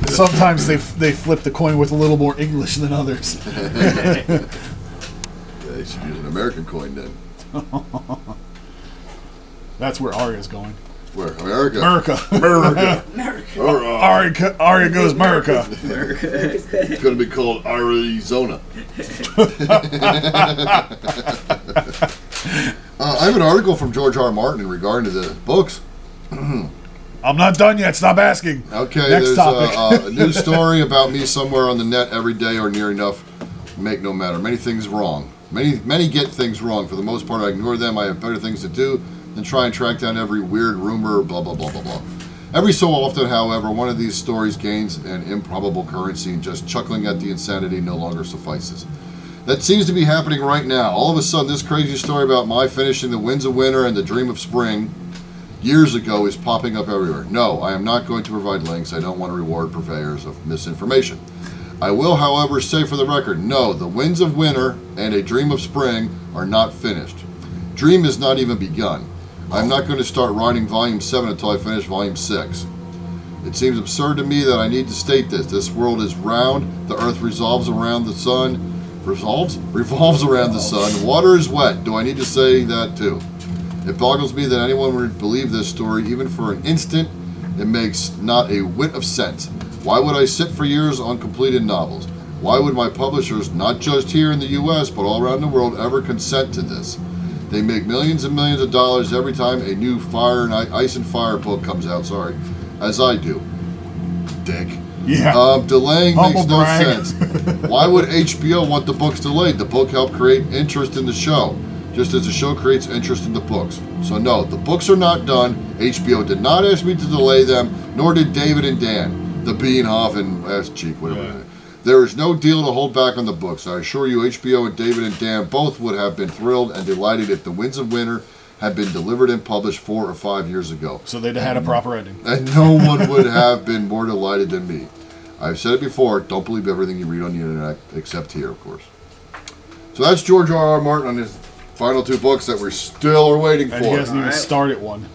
[SPEAKER 4] Sometimes they, f- they flip the coin with a little more English than others.
[SPEAKER 1] they should use an American coin then.
[SPEAKER 4] That's where Arya's going.
[SPEAKER 1] Where America?
[SPEAKER 4] America.
[SPEAKER 1] America. Or, uh,
[SPEAKER 4] Arya, co- Arya goes America.
[SPEAKER 1] it's going to be called Arizona. uh, I have an article from George R. R. Martin in regard to the books.
[SPEAKER 4] I'm not done yet. Stop asking.
[SPEAKER 1] Okay,
[SPEAKER 4] Next
[SPEAKER 1] there's uh,
[SPEAKER 4] topic.
[SPEAKER 1] A, a news story about me somewhere on the net every day or near enough. Make no matter. Many things wrong. Many many get things wrong. For the most part, I ignore them. I have better things to do than try and track down every weird rumor. Blah blah blah blah blah. Every so often, however, one of these stories gains an improbable currency, and just chuckling at the insanity no longer suffices. That seems to be happening right now. All of a sudden, this crazy story about my finishing the winds of winter and the dream of spring years ago is popping up everywhere. No, I am not going to provide links. I don't want to reward purveyors of misinformation. I will, however, say for the record no, The Winds of Winter and A Dream of Spring are not finished. Dream has not even begun. I'm not going to start writing Volume 7 until I finish Volume 6. It seems absurd to me that I need to state this. This world is round, the earth resolves around the sun. Resolves? Revolves around the sun. Water is wet. Do I need to say that too? It boggles me that anyone would believe this story even for an instant. It makes not a whit of sense. Why would I sit for years on completed novels? Why would my publishers, not just here in the US, but all around the world, ever consent to this? They make millions and millions of dollars every time a new Fire and I- Ice and Fire book comes out, sorry, as I do. Dick.
[SPEAKER 4] Yeah.
[SPEAKER 1] Um, delaying makes
[SPEAKER 4] Humble
[SPEAKER 1] no
[SPEAKER 4] brag.
[SPEAKER 1] sense. Why would HBO want the books delayed? The book helped create interest in the show, just as the show creates interest in the books. So no, the books are not done. HBO did not ask me to delay them, nor did David and Dan, the Beanhoff and ass cheek, whatever. There is no deal to hold back on the books. I assure you, HBO and David and Dan both would have been thrilled and delighted if The Winds of Winter had been delivered and published four or five years ago
[SPEAKER 4] so they'd have had a
[SPEAKER 1] Mm-hmm.
[SPEAKER 4] proper ending.
[SPEAKER 1] and no one would have been more delighted than me. I've said it before, don't believe everything you read on the internet, except here, of course. So that's George R. R. Martin on his final two books that we're still are waiting
[SPEAKER 4] And he
[SPEAKER 1] for.
[SPEAKER 4] hasn't even
[SPEAKER 3] Alright.
[SPEAKER 4] started one.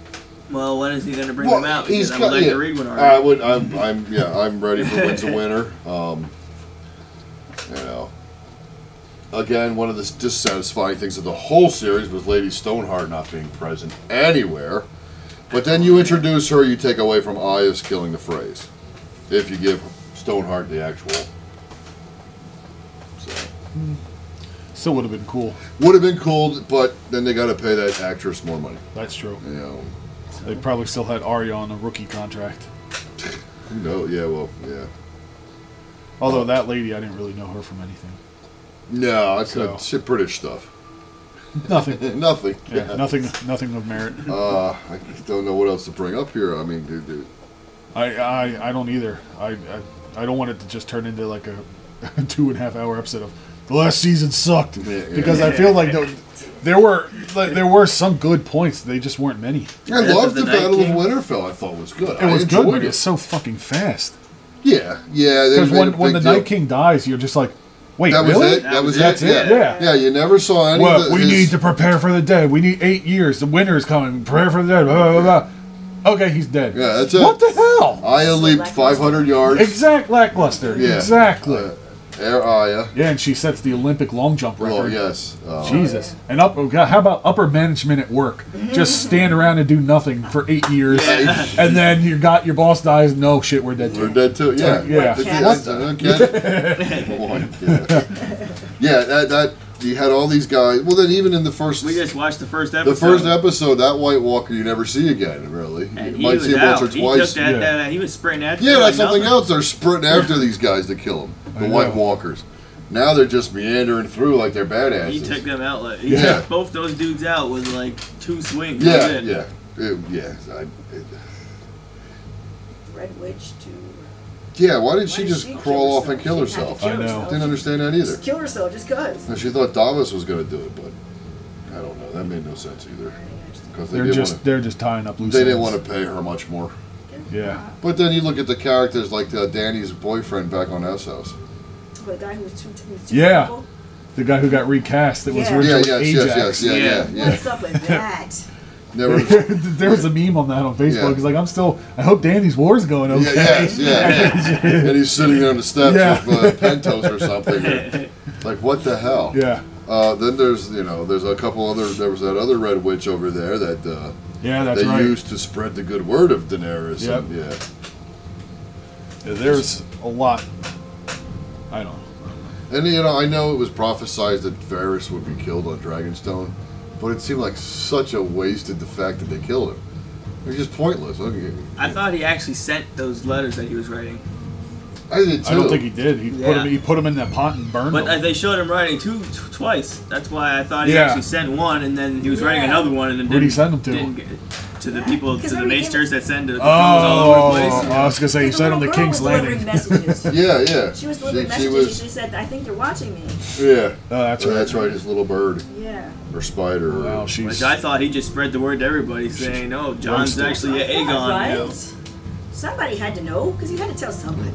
[SPEAKER 3] Well, when is he going to bring
[SPEAKER 1] Well,
[SPEAKER 3] them out?
[SPEAKER 1] he's Uh,
[SPEAKER 3] Because I
[SPEAKER 1] got-
[SPEAKER 3] would like
[SPEAKER 1] yeah.
[SPEAKER 3] to read one already.
[SPEAKER 1] I would. I'm. I'm. Yeah. I'm ready for Winds of Winter. Um, you know. Again, one of the dissatisfying things of the whole series was Lady Stoneheart not being present anywhere. But then you introduce her, you take away from Aya's killing the phrase. If you give Stoneheart the actual. So.
[SPEAKER 4] Still would have been cool.
[SPEAKER 1] Would have been cool, but then they got to pay that actress more money.
[SPEAKER 4] That's true.
[SPEAKER 1] You know.
[SPEAKER 4] They probably still had Arya on a rookie contract.
[SPEAKER 1] No, yeah, well, yeah.
[SPEAKER 4] Although that lady, I didn't really know her from anything.
[SPEAKER 1] No, it's
[SPEAKER 4] So-
[SPEAKER 1] not British stuff.
[SPEAKER 4] Nothing.
[SPEAKER 1] Nothing.
[SPEAKER 4] Yeah, nothing. Nothing of merit.
[SPEAKER 1] Uh, I don't know what else to bring up here. I mean, dude, dude,
[SPEAKER 4] I, I, I don't either. I, I, I don't want it to just turn into like a two and a half hour episode of the last season sucked
[SPEAKER 1] Yeah, yeah.
[SPEAKER 4] because I feel like no, there were like, there were some good points. They just weren't many.
[SPEAKER 1] I
[SPEAKER 3] Death
[SPEAKER 1] loved
[SPEAKER 3] of
[SPEAKER 1] the,
[SPEAKER 3] the
[SPEAKER 1] Battle of
[SPEAKER 3] Night
[SPEAKER 1] Winterfell. I thought was good.
[SPEAKER 4] It was
[SPEAKER 1] I
[SPEAKER 4] good,
[SPEAKER 1] enjoyed
[SPEAKER 4] but
[SPEAKER 1] it.
[SPEAKER 4] it's so fucking fast.
[SPEAKER 1] yeah, yeah. they
[SPEAKER 4] Because
[SPEAKER 1] made a
[SPEAKER 4] when when the
[SPEAKER 1] big
[SPEAKER 4] Night
[SPEAKER 1] deal.
[SPEAKER 4] King dies, you're just like, wait,
[SPEAKER 1] that was
[SPEAKER 4] really?
[SPEAKER 1] it. That was
[SPEAKER 3] That's
[SPEAKER 1] it.
[SPEAKER 3] it,
[SPEAKER 1] Yeah.
[SPEAKER 4] yeah.
[SPEAKER 1] yeah, You never saw any. of
[SPEAKER 4] Well,
[SPEAKER 1] the,
[SPEAKER 4] we
[SPEAKER 1] his-
[SPEAKER 4] need to prepare for the dead. We need eight years. The winter is coming. Prepare for the dead. Blah, blah, blah, blah. Okay, he's dead.
[SPEAKER 1] Yeah, that's it.
[SPEAKER 4] What the hell?
[SPEAKER 1] Aya leaped 500 yards.
[SPEAKER 4] Exact lackluster.
[SPEAKER 1] Yeah.
[SPEAKER 4] Exactly.
[SPEAKER 1] Air Aya.
[SPEAKER 4] yeah, and she sets the Olympic long jump record.
[SPEAKER 1] Oh yes. Uh,
[SPEAKER 4] Jesus. And up, oh, God, how about upper management at work? Just stand around and do nothing for eight years, and then you got your boss dies. No shit, we're dead.
[SPEAKER 1] We're
[SPEAKER 4] Too.
[SPEAKER 1] dead too. Yeah.
[SPEAKER 4] Yeah.
[SPEAKER 1] The- uh,
[SPEAKER 5] Cat
[SPEAKER 1] the-
[SPEAKER 5] stuff.
[SPEAKER 1] okay. Boy, yeah. Oh, Yeah, That that you had all these guys. Well, then even in the first.
[SPEAKER 3] We just watched the first episode.
[SPEAKER 1] the first episode, that White Walker you never see again, really.
[SPEAKER 3] and
[SPEAKER 1] you
[SPEAKER 3] he
[SPEAKER 1] might
[SPEAKER 3] was
[SPEAKER 1] see him
[SPEAKER 3] out.
[SPEAKER 1] once or
[SPEAKER 3] He took
[SPEAKER 1] twice.
[SPEAKER 3] that.
[SPEAKER 4] Yeah.
[SPEAKER 3] Uh, he was spraying that.
[SPEAKER 1] Yeah,
[SPEAKER 3] like
[SPEAKER 1] that's something
[SPEAKER 3] nothing.
[SPEAKER 1] else. They're sprinting after these guys to kill them, the
[SPEAKER 4] I
[SPEAKER 1] White
[SPEAKER 4] know.
[SPEAKER 1] Walkers. Now they're just meandering through like they're badasses.
[SPEAKER 3] He took them out. Like, he
[SPEAKER 1] Yeah.
[SPEAKER 3] took both those dudes out with like two swings. That was
[SPEAKER 1] yeah,
[SPEAKER 3] it.
[SPEAKER 1] yeah, It- yeah, I, it-
[SPEAKER 5] Red Witch to uh,
[SPEAKER 1] yeah. Why did
[SPEAKER 5] Why
[SPEAKER 1] she
[SPEAKER 5] did
[SPEAKER 1] just
[SPEAKER 5] she
[SPEAKER 1] crawl
[SPEAKER 5] kill
[SPEAKER 1] off and kill herself?
[SPEAKER 5] herself?
[SPEAKER 4] I know.
[SPEAKER 1] Didn't understand that either.
[SPEAKER 5] just kill herself just cause.
[SPEAKER 1] And she thought Davos was going to do it, but I don't know. That made no sense either because they
[SPEAKER 4] They're
[SPEAKER 1] didn't
[SPEAKER 4] just
[SPEAKER 1] want to.
[SPEAKER 4] they're just tying up loose.
[SPEAKER 1] They didn't
[SPEAKER 4] ends.
[SPEAKER 1] want to pay her much more.
[SPEAKER 4] Yeah.
[SPEAKER 1] But then you look at the characters like uh, Danny's boyfriend back on S House.
[SPEAKER 5] The guy who was too, who was too
[SPEAKER 4] Yeah.
[SPEAKER 5] people?
[SPEAKER 4] The guy who got recast that was
[SPEAKER 5] Yeah.
[SPEAKER 1] Yeah,
[SPEAKER 4] originally
[SPEAKER 1] yes, yes, yes,
[SPEAKER 4] Ajax.
[SPEAKER 1] yeah, yeah,
[SPEAKER 3] Yeah.
[SPEAKER 1] yeah.
[SPEAKER 5] What's up with that?
[SPEAKER 1] Never.
[SPEAKER 4] there was a meme on that on
[SPEAKER 1] Yeah.
[SPEAKER 4] Facebook. It's like, I'm still. I hope Danny's war's going okay.
[SPEAKER 1] Yeah, yes, yeah. and he's sitting on the steps
[SPEAKER 4] Yeah.
[SPEAKER 1] of uh, Pentos or something. like, what the hell?
[SPEAKER 4] yeah,
[SPEAKER 1] Uh, then there's, you know, there's a couple other. There was that other Red Witch over there that uh,
[SPEAKER 4] Yeah, that's
[SPEAKER 1] they
[SPEAKER 4] right.
[SPEAKER 1] used to spread the good word of Daenerys.
[SPEAKER 4] Yep.
[SPEAKER 1] and- yeah.
[SPEAKER 4] Yeah, There's a lot. I don't. know.
[SPEAKER 1] And you know, I know it was prophesized that Varys would be killed on Dragonstone, but it seemed like such a waste of the fact that they killed him. It was just pointless. Okay.
[SPEAKER 3] I thought he actually sent those letters that he was writing,
[SPEAKER 1] I did too.
[SPEAKER 4] I don't think he did. He put
[SPEAKER 3] Yeah.
[SPEAKER 4] him. He put him in that pot and burned
[SPEAKER 3] but uh,
[SPEAKER 4] him.
[SPEAKER 3] they showed him writing two t- twice. That's why I thought he
[SPEAKER 4] Yeah.
[SPEAKER 3] actually sent one, and then he was writing
[SPEAKER 5] Yeah.
[SPEAKER 3] another one, and then
[SPEAKER 4] Who'd
[SPEAKER 3] didn't,
[SPEAKER 4] he send them to?
[SPEAKER 3] didn't get- to the people, to
[SPEAKER 5] Because
[SPEAKER 3] the
[SPEAKER 5] everybody
[SPEAKER 3] maesters that send to the
[SPEAKER 4] oh,
[SPEAKER 3] oh, all over the place.
[SPEAKER 4] I was gonna say he
[SPEAKER 5] The
[SPEAKER 4] sent him
[SPEAKER 5] little
[SPEAKER 4] to
[SPEAKER 5] girl
[SPEAKER 4] King's
[SPEAKER 5] was
[SPEAKER 4] Landing.
[SPEAKER 5] delivering messages.
[SPEAKER 1] Yeah, yeah.
[SPEAKER 5] She was delivering
[SPEAKER 1] she
[SPEAKER 5] messages.
[SPEAKER 1] was.
[SPEAKER 5] She said, "I think they're watching me."
[SPEAKER 1] Yeah.
[SPEAKER 4] Oh, that's
[SPEAKER 1] Oh,
[SPEAKER 4] right.
[SPEAKER 1] that's right. His little bird
[SPEAKER 5] Yeah.
[SPEAKER 1] or spider. Or,
[SPEAKER 4] Wow, she's.
[SPEAKER 3] Which I thought he just spread the word to everybody, saying, "No, John's
[SPEAKER 4] roasted.
[SPEAKER 3] actually
[SPEAKER 5] Yeah,
[SPEAKER 3] Aegon now."
[SPEAKER 5] right? Somebody had to know because you had to tell somebody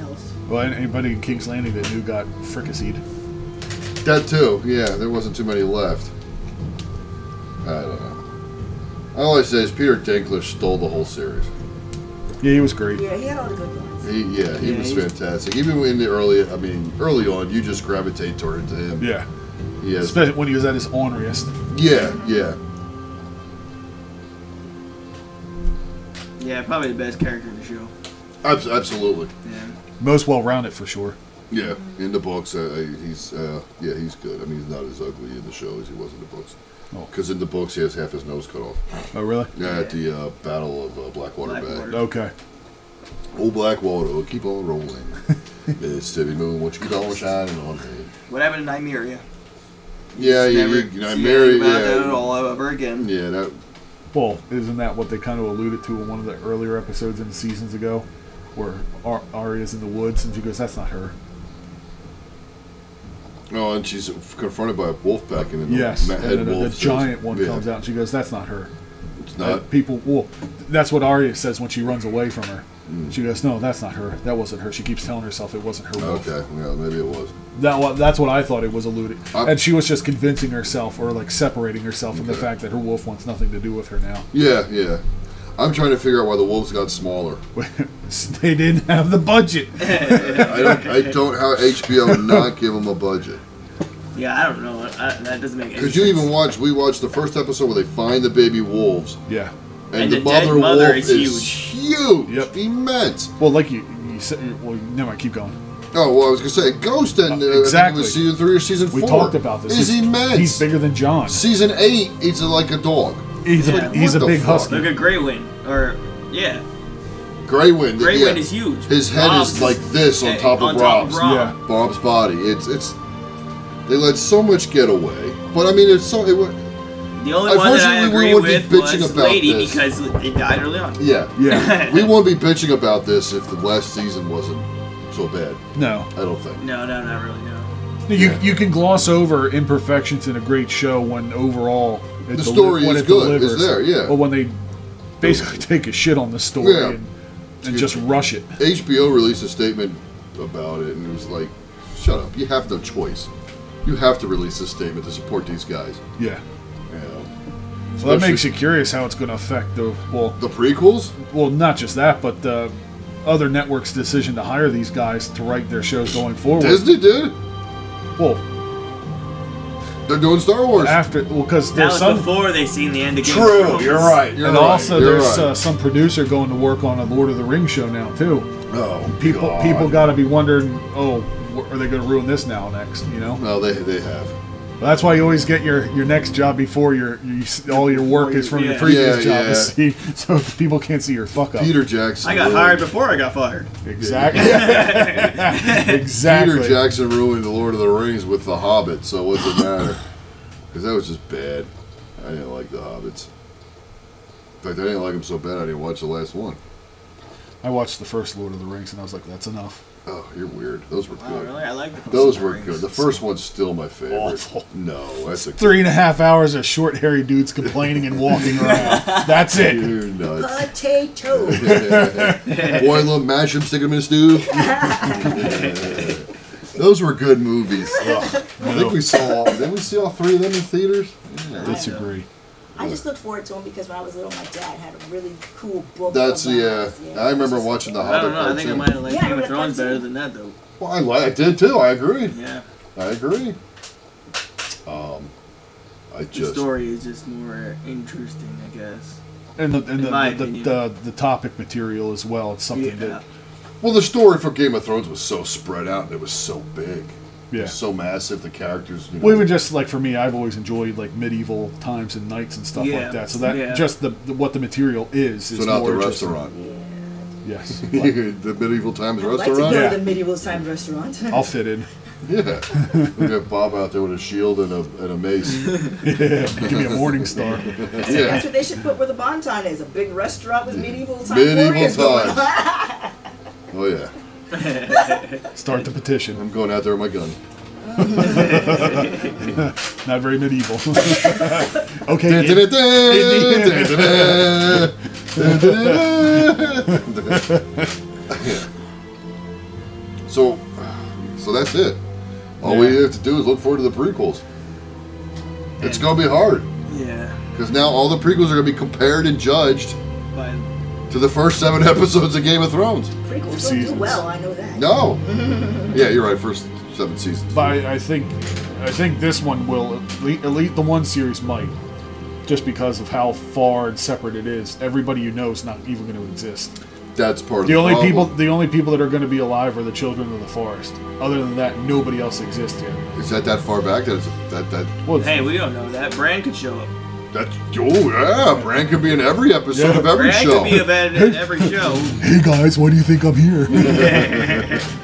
[SPEAKER 5] else.
[SPEAKER 4] Well, anybody in King's Landing that knew got fricasseed.
[SPEAKER 1] That too. Yeah, there wasn't too many left. I don't know. All I say is Peter Dinklage stole the whole series.
[SPEAKER 4] Yeah, he was great.
[SPEAKER 5] Yeah, he had all the good ones.
[SPEAKER 1] He, yeah, he
[SPEAKER 3] Yeah,
[SPEAKER 1] was
[SPEAKER 3] he-
[SPEAKER 1] fantastic. Even in the early, I mean, early on, you just gravitate toward him.
[SPEAKER 4] Yeah,
[SPEAKER 1] He has
[SPEAKER 4] especially when he was at his orneriest.
[SPEAKER 1] Yeah, yeah.
[SPEAKER 3] Yeah, probably the best character in the show.
[SPEAKER 1] Abs- absolutely.
[SPEAKER 3] Yeah.
[SPEAKER 4] Most well-rounded for sure.
[SPEAKER 1] Yeah. In the books, uh, he's uh, yeah, he's good. I mean, he's not as ugly in the show as he was in the books.
[SPEAKER 4] Oh.
[SPEAKER 1] Because in the books, he has half his nose cut off.
[SPEAKER 4] Oh, really?
[SPEAKER 1] Yeah, at the uh, Battle of uh, Blackwater, Bay.
[SPEAKER 3] Blackwater.
[SPEAKER 4] Okay.
[SPEAKER 1] Old Blackwater, keep on rolling. Miss Steady Moon, what you keep on shining on me.
[SPEAKER 3] What happened to Nymeria?
[SPEAKER 1] Yeah,
[SPEAKER 3] Just
[SPEAKER 1] yeah,
[SPEAKER 3] never
[SPEAKER 1] you, you know,
[SPEAKER 3] see
[SPEAKER 1] Mary,
[SPEAKER 3] anything about that at
[SPEAKER 1] yeah.
[SPEAKER 3] all ever again.
[SPEAKER 1] Yeah, that,
[SPEAKER 4] Well, isn't that what they kind of alluded to in one of the earlier episodes in seasons ago, where Ar- Arya's in the woods and she goes, "That's not her."
[SPEAKER 1] oh, and she's confronted by a wolf pack, and then the
[SPEAKER 4] Yes,
[SPEAKER 1] ma-
[SPEAKER 4] and
[SPEAKER 1] Mm-hmm. head
[SPEAKER 4] then the,
[SPEAKER 1] wolf says-
[SPEAKER 4] giant one
[SPEAKER 1] yeah,
[SPEAKER 4] comes out and she goes, "That's not her."
[SPEAKER 1] It's
[SPEAKER 4] Uh,
[SPEAKER 1] not,
[SPEAKER 4] people, well, that's what Arya says when she runs away from her.
[SPEAKER 1] Mm.
[SPEAKER 4] She goes, "No, that's not her. That wasn't her." She keeps telling herself it wasn't her. wolf.
[SPEAKER 1] okay, yeah, maybe it was.
[SPEAKER 4] That wa- that's what I thought it was alluding,
[SPEAKER 1] I-
[SPEAKER 4] and she was just convincing herself or like separating herself from the
[SPEAKER 1] Okay.
[SPEAKER 4] fact that her wolf wants nothing to do with her now.
[SPEAKER 1] Yeah, yeah. I'm trying to figure out why the wolves got smaller.
[SPEAKER 4] they didn't have the budget.
[SPEAKER 1] I don't, I don't how HBO not give them a budget.
[SPEAKER 3] Yeah, I don't know. I, that doesn't make any sense.
[SPEAKER 1] Because you even watch, we watched the first episode where they find the baby wolves,
[SPEAKER 4] yeah.
[SPEAKER 1] and,
[SPEAKER 3] And
[SPEAKER 1] the,
[SPEAKER 3] the dead
[SPEAKER 1] mother,
[SPEAKER 3] mother
[SPEAKER 1] wolf is
[SPEAKER 3] is
[SPEAKER 1] huge,
[SPEAKER 4] Yep.
[SPEAKER 1] immense.
[SPEAKER 4] Well, like you, you said. Well, never mind. Keep going.
[SPEAKER 1] Oh well, I was gonna say Ghost in uh, I think it was
[SPEAKER 4] exactly.
[SPEAKER 1] season three or season
[SPEAKER 4] We
[SPEAKER 1] four.
[SPEAKER 4] talked about this.
[SPEAKER 1] Is
[SPEAKER 4] he's,
[SPEAKER 1] immense.
[SPEAKER 4] He's bigger than John.
[SPEAKER 1] Season eight, it's like a dog.
[SPEAKER 4] He's
[SPEAKER 3] Yeah.
[SPEAKER 4] a he's
[SPEAKER 1] What
[SPEAKER 4] a
[SPEAKER 1] the
[SPEAKER 4] big
[SPEAKER 1] fuck?
[SPEAKER 4] husky.
[SPEAKER 3] Look at Grey Wing, or yeah,
[SPEAKER 1] Grey Wind.
[SPEAKER 3] Grey
[SPEAKER 1] yeah.
[SPEAKER 3] Wind is huge.
[SPEAKER 1] His head
[SPEAKER 3] Rob's
[SPEAKER 1] is like this on
[SPEAKER 3] eh,
[SPEAKER 1] top of
[SPEAKER 3] on top of
[SPEAKER 1] Rob's.
[SPEAKER 3] Rob.
[SPEAKER 4] Yeah.
[SPEAKER 1] Bob's body. It's it's. They let so much get away, but I mean, it's so. It, wa-
[SPEAKER 3] The only one that I
[SPEAKER 1] Unfortunately, we
[SPEAKER 3] agree
[SPEAKER 1] would be
[SPEAKER 3] with
[SPEAKER 1] bitching
[SPEAKER 3] was
[SPEAKER 1] about
[SPEAKER 3] Lady
[SPEAKER 1] this.
[SPEAKER 3] because it died early on.
[SPEAKER 1] yeah,
[SPEAKER 4] Yeah.
[SPEAKER 1] we won't be bitching about this if the last season wasn't so bad.
[SPEAKER 4] No.
[SPEAKER 1] I don't think.
[SPEAKER 3] No, no, not really. No.
[SPEAKER 4] You, you can gloss over imperfections in a great show when overall it
[SPEAKER 1] The story
[SPEAKER 4] when
[SPEAKER 1] is
[SPEAKER 4] it
[SPEAKER 1] good, it's
[SPEAKER 4] delivers.
[SPEAKER 1] there, yeah.
[SPEAKER 4] But when they basically take a shit on the story
[SPEAKER 1] Yeah.
[SPEAKER 4] and, and just rush it.
[SPEAKER 1] HBO released a statement about it, and it was like, "Shut up! You have no choice. You have to release this statement to support these guys."
[SPEAKER 4] Yeah.
[SPEAKER 1] You know,
[SPEAKER 4] So that
[SPEAKER 1] Especially-
[SPEAKER 4] makes you curious how it's going to affect the well,
[SPEAKER 1] the prequels.
[SPEAKER 4] well, not just that, but the other networks' decision to hire these guys to write their shows going forward.
[SPEAKER 1] Disney did.
[SPEAKER 4] Well,
[SPEAKER 1] They're doing Star Wars.
[SPEAKER 4] after well, because
[SPEAKER 3] That
[SPEAKER 4] there's
[SPEAKER 3] was
[SPEAKER 4] some
[SPEAKER 3] before they seen the end of Game of
[SPEAKER 1] True.
[SPEAKER 3] Thrones.
[SPEAKER 1] You're right. You're
[SPEAKER 4] and
[SPEAKER 1] right,
[SPEAKER 4] also
[SPEAKER 1] you're
[SPEAKER 4] there's
[SPEAKER 1] right.
[SPEAKER 4] uh, some producer going to work on a Lord of the Rings show now too.
[SPEAKER 1] oh,
[SPEAKER 4] uh, People
[SPEAKER 1] God.
[SPEAKER 4] people got to be wondering, oh, wh- are they going to ruin this now next? You know,
[SPEAKER 1] No, they they have.
[SPEAKER 4] that's why you always get your, your next job before your, you s all your work is from
[SPEAKER 3] Yeah.
[SPEAKER 4] your previous
[SPEAKER 1] Yeah,
[SPEAKER 4] job.
[SPEAKER 1] yeah.
[SPEAKER 4] to See, so people can't see your fuck up.
[SPEAKER 1] Peter Jackson.
[SPEAKER 3] I got
[SPEAKER 1] ruined-
[SPEAKER 3] hired before I got fired.
[SPEAKER 4] Exactly. exactly.
[SPEAKER 1] Peter Jackson ruined the Lord of the Rings with the Hobbit. So what's the matter? Because that was just bad. I didn't like the Hobbits. In fact, I didn't like them so bad I didn't watch the last one.
[SPEAKER 4] I watched the first Lord of the Rings and I was like, that's enough.
[SPEAKER 1] Oh, you're weird. Those were
[SPEAKER 3] Wow,
[SPEAKER 1] good.
[SPEAKER 3] Oh, really? I like the
[SPEAKER 1] Those
[SPEAKER 3] Lord
[SPEAKER 1] were
[SPEAKER 3] of the
[SPEAKER 1] good. The
[SPEAKER 3] Rings.
[SPEAKER 1] first one's still my favorite.
[SPEAKER 4] Awful.
[SPEAKER 1] No, that's a
[SPEAKER 4] Three and a half hours of short, hairy dudes complaining and walking around. That's it.
[SPEAKER 1] You're nuts.
[SPEAKER 5] Potato.
[SPEAKER 1] Boil them, mash them, stick them in a stew. Those were good movies.
[SPEAKER 4] Oh,
[SPEAKER 1] I think we saw. Did we see all three of them in theaters? Yeah.
[SPEAKER 4] Disagree.
[SPEAKER 5] I just look forward to them because when I was little, my dad had a really cool book.
[SPEAKER 1] That's
[SPEAKER 5] about
[SPEAKER 1] yeah.
[SPEAKER 5] it.
[SPEAKER 1] I remember
[SPEAKER 5] Just-
[SPEAKER 1] watching the
[SPEAKER 3] I
[SPEAKER 1] Hobbit
[SPEAKER 3] don't know. I think I
[SPEAKER 1] cartoon.
[SPEAKER 3] might have liked
[SPEAKER 5] Yeah, I
[SPEAKER 3] Game of
[SPEAKER 5] remember
[SPEAKER 3] Thrones
[SPEAKER 5] that
[SPEAKER 3] better
[SPEAKER 5] too.
[SPEAKER 3] than that, though.
[SPEAKER 1] well, I, li- I did too. I agree.
[SPEAKER 3] Yeah.
[SPEAKER 1] I agree. Um, I
[SPEAKER 3] The
[SPEAKER 1] just
[SPEAKER 3] story is just more interesting, I guess.
[SPEAKER 4] And the and
[SPEAKER 3] In my
[SPEAKER 4] the, the,
[SPEAKER 3] opinion.
[SPEAKER 4] the, the topic material as well. It's something that
[SPEAKER 1] well, the story for Game of Thrones was so spread out and it was so big,
[SPEAKER 4] yeah.
[SPEAKER 1] so massive. The characters. You know,
[SPEAKER 4] Well, even just like for me, I've always enjoyed like medieval times and knights and stuff
[SPEAKER 3] Yeah,
[SPEAKER 4] like that. So that
[SPEAKER 3] yeah.
[SPEAKER 4] just the, the what the material is is
[SPEAKER 1] so not
[SPEAKER 4] more
[SPEAKER 1] the
[SPEAKER 4] interesting.
[SPEAKER 1] restaurant.
[SPEAKER 4] Yes,
[SPEAKER 1] the medieval times
[SPEAKER 5] I'd like to go
[SPEAKER 1] restaurant.
[SPEAKER 4] Yeah.
[SPEAKER 5] to the medieval time restaurant.
[SPEAKER 4] I'll fit in.
[SPEAKER 1] Yeah, we got Bob out there with a shield and a and a mace.
[SPEAKER 4] Give me a morning star.
[SPEAKER 1] Yeah,
[SPEAKER 5] That's what they should put where the Bonton is—a big restaurant with medieval time
[SPEAKER 1] medieval
[SPEAKER 5] warriors going on.
[SPEAKER 1] times. Oh yeah,
[SPEAKER 4] Start the petition.
[SPEAKER 1] I'm going out there with my gun.
[SPEAKER 4] Not very medieval. okay. Ian.
[SPEAKER 1] So, so that's it. All we
[SPEAKER 4] Yeah.
[SPEAKER 1] have to do is look forward to the prequels. It's gonna be hard
[SPEAKER 3] Yeah.
[SPEAKER 1] because now all the prequels are gonna be compared and judged
[SPEAKER 3] But
[SPEAKER 1] to the first seven episodes of Game of Thrones.
[SPEAKER 5] Prequels don't do
[SPEAKER 4] Seasons.
[SPEAKER 5] well. I know that.
[SPEAKER 1] No. yeah, you're right. First seven seasons.
[SPEAKER 4] But I, I think, I think this one will at least, at least the one series might, just because of how far and separate it is. Everybody you know is not even going to exist.
[SPEAKER 1] That's part of
[SPEAKER 4] The
[SPEAKER 1] the
[SPEAKER 4] only people,
[SPEAKER 1] problem.
[SPEAKER 4] the only people that are going to be alive are the children of the forest. Other than that, nobody else exists here.
[SPEAKER 1] Is that that far back? That's that that
[SPEAKER 4] Well,
[SPEAKER 3] hey, we don't know that. Bran could show up.
[SPEAKER 1] that's oh yeah. Bran could be in every episode
[SPEAKER 4] Yeah.
[SPEAKER 1] of every
[SPEAKER 3] Bran
[SPEAKER 1] show.
[SPEAKER 3] could be about in every show.
[SPEAKER 4] hey guys, why do you think I'm here?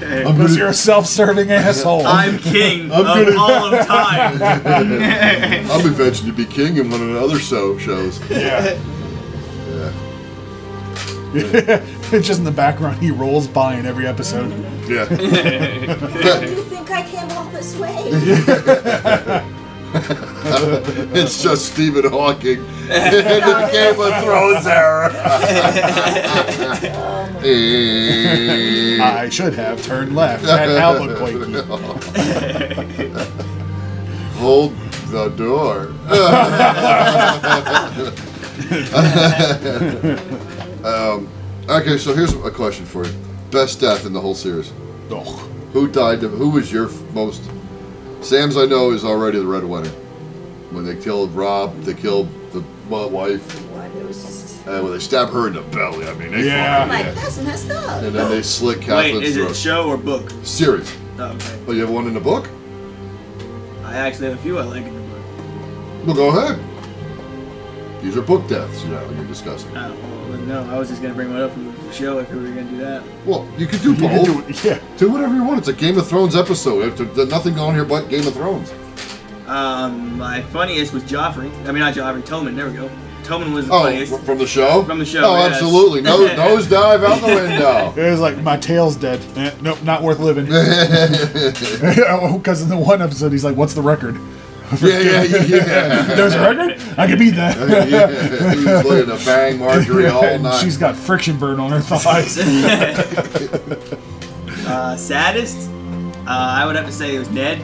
[SPEAKER 4] Because you're a self-serving asshole.
[SPEAKER 3] I'm king
[SPEAKER 1] I'm
[SPEAKER 3] of
[SPEAKER 1] gonna-
[SPEAKER 3] all of time.
[SPEAKER 1] I'm eventually be king in one of the other show shows.
[SPEAKER 4] yeah.
[SPEAKER 1] Yeah,
[SPEAKER 4] It's just in the background. He rolls by in every episode.
[SPEAKER 1] yeah.
[SPEAKER 5] How do you think I came all this way?
[SPEAKER 1] it's just Stephen Hawking in the Game of Thrones era. Eh.
[SPEAKER 4] I should have turned left at Albuquerque.
[SPEAKER 1] Hold the door. um, okay, so here's a question for you: Best death in the whole series.
[SPEAKER 4] Ugh.
[SPEAKER 1] Who died? The, who was your f- most? Sam's I know is already the Red Wedding. When they killed Rob, they killed the wa- wife.
[SPEAKER 5] Why, there was just-
[SPEAKER 1] Uh, when they stab her in the belly, I mean, they
[SPEAKER 4] Yeah.
[SPEAKER 5] I'm
[SPEAKER 1] fucking-
[SPEAKER 5] like, that's messed up.
[SPEAKER 1] And then they slit
[SPEAKER 3] Wait,
[SPEAKER 1] Catherine's
[SPEAKER 3] is it
[SPEAKER 1] throat.
[SPEAKER 3] show or book?
[SPEAKER 1] Series.
[SPEAKER 3] Oh, okay.
[SPEAKER 1] Oh, you have one in the book?
[SPEAKER 3] I actually have a few I like in the book.
[SPEAKER 1] Well, go ahead. These are book deaths, you know, you're discussing.
[SPEAKER 3] I don't know. No, I was just gonna bring one up. From the some show if we were gonna do that.
[SPEAKER 1] Well, you could do
[SPEAKER 4] You
[SPEAKER 1] both.
[SPEAKER 4] can do it. Yeah.
[SPEAKER 1] Do whatever you want. It's a Game of Thrones episode. If there- there's nothing on here but Game of Thrones.
[SPEAKER 3] Um, my funniest was Joffrey. I mean, not Joffrey. Toman. There we go. Toman was the
[SPEAKER 1] Oh,
[SPEAKER 3] funniest.
[SPEAKER 1] fr- from the show?
[SPEAKER 3] From the show,
[SPEAKER 1] Oh,
[SPEAKER 3] yes.
[SPEAKER 1] absolutely. No, nose dive out the window.
[SPEAKER 4] It was like my tail's dead. Eh, nope, not worth living. Because in the one episode, he's like, "What's the record?"
[SPEAKER 1] Yeah, yeah, yeah.
[SPEAKER 4] There's a record. I could beat that.
[SPEAKER 1] yeah. He was looking to bang Marjorie all
[SPEAKER 4] And
[SPEAKER 1] night.
[SPEAKER 4] She's got friction burn on her thighs.
[SPEAKER 3] uh, saddest, uh, I would have to say it was Ned.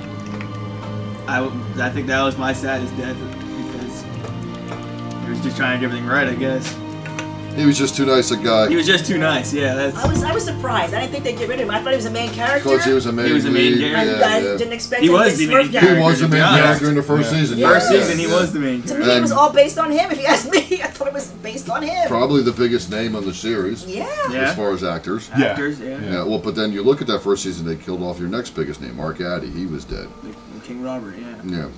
[SPEAKER 3] I, w- I think that was my saddest death because he was just trying to do everything right, I guess.
[SPEAKER 1] he was just too nice a
[SPEAKER 3] He
[SPEAKER 1] guy.
[SPEAKER 3] was just too nice, yeah.
[SPEAKER 5] I
[SPEAKER 3] That's,
[SPEAKER 5] was I was surprised. I didn't think they'd get rid of him. I thought he was a main character.
[SPEAKER 1] Because he was a main
[SPEAKER 3] He was a main
[SPEAKER 1] lead.
[SPEAKER 5] I,
[SPEAKER 3] character.
[SPEAKER 1] Yeah,
[SPEAKER 5] I
[SPEAKER 1] yeah.
[SPEAKER 5] didn't expect
[SPEAKER 3] He
[SPEAKER 5] him to
[SPEAKER 3] was
[SPEAKER 5] be
[SPEAKER 3] the main
[SPEAKER 5] Smurf
[SPEAKER 1] He
[SPEAKER 3] character.
[SPEAKER 1] was the main
[SPEAKER 3] Yeah.
[SPEAKER 1] character in the first season.
[SPEAKER 3] first
[SPEAKER 1] yeah,
[SPEAKER 3] season, he
[SPEAKER 1] yeah.
[SPEAKER 3] was the main
[SPEAKER 5] To
[SPEAKER 3] character.
[SPEAKER 5] me, it was all based on him. If you ask me, I thought it was based on him.
[SPEAKER 1] Probably the biggest name on the series
[SPEAKER 5] Yeah.
[SPEAKER 1] as
[SPEAKER 3] Yeah.
[SPEAKER 1] far as actors.
[SPEAKER 4] Yeah.
[SPEAKER 3] Actors, yeah.
[SPEAKER 1] Yeah, well, but then you look at that first season, they killed off your next biggest name, Mark Addy. He was dead.
[SPEAKER 3] King Robert, yeah.
[SPEAKER 1] Yeah.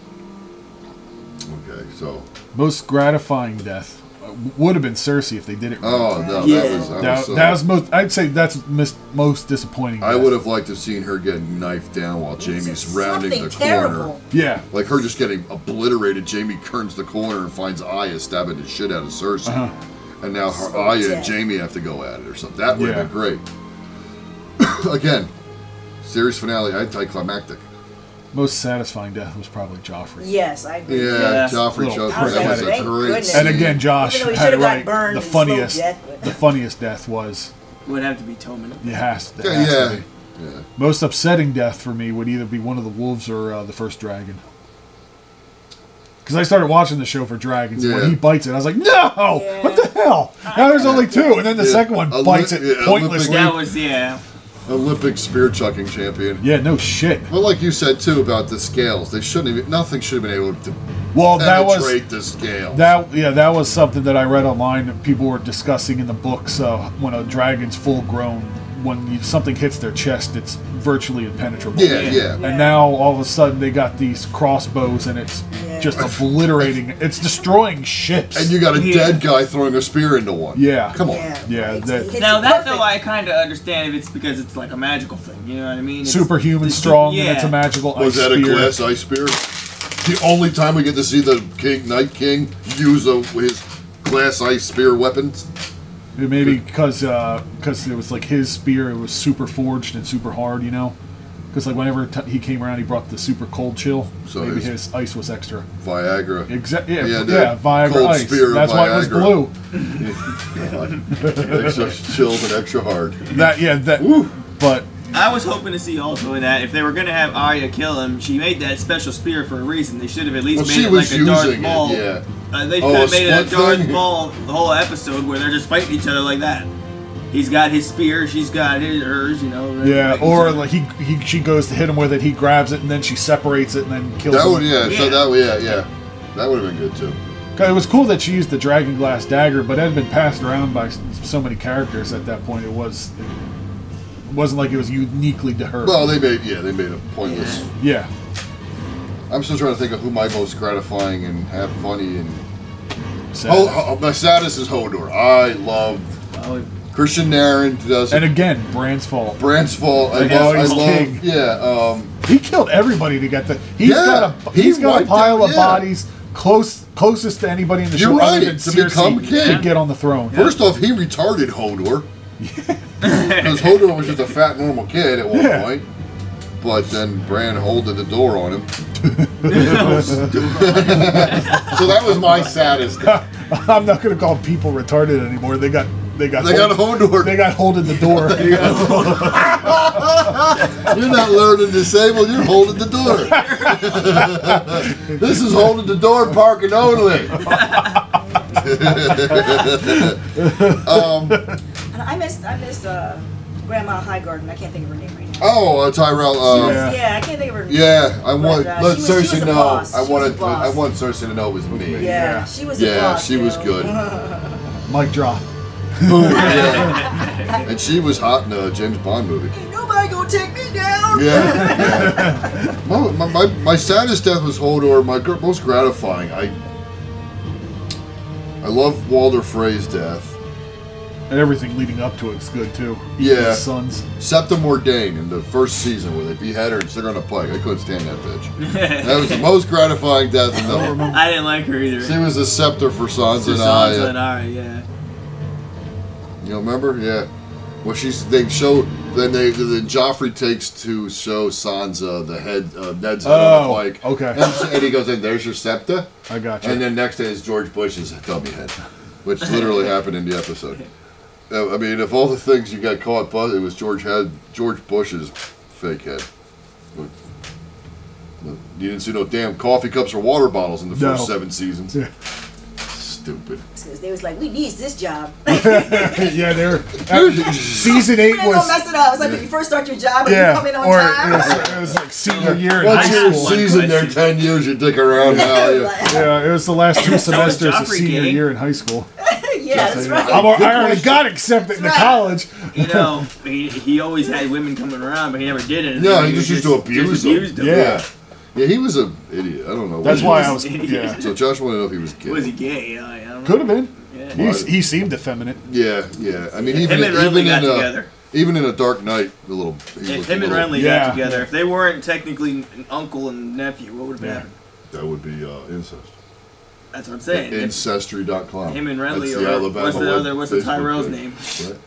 [SPEAKER 1] Okay, so.
[SPEAKER 4] most gratifying death uh, would have been Cersei if they did it. Right.
[SPEAKER 1] Oh, no, that
[SPEAKER 3] Yeah.
[SPEAKER 1] was. That,
[SPEAKER 4] that,
[SPEAKER 1] was, so-
[SPEAKER 4] that was most. I'd say that's mis- most disappointing.
[SPEAKER 1] I
[SPEAKER 4] death.
[SPEAKER 1] would have liked to have seen her get knifed down while Jamie's rounding
[SPEAKER 5] Something
[SPEAKER 1] the corner.
[SPEAKER 5] terrible.
[SPEAKER 4] Yeah.
[SPEAKER 1] Like her just getting obliterated. Jamie turns the corner and finds Arya stabbing the shit out of Cersei.
[SPEAKER 4] Uh-huh.
[SPEAKER 1] And now her,
[SPEAKER 5] So
[SPEAKER 1] Arya and
[SPEAKER 5] dead.
[SPEAKER 1] Jamie have to go at it or something. That would have
[SPEAKER 4] Yeah.
[SPEAKER 1] been great. Again, series finale anticlimactic.
[SPEAKER 4] Most satisfying death was probably Joffrey.
[SPEAKER 5] yes, I agree.
[SPEAKER 1] Yeah,
[SPEAKER 3] Yeah.
[SPEAKER 1] Joffrey
[SPEAKER 4] Little
[SPEAKER 1] chose
[SPEAKER 4] prick.
[SPEAKER 1] That was a
[SPEAKER 5] Thank
[SPEAKER 1] great
[SPEAKER 5] goodness.
[SPEAKER 1] scene.
[SPEAKER 4] And again, Josh
[SPEAKER 5] Even though he
[SPEAKER 4] had it
[SPEAKER 5] should've got
[SPEAKER 4] right.
[SPEAKER 5] burned
[SPEAKER 4] The
[SPEAKER 5] in slow
[SPEAKER 4] funniest,
[SPEAKER 5] death.
[SPEAKER 4] the funniest death was
[SPEAKER 3] Would have to be Toman.
[SPEAKER 4] it has, it
[SPEAKER 1] Yeah,
[SPEAKER 4] has
[SPEAKER 1] yeah.
[SPEAKER 4] to be. Most upsetting death for me would either be one of the wolves or uh, the first dragon. Because I started watching the show for dragons, and
[SPEAKER 1] Yeah.
[SPEAKER 4] when he bites it, I was like, "No, what the hell?" Now there's only two, and then the
[SPEAKER 1] Yeah.
[SPEAKER 4] second one
[SPEAKER 1] Olymp-
[SPEAKER 4] bites it
[SPEAKER 1] yeah, Olympic-
[SPEAKER 4] pointlessly.
[SPEAKER 3] That was, yeah.
[SPEAKER 1] Olympic spear chucking champion.
[SPEAKER 4] Yeah, no shit.
[SPEAKER 1] Well, like you said too about the scales, they shouldn't even. Nothing should have been able to
[SPEAKER 4] Well, that was
[SPEAKER 1] penetrate the scale.
[SPEAKER 4] that. Yeah, that was something that I read online that people were discussing in the books. Uh, when a dragon's full grown, when you, something hits their chest, it's virtually impenetrable.
[SPEAKER 1] yeah, yeah,
[SPEAKER 4] And now all of a sudden they got these crossbows and it's
[SPEAKER 5] Yeah.
[SPEAKER 4] just obliterating. It's destroying ships.
[SPEAKER 1] And you got a
[SPEAKER 3] Yeah.
[SPEAKER 1] dead guy throwing a spear into one.
[SPEAKER 4] Yeah.
[SPEAKER 1] Come on.
[SPEAKER 5] Yeah.
[SPEAKER 4] Yeah,
[SPEAKER 5] It's-
[SPEAKER 4] that-
[SPEAKER 5] it hits
[SPEAKER 3] Now
[SPEAKER 5] it
[SPEAKER 3] that
[SPEAKER 5] perfect.
[SPEAKER 3] though I kind of understand if it's because it's like a magical thing, you know what I mean? It's-
[SPEAKER 4] superhuman
[SPEAKER 3] it's-
[SPEAKER 4] strong
[SPEAKER 3] yeah.
[SPEAKER 4] and it's a magical
[SPEAKER 1] Was
[SPEAKER 4] ice
[SPEAKER 1] that
[SPEAKER 4] spear.
[SPEAKER 1] a glass ice spear? The only time we get to see the King Night King use a, his glass ice spear weapons.
[SPEAKER 4] It Maybe because uh, it was like his spear, it was super forged and super hard, you know? Because like whenever t- he came around, he brought the super cold chill.
[SPEAKER 1] So
[SPEAKER 4] maybe
[SPEAKER 1] his-
[SPEAKER 4] his ice was extra.
[SPEAKER 1] Viagra.
[SPEAKER 4] Exactly. Yeah,
[SPEAKER 1] Yeah,
[SPEAKER 4] yeah,
[SPEAKER 1] the
[SPEAKER 4] Viagra
[SPEAKER 1] cold
[SPEAKER 4] ice.
[SPEAKER 1] spear of
[SPEAKER 4] That's why it was
[SPEAKER 1] Viagra.
[SPEAKER 4] blue.
[SPEAKER 1] extra chilled and extra hard.
[SPEAKER 4] That yeah that.
[SPEAKER 1] Woo.
[SPEAKER 4] But
[SPEAKER 3] I was hoping to see also in that if they were gonna have Arya kill him, she made that special spear for a reason. They should have at least
[SPEAKER 1] Well,
[SPEAKER 3] made
[SPEAKER 1] she
[SPEAKER 3] it
[SPEAKER 1] was
[SPEAKER 3] like a Darth
[SPEAKER 1] using it,
[SPEAKER 3] Maul.
[SPEAKER 1] yeah.
[SPEAKER 3] Uh, they
[SPEAKER 1] Oh,
[SPEAKER 3] could
[SPEAKER 1] a
[SPEAKER 3] have made it a
[SPEAKER 1] split
[SPEAKER 3] Darth
[SPEAKER 1] thing?
[SPEAKER 3] Maul the whole episode where they're just fighting each other like that. He's got his spear, she's got his hers, you know. they're
[SPEAKER 4] yeah,
[SPEAKER 3] fighting each
[SPEAKER 4] or
[SPEAKER 3] other.
[SPEAKER 4] like he, he she goes to hit him with it, he grabs it, and then she separates it and then kills
[SPEAKER 1] That
[SPEAKER 4] him.
[SPEAKER 1] would yeah, So
[SPEAKER 3] Yeah.
[SPEAKER 1] that would yeah yeah. That would have been good too.
[SPEAKER 4] 'Cause It was cool that she used the dragon glass dagger, but it had been passed around by s- so many characters at that point. It was, it wasn't like it was uniquely to her.
[SPEAKER 1] Well, they made yeah they made a pointless.
[SPEAKER 4] yeah,
[SPEAKER 1] I'm still trying to think of who my most gratifying and have funny and
[SPEAKER 4] sad.
[SPEAKER 1] oh, oh my saddest is Hodor. I loved
[SPEAKER 3] Oh,
[SPEAKER 1] Christian Nairn does
[SPEAKER 4] and again, Bran's fault.
[SPEAKER 1] Brand's fault. I
[SPEAKER 4] Like,
[SPEAKER 1] love,
[SPEAKER 4] he's
[SPEAKER 1] I love
[SPEAKER 4] king.
[SPEAKER 1] yeah. Um,
[SPEAKER 4] He killed everybody to get the. He's
[SPEAKER 1] Yeah,
[SPEAKER 4] got a
[SPEAKER 1] he
[SPEAKER 4] he's got a
[SPEAKER 1] wiped
[SPEAKER 4] pile
[SPEAKER 1] out-
[SPEAKER 4] of
[SPEAKER 1] yeah.
[SPEAKER 4] bodies close closest to anybody in the
[SPEAKER 1] You're
[SPEAKER 4] show
[SPEAKER 1] right,
[SPEAKER 4] other than
[SPEAKER 1] to
[SPEAKER 4] Cersei
[SPEAKER 1] become king.
[SPEAKER 4] to get on the throne.
[SPEAKER 1] First off, he retarded Hodor. Because Hodor was just a fat normal kid at one
[SPEAKER 4] Yeah.
[SPEAKER 1] point. But then Bran holded the door on him. so that was my saddest. They
[SPEAKER 4] I'm not gonna call people retarded anymore. They got they got
[SPEAKER 1] got Hodor.
[SPEAKER 4] they got holding the door.
[SPEAKER 1] You're not learning disabled, you're holding the door. this is holding the door parking only.
[SPEAKER 5] And I missed I missed uh, Grandma Highgarden. I can't think of her name right now.
[SPEAKER 1] Oh, uh, Tyrell. Um,
[SPEAKER 4] Yeah.
[SPEAKER 5] yeah. I can't think of her name.
[SPEAKER 1] Yeah, I want
[SPEAKER 5] But, uh,
[SPEAKER 1] let
[SPEAKER 5] she was- she was
[SPEAKER 1] Cersei
[SPEAKER 5] a
[SPEAKER 1] know.
[SPEAKER 5] boss.
[SPEAKER 1] I
[SPEAKER 5] She
[SPEAKER 1] want
[SPEAKER 5] was a
[SPEAKER 1] to.
[SPEAKER 5] boss.
[SPEAKER 1] I want Cersei to know it was me.
[SPEAKER 5] Yeah,
[SPEAKER 4] Yeah.
[SPEAKER 5] she was. a
[SPEAKER 1] Yeah,
[SPEAKER 5] boss,
[SPEAKER 1] she was
[SPEAKER 5] yo.
[SPEAKER 1] good.
[SPEAKER 4] Mic drop.
[SPEAKER 1] Yeah. And she was hot in a James Bond movie.
[SPEAKER 5] Ain't Nobody gonna take me down.
[SPEAKER 1] Yeah. my, my, my, my saddest death was Hodor. My gr- most gratifying. I I love Walder Frey's death.
[SPEAKER 4] And everything leading up to it's good too.
[SPEAKER 1] Yeah.
[SPEAKER 4] His sons.
[SPEAKER 1] Septim Ordain in the first season where they behead her and stick her on a pike. I couldn't stand that bitch. That was the most gratifying death in the world.
[SPEAKER 3] I didn't like her either.
[SPEAKER 1] She was the scepter for Sansa and
[SPEAKER 3] Sansa
[SPEAKER 1] Arya.
[SPEAKER 3] and Arya, yeah.
[SPEAKER 1] You remember? Yeah. Well, she's they show then they then Joffrey takes to show Sansa the head uh, Ned's head on
[SPEAKER 4] Oh,
[SPEAKER 1] the pike.
[SPEAKER 4] okay.
[SPEAKER 1] And, and he goes in. There's your scepter.
[SPEAKER 4] I got you.
[SPEAKER 1] And then next day is George Bush's dummy head, which literally happened in the episode. Uh, I mean, of all the things you got caught, but it was George had George Bush's fake head. But- You didn't see no damn coffee cups or water bottles in the
[SPEAKER 4] No.
[SPEAKER 1] first seven seasons.
[SPEAKER 4] Yeah.
[SPEAKER 1] Stupid.
[SPEAKER 5] Because they was like, we need this job.
[SPEAKER 4] yeah, they're uh, season eight
[SPEAKER 5] I ain't gonna
[SPEAKER 4] was
[SPEAKER 5] mess it up. It's like when you first start your job and
[SPEAKER 4] yeah,
[SPEAKER 5] you come in on
[SPEAKER 4] or
[SPEAKER 5] time.
[SPEAKER 4] It, was, it was like senior year in
[SPEAKER 1] Once
[SPEAKER 4] high
[SPEAKER 3] I
[SPEAKER 1] you're
[SPEAKER 3] have
[SPEAKER 1] a
[SPEAKER 4] school.
[SPEAKER 3] one
[SPEAKER 1] season, there
[SPEAKER 3] question.
[SPEAKER 1] ten years you dick around. Now, Oh, yeah.
[SPEAKER 5] Like,
[SPEAKER 4] Yeah, it was the last two semesters of
[SPEAKER 3] Joffrey
[SPEAKER 4] senior
[SPEAKER 3] gang.
[SPEAKER 4] year in high school.
[SPEAKER 5] yeah, that's right.
[SPEAKER 4] I'm, I already got accepted into
[SPEAKER 5] That's right.
[SPEAKER 4] college.
[SPEAKER 3] You know, he, he always had women coming around, but he never did it.
[SPEAKER 1] No, he just used to abuse them.
[SPEAKER 3] abused
[SPEAKER 4] Yeah.
[SPEAKER 1] yeah, yeah, he was a idiot. I don't know.
[SPEAKER 4] That's
[SPEAKER 1] what
[SPEAKER 4] why
[SPEAKER 1] he
[SPEAKER 4] I
[SPEAKER 1] was.
[SPEAKER 4] was. Yeah,
[SPEAKER 1] So Josh wanted to know if he was gay.
[SPEAKER 3] Was he gay? I, I don't know.
[SPEAKER 4] could have been.
[SPEAKER 3] Yeah.
[SPEAKER 4] He, he seemed effeminate.
[SPEAKER 1] Yeah, yeah. I mean, even
[SPEAKER 3] Him
[SPEAKER 1] in,
[SPEAKER 3] and Renly
[SPEAKER 1] even
[SPEAKER 3] got
[SPEAKER 1] in uh, a,
[SPEAKER 3] together.
[SPEAKER 1] even in a Dark Knight, the little he
[SPEAKER 3] If
[SPEAKER 1] looked a
[SPEAKER 3] him and
[SPEAKER 1] little-
[SPEAKER 3] Renly
[SPEAKER 4] Yeah.
[SPEAKER 3] got together, if they weren't technically an uncle and nephew, what would have
[SPEAKER 4] Yeah.
[SPEAKER 3] happened?
[SPEAKER 1] That would be uh, incest.
[SPEAKER 3] That's what I'm saying. If
[SPEAKER 1] Ancestry.com.
[SPEAKER 3] him and
[SPEAKER 1] That's
[SPEAKER 3] Renly,
[SPEAKER 1] the
[SPEAKER 3] or
[SPEAKER 1] Alabama
[SPEAKER 3] what's the other?
[SPEAKER 1] web-
[SPEAKER 3] What's the
[SPEAKER 1] Facebook
[SPEAKER 3] Tyrell's
[SPEAKER 1] page.
[SPEAKER 3] name?
[SPEAKER 1] What?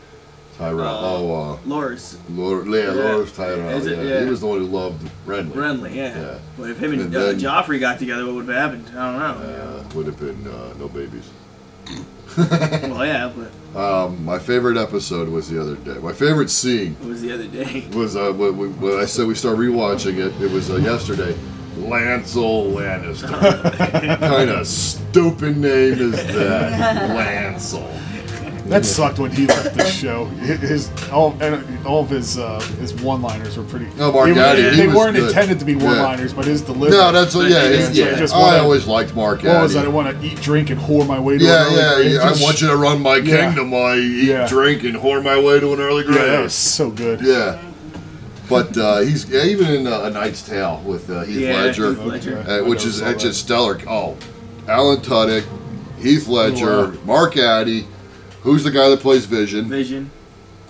[SPEAKER 1] Tyrell.
[SPEAKER 3] Uh,
[SPEAKER 1] oh, uh,
[SPEAKER 3] Loris
[SPEAKER 1] Lord, yeah, Lawrence Tyrell.
[SPEAKER 3] Is it?
[SPEAKER 1] Yeah.
[SPEAKER 3] Yeah.
[SPEAKER 1] he was the one who loved Renly.
[SPEAKER 3] Renly, yeah.
[SPEAKER 1] Yeah.
[SPEAKER 3] But if him and,
[SPEAKER 1] And
[SPEAKER 3] uh,
[SPEAKER 1] then-
[SPEAKER 3] Joffrey got together, what would have happened? I don't know.
[SPEAKER 1] Uh, would have been uh, no babies.
[SPEAKER 3] Well, yeah, but
[SPEAKER 1] Um, my favorite episode was the other day. My favorite scene
[SPEAKER 3] it was the other day.
[SPEAKER 1] was uh, when, we, when I said we started rewatching it. It was uh, yesterday. Lancel Lannister. kind of stupid name is that? Lancel.
[SPEAKER 4] That sucked when he left the show. His all and all of his uh, his one liners were pretty.
[SPEAKER 1] Oh, Mark
[SPEAKER 4] they,
[SPEAKER 1] Gatti, he
[SPEAKER 4] they
[SPEAKER 1] was
[SPEAKER 4] weren't
[SPEAKER 1] good.
[SPEAKER 4] intended to be one liners, but his delivery.
[SPEAKER 1] No, that's what, yeah,
[SPEAKER 3] Yeah,
[SPEAKER 1] yeah.
[SPEAKER 3] so
[SPEAKER 1] yeah.
[SPEAKER 4] just
[SPEAKER 1] I
[SPEAKER 4] wanna-
[SPEAKER 1] always liked Mark
[SPEAKER 4] what was that? I
[SPEAKER 1] Addy.
[SPEAKER 4] want to eat, drink, and whore my way to
[SPEAKER 1] Yeah,
[SPEAKER 4] an
[SPEAKER 1] yeah,
[SPEAKER 4] early grave.
[SPEAKER 1] yeah. I
[SPEAKER 4] Just-
[SPEAKER 1] want you to run my
[SPEAKER 4] Yeah.
[SPEAKER 1] kingdom. I eat,
[SPEAKER 4] Yeah.
[SPEAKER 1] drink, and whore my way to an early grave.
[SPEAKER 4] Yeah, that was so good.
[SPEAKER 1] Yeah. But uh, he's yeah, even in uh, A Knight's Tale with uh, Heath
[SPEAKER 3] Yeah,
[SPEAKER 1] Ledger,
[SPEAKER 3] Heath Ledger.
[SPEAKER 1] Uh, which
[SPEAKER 4] I
[SPEAKER 1] is
[SPEAKER 4] never saw
[SPEAKER 1] it's just stellar. Oh, Alan Tudyk, Heath Ledger, Mark Addy, who's the guy that plays Vision?
[SPEAKER 3] Vision.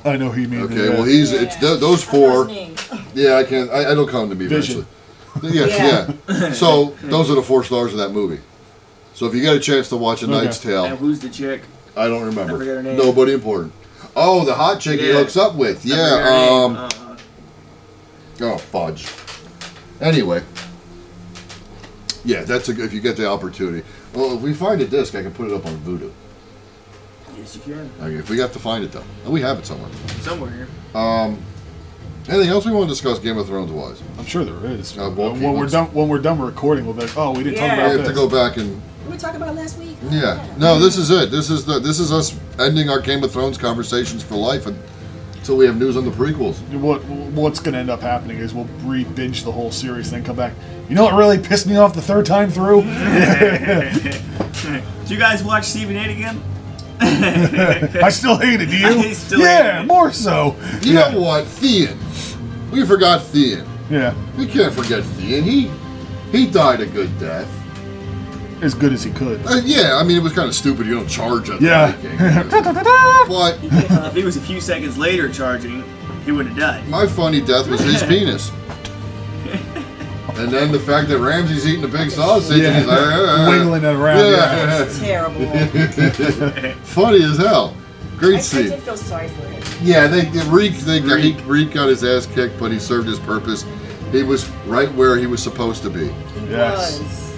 [SPEAKER 4] I know who you mean.
[SPEAKER 1] Okay,
[SPEAKER 4] yeah.
[SPEAKER 1] well he's it's
[SPEAKER 5] Yeah.
[SPEAKER 1] th- those
[SPEAKER 5] I forgot
[SPEAKER 1] four.
[SPEAKER 5] his name.
[SPEAKER 1] Yeah, I can't. I, I don't come to me
[SPEAKER 4] Vision.
[SPEAKER 1] eventually. Yeah, yeah. So those are the four stars of that movie. So if you get a chance to watch A Knight's
[SPEAKER 3] And
[SPEAKER 1] Tale,
[SPEAKER 3] who's the chick?
[SPEAKER 1] I don't
[SPEAKER 3] I
[SPEAKER 1] remember.
[SPEAKER 3] forget her name.
[SPEAKER 1] Nobody important. Oh, the hot chick he
[SPEAKER 3] Yeah.
[SPEAKER 1] hooks up with.
[SPEAKER 3] I forget her
[SPEAKER 1] Yeah.
[SPEAKER 3] name.
[SPEAKER 1] Um.
[SPEAKER 3] Uh,
[SPEAKER 1] Oh fudge. Anyway. Yeah, that's a, good- if you get the opportunity. Well, if we find a disc, I can put it up on Voodoo.
[SPEAKER 3] yes, you can.
[SPEAKER 1] Okay, if we have to find it though, and we have it somewhere.
[SPEAKER 3] Somewhere here.
[SPEAKER 1] Anything else we want to discuss Game of Thrones wise?
[SPEAKER 4] I'm sure there is.
[SPEAKER 1] Uh, well,
[SPEAKER 4] when we're
[SPEAKER 1] let's-
[SPEAKER 4] done, when we're done recording, we'll be like, oh, we didn't
[SPEAKER 5] Yeah.
[SPEAKER 1] We
[SPEAKER 4] talk
[SPEAKER 1] have
[SPEAKER 4] about
[SPEAKER 1] to
[SPEAKER 4] this.
[SPEAKER 1] go back and
[SPEAKER 5] Did we talk about it last week?
[SPEAKER 1] Yeah. No, this is it. This is the this is us ending our Game of Thrones conversations for life and until we have news on the prequels.
[SPEAKER 4] What what's going to end up happening is we'll re-binge the whole series, then come back. You know what really pissed me off the third time through?
[SPEAKER 3] Did you guys watch Stephen A. again?
[SPEAKER 4] I still hated you.
[SPEAKER 3] I still
[SPEAKER 4] yeah,
[SPEAKER 3] hated it.
[SPEAKER 4] more so.
[SPEAKER 1] You
[SPEAKER 4] yeah.
[SPEAKER 1] know what? Theon. We forgot Theon.
[SPEAKER 4] Yeah,
[SPEAKER 1] We can't forget Theon. He he died a good death.
[SPEAKER 4] as good as he could.
[SPEAKER 1] Uh, yeah, I mean it was kind of stupid. You don't charge at
[SPEAKER 4] Yeah.
[SPEAKER 1] the Night King. but
[SPEAKER 3] If he was a few seconds later charging, he would have died.
[SPEAKER 1] my funny death was his penis. And then the fact that Ramsey's eating a big sausage and he's like, "Uh, uh, uh."
[SPEAKER 4] Wiggling it around, yeah.
[SPEAKER 5] Terrible. I,
[SPEAKER 1] funny as hell.
[SPEAKER 5] I
[SPEAKER 1] Great scene.
[SPEAKER 5] did feel sorry for him.
[SPEAKER 1] Yeah, they, they Reek they
[SPEAKER 3] Reek.
[SPEAKER 1] He, Reek got his ass kicked, but he served his purpose. He was right where he was supposed to be.
[SPEAKER 5] He
[SPEAKER 4] Yes.
[SPEAKER 5] was.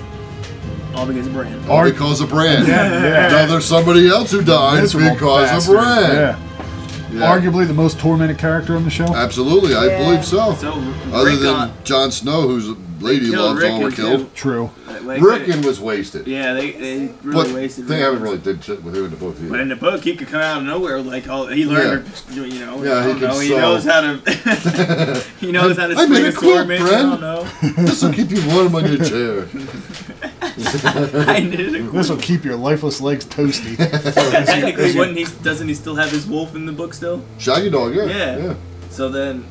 [SPEAKER 3] All because of Bran.
[SPEAKER 1] All because of Brand.
[SPEAKER 4] yeah.
[SPEAKER 1] Now there's somebody else who died
[SPEAKER 4] Miserable
[SPEAKER 1] because
[SPEAKER 4] bastard.
[SPEAKER 1] of Brand.
[SPEAKER 4] Yeah.
[SPEAKER 1] Yeah. Uh,
[SPEAKER 4] arguably the most tormented character on the show.
[SPEAKER 1] Absolutely, I
[SPEAKER 5] Yeah.
[SPEAKER 1] believe so.
[SPEAKER 3] So,
[SPEAKER 1] Other
[SPEAKER 3] Rick
[SPEAKER 1] than
[SPEAKER 3] got-
[SPEAKER 1] Jon Snow, whose lady
[SPEAKER 3] killed
[SPEAKER 1] loves
[SPEAKER 3] Rick
[SPEAKER 1] all were
[SPEAKER 3] and
[SPEAKER 1] killed.
[SPEAKER 4] True.
[SPEAKER 3] Like,
[SPEAKER 1] Rickon was wasted.
[SPEAKER 3] Yeah, they, they really
[SPEAKER 1] but
[SPEAKER 3] wasted.
[SPEAKER 1] they
[SPEAKER 3] Rick.
[SPEAKER 1] haven't really did shit with him in the book
[SPEAKER 3] But
[SPEAKER 1] either.
[SPEAKER 3] in the book, he could come out of nowhere. Like all, he learned, to, you know.
[SPEAKER 1] Yeah,
[SPEAKER 3] I
[SPEAKER 1] he
[SPEAKER 3] don't
[SPEAKER 1] can
[SPEAKER 3] know, he
[SPEAKER 1] sew.
[SPEAKER 3] knows how to. he knows how to
[SPEAKER 1] I made
[SPEAKER 3] swing
[SPEAKER 1] a
[SPEAKER 3] a sword.
[SPEAKER 1] quilt,
[SPEAKER 3] maybe, I
[SPEAKER 1] Bran.
[SPEAKER 3] don't know.
[SPEAKER 1] this will keep you warm on your chair.
[SPEAKER 3] I knitted a
[SPEAKER 4] This
[SPEAKER 3] quilt.
[SPEAKER 4] will keep your lifeless legs toasty.
[SPEAKER 3] Technically, wouldn't he? Doesn't he still have his wolf in the book still?
[SPEAKER 1] Shaggy Dog, yeah.
[SPEAKER 3] Yeah. So then,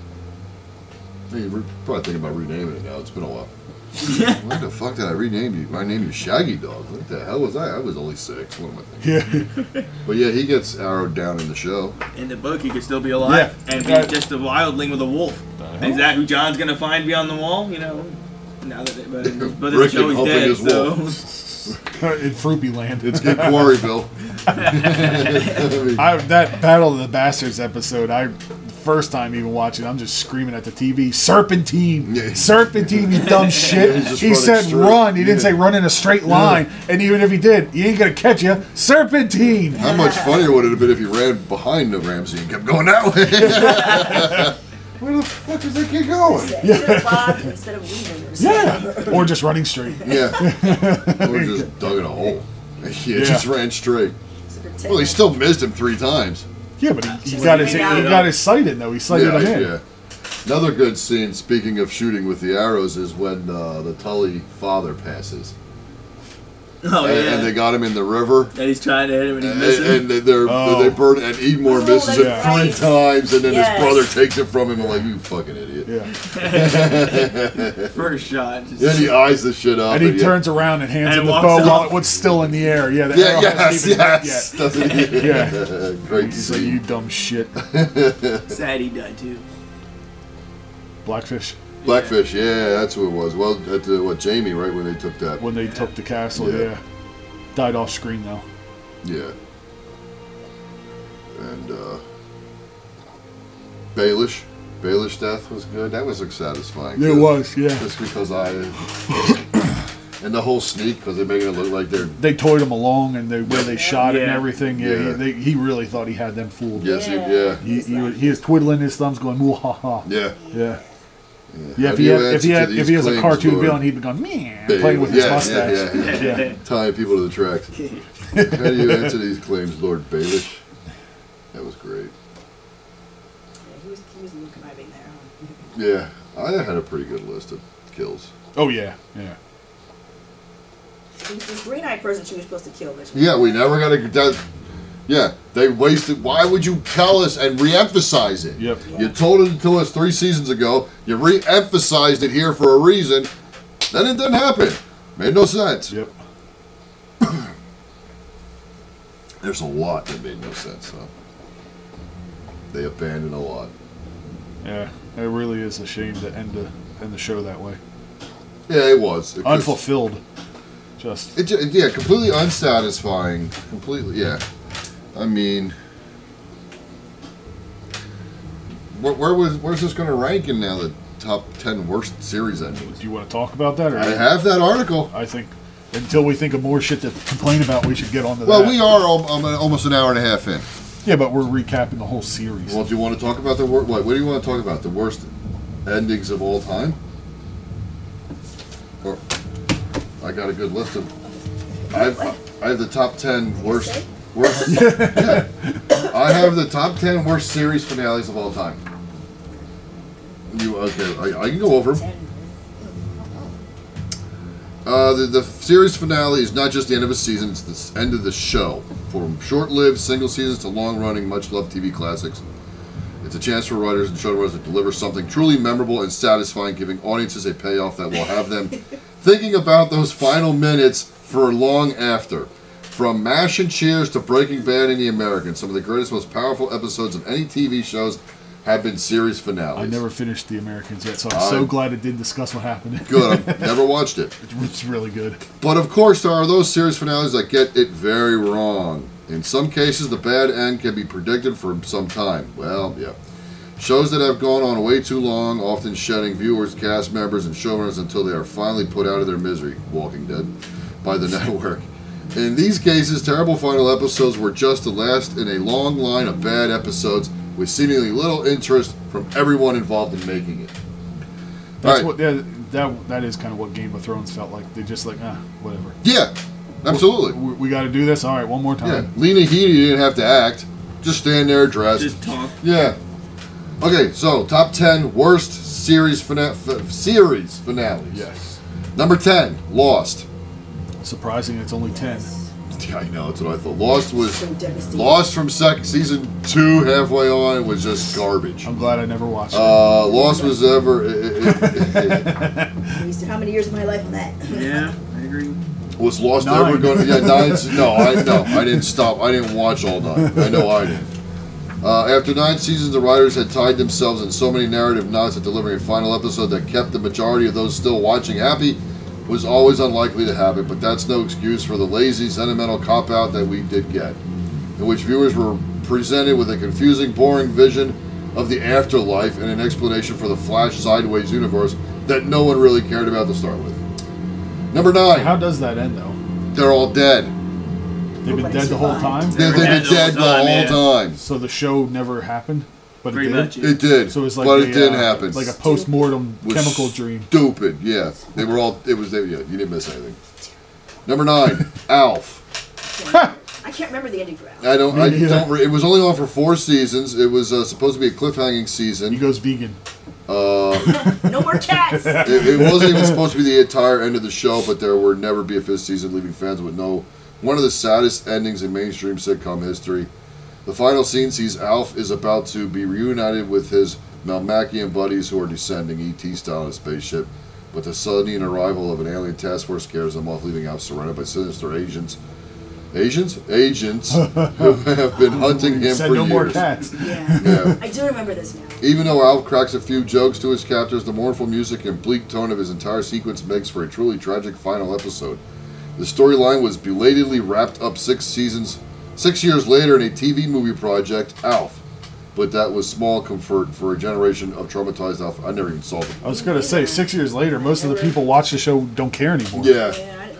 [SPEAKER 1] Hey, we're probably thinking about renaming it now. It's been a while. Why the fuck did I rename you? I named you Shaggy Dog. What the hell was I? I was only six. What am I thinking?
[SPEAKER 4] Yeah.
[SPEAKER 1] But yeah, he gets arrowed down in the show.
[SPEAKER 3] In the book, he could still be alive
[SPEAKER 4] Yeah.
[SPEAKER 3] and be
[SPEAKER 4] Yeah.
[SPEAKER 3] just a wildling with a wolf. Is that who John's gonna find beyond the wall? You know, now that it, but, in- but in the
[SPEAKER 1] Rick
[SPEAKER 3] show
[SPEAKER 1] and
[SPEAKER 3] he's
[SPEAKER 1] helping
[SPEAKER 3] dead,
[SPEAKER 1] his
[SPEAKER 3] so
[SPEAKER 4] in Froopy Land.
[SPEAKER 1] It's in Quarryville. I mean,
[SPEAKER 4] I, that Battle of the Bastards episode, I first time even watching, I'm just screaming at the TV, "Serpentine,
[SPEAKER 1] Yeah.
[SPEAKER 4] serpentine, you dumb shit!"
[SPEAKER 1] He's just
[SPEAKER 4] he
[SPEAKER 1] running
[SPEAKER 4] said
[SPEAKER 1] straight.
[SPEAKER 4] run. He didn't
[SPEAKER 1] Yeah.
[SPEAKER 4] say run in a straight line. And even if he did, he ain't gonna catch you. Serpentine.
[SPEAKER 1] how much funnier would it have been if he ran behind the Ramsey and kept going that way? Where the fuck is that kid going?
[SPEAKER 5] Instead of bobbed instead of weaving or something.
[SPEAKER 4] Yeah. Or just running straight.
[SPEAKER 1] Yeah. or just dug in a hole. He
[SPEAKER 4] Yeah.
[SPEAKER 1] just ran straight.
[SPEAKER 5] It's a protective-
[SPEAKER 1] Well, he still missed him three times.
[SPEAKER 4] Yeah, but he, he
[SPEAKER 5] Just
[SPEAKER 4] got his he
[SPEAKER 5] leave it out.
[SPEAKER 4] got his sight in though. He sighted
[SPEAKER 1] yeah,
[SPEAKER 4] him in.
[SPEAKER 1] yeah. Another good scene, speaking of shooting with the arrows, is when uh, the Tully father passes.
[SPEAKER 3] oh
[SPEAKER 1] and,
[SPEAKER 3] yeah,
[SPEAKER 1] and they got him in the river.
[SPEAKER 3] that he's trying to hit him and he's
[SPEAKER 1] And,
[SPEAKER 3] missing.
[SPEAKER 1] and they, they're,
[SPEAKER 4] Oh.
[SPEAKER 1] they burn, and Edmore
[SPEAKER 5] Oh,
[SPEAKER 1] misses it
[SPEAKER 5] that's
[SPEAKER 1] three
[SPEAKER 5] right.
[SPEAKER 1] times, and then
[SPEAKER 5] Yes.
[SPEAKER 1] his brother takes it from him and like, you fucking idiot.
[SPEAKER 4] Yeah.
[SPEAKER 3] First shot, just
[SPEAKER 1] Then he eyes the shit up.
[SPEAKER 4] And he
[SPEAKER 1] Uh, yeah.
[SPEAKER 4] turns around and hands
[SPEAKER 3] And
[SPEAKER 4] him the
[SPEAKER 3] walks
[SPEAKER 4] bow while
[SPEAKER 3] off.
[SPEAKER 4] it was still in the air. Yeah, the
[SPEAKER 1] Yeah,
[SPEAKER 4] arrow
[SPEAKER 1] yes,
[SPEAKER 4] hasn't even hit
[SPEAKER 1] yes.
[SPEAKER 4] yet.
[SPEAKER 1] Doesn't he?
[SPEAKER 4] Yeah.
[SPEAKER 1] Great
[SPEAKER 4] He's like,
[SPEAKER 1] scene.
[SPEAKER 4] you dumb shit.
[SPEAKER 3] sad he died too.
[SPEAKER 4] Blackfish.
[SPEAKER 1] Blackfish, yeah, that's what it was. Well, that's uh, what Jamie, right when they took that.
[SPEAKER 4] When they took the castle,
[SPEAKER 1] Yeah.
[SPEAKER 4] yeah. Died off screen though.
[SPEAKER 1] Yeah. And uh, Baelish, Baelish death was good. That was like, satisfying.
[SPEAKER 4] It
[SPEAKER 1] too.
[SPEAKER 4] was, yeah.
[SPEAKER 1] Just because I. and the whole sneak because they make it look like they're.
[SPEAKER 4] They toyed him along and they where they shot it and
[SPEAKER 3] Yeah.
[SPEAKER 4] everything. Yeah,
[SPEAKER 1] Yeah.
[SPEAKER 4] He, they, he really thought he had them fooled.
[SPEAKER 1] Yes, yeah.
[SPEAKER 5] Yeah.
[SPEAKER 1] yeah.
[SPEAKER 4] He, he, was- he was twiddling his thumbs, going "Woo ha ha."
[SPEAKER 1] Yeah.
[SPEAKER 4] Yeah, yeah.
[SPEAKER 1] How
[SPEAKER 4] If
[SPEAKER 1] do
[SPEAKER 4] he
[SPEAKER 1] you
[SPEAKER 4] had, if he
[SPEAKER 1] answer
[SPEAKER 4] had,
[SPEAKER 1] to
[SPEAKER 4] if
[SPEAKER 1] these
[SPEAKER 4] he was a
[SPEAKER 1] claims,
[SPEAKER 4] cartoon
[SPEAKER 1] Lord?
[SPEAKER 4] villain, he'd be going "Meh,"
[SPEAKER 1] Babe.
[SPEAKER 4] playing with his
[SPEAKER 1] Yeah, yeah,
[SPEAKER 4] mustache.
[SPEAKER 1] yeah, yeah.
[SPEAKER 4] yeah.
[SPEAKER 1] Tying people to the tracks. How do you answer these claims, Lord Baelish? That was great.
[SPEAKER 5] Yeah, he was, he was a little conniving there. huh?
[SPEAKER 1] Yeah, I had a pretty good list of kills.
[SPEAKER 4] Oh yeah, yeah.
[SPEAKER 5] It was this green eyed person she was supposed to kill, but she
[SPEAKER 1] Yeah, we never got to. That, yeah, they wasted. Why would you tell us and re-emphasize it?
[SPEAKER 4] Yep.
[SPEAKER 1] You told it to us three seasons ago. You re-emphasized it here for a reason. Then it didn't happen. Made no sense.
[SPEAKER 4] Yep.
[SPEAKER 1] There's a lot that made no sense. though. They abandoned a lot.
[SPEAKER 4] Yeah. It really is a shame to end the end the show that way.
[SPEAKER 1] Yeah, it was. It-
[SPEAKER 4] Unfulfilled. Just
[SPEAKER 1] It, ju- yeah, completely unsatisfying. Completely, yeah. I mean, where, where was where's this going to rank in now? The top ten worst series endings.
[SPEAKER 4] do you want to talk about that or
[SPEAKER 1] I have that article.
[SPEAKER 4] I think until we think of more shit to complain about, we should get on to
[SPEAKER 1] Well,
[SPEAKER 4] that.
[SPEAKER 1] we are al- um, almost an hour and a half in.
[SPEAKER 4] Yeah, but we're recapping the whole series.
[SPEAKER 1] Well, do you want to talk about the worst? What, what do you want to talk about? The worst endings of all time? Or I got a good list of. I have, I have the top ten worst.
[SPEAKER 5] say?
[SPEAKER 1] Worst. yeah. I have the top ten worst series finales of all time. You okay? I, I can go over 'em.
[SPEAKER 5] ten.
[SPEAKER 1] Uh, the, the series finale is not just the end of a season, it's the s- end of the show. From short lived single seasons to long running, much loved TV classics, it's a chance for writers and showrunners to deliver something truly memorable and satisfying, giving audiences a payoff that will have them thinking about those final minutes for long after. From MASH and Cheers to Breaking Bad and The Americans, some of the greatest, most powerful episodes of any TV shows have been series finales.
[SPEAKER 4] I never finished The Americans yet, so I'm
[SPEAKER 1] I-
[SPEAKER 4] so glad it did discuss what happened.
[SPEAKER 1] Good, I've never watched it.
[SPEAKER 4] it's really good.
[SPEAKER 1] But of course, there are those series finales that get it very wrong. In some cases, the bad end can be predicted for some time. Well, yeah. Shows that have gone on way too long, often shedding viewers, cast members, and showrunners until they are finally put out of their misery, Walking Dead, by the network. In these cases, terrible final episodes were just the last in a long line of bad episodes with seemingly little interest from everyone involved in making it.
[SPEAKER 4] That's
[SPEAKER 1] Alright.
[SPEAKER 4] what yeah, that that is kind of what Game of Thrones felt like. They just like ah, whatever.
[SPEAKER 1] Yeah, absolutely.
[SPEAKER 4] We, we got to do this. All right, one more
[SPEAKER 1] Yeah,
[SPEAKER 4] time.
[SPEAKER 1] Lena Headey didn't have to act. Just stand there dressed.
[SPEAKER 3] Just talk.
[SPEAKER 1] yeah. Okay, so top 10 worst series fina- f- series finales.
[SPEAKER 4] Yes.
[SPEAKER 1] Number 10, Lost.
[SPEAKER 4] Surprising, it's only ten.
[SPEAKER 1] Lost. Yeah, I know. That's what I thought. Lost was
[SPEAKER 5] So devastating.
[SPEAKER 1] Lost from sec- season two halfway on was just garbage.
[SPEAKER 4] I'm glad I never watched it.
[SPEAKER 1] Uh, Lost was ever i- i-
[SPEAKER 5] Wasted how many years of my life on that?
[SPEAKER 3] Yeah, I agree.
[SPEAKER 1] i- was Lost
[SPEAKER 4] Nine.
[SPEAKER 1] ever going? to Yeah, nine. se- No, I no, I didn't stop. I didn't watch all nine. I know I didn't. Uh, after nine seasons, the writers had tied themselves in so many narrative knots that delivering a final episode that kept the majority of those still watching happy was always unlikely to happen. But that's no excuse for the lazy, sentimental cop out that we did get. in which viewers were presented with a confusing, boring vision of the afterlife and an explanation for the Flash sideways universe that no one really cared about to start with. Number
[SPEAKER 4] How
[SPEAKER 1] nine,
[SPEAKER 4] does that end though?
[SPEAKER 1] they're all dead.
[SPEAKER 4] They've been dead the whole time,
[SPEAKER 1] They- They've
[SPEAKER 3] They're
[SPEAKER 1] been dead the whole
[SPEAKER 3] yeah.
[SPEAKER 1] time.
[SPEAKER 4] so the show never happened, but
[SPEAKER 3] Pretty
[SPEAKER 4] it
[SPEAKER 3] much.
[SPEAKER 4] did.
[SPEAKER 3] yeah.
[SPEAKER 1] It did,
[SPEAKER 4] So it's like
[SPEAKER 1] but
[SPEAKER 4] a,
[SPEAKER 1] it did
[SPEAKER 4] uh,
[SPEAKER 1] happen.
[SPEAKER 4] like a post-mortem
[SPEAKER 1] Was
[SPEAKER 4] chemical dream.
[SPEAKER 1] Stupid, yeah. They were all. It was. They, yeah, you didn't miss anything. Number nine, Alf.
[SPEAKER 5] I can't remember the ending for Al.
[SPEAKER 1] I don't. I
[SPEAKER 4] Me neither.
[SPEAKER 1] don't. Re- it was only on for four seasons. It was uh, supposed to be a cliffhanging season.
[SPEAKER 4] He goes vegan.
[SPEAKER 5] No more cats. It
[SPEAKER 1] it, it wasn't even supposed to be the entire end of the show, but there would never be a fifth season, leaving fans with no one of the saddest endings in mainstream sitcom history. The final scene sees Alf is about to be reunited with his Malmachian buddies who are descending ET style in a spaceship, but the sudden arrival of an alien task force scares them off, leaving Alf surrounded by sinister agents. Asians? Agents who have been hunting him
[SPEAKER 4] Said
[SPEAKER 1] for
[SPEAKER 4] no
[SPEAKER 1] years.
[SPEAKER 4] more cats.
[SPEAKER 5] Yeah.
[SPEAKER 1] Yeah.
[SPEAKER 5] I do remember this now.
[SPEAKER 1] Even though Alf cracks a few jokes to his captors, the mournful music and bleak tone of his entire sequence makes for a truly tragic final episode. The storyline was belatedly wrapped up six seasons, six years later in a TV movie project, Alf. But that was small comfort for a generation of traumatized Alf. I never even saw them.
[SPEAKER 4] I was gonna say six years later, most of the people watch the show don't care anymore.
[SPEAKER 1] Yeah.
[SPEAKER 5] Yeah, I didn't know that.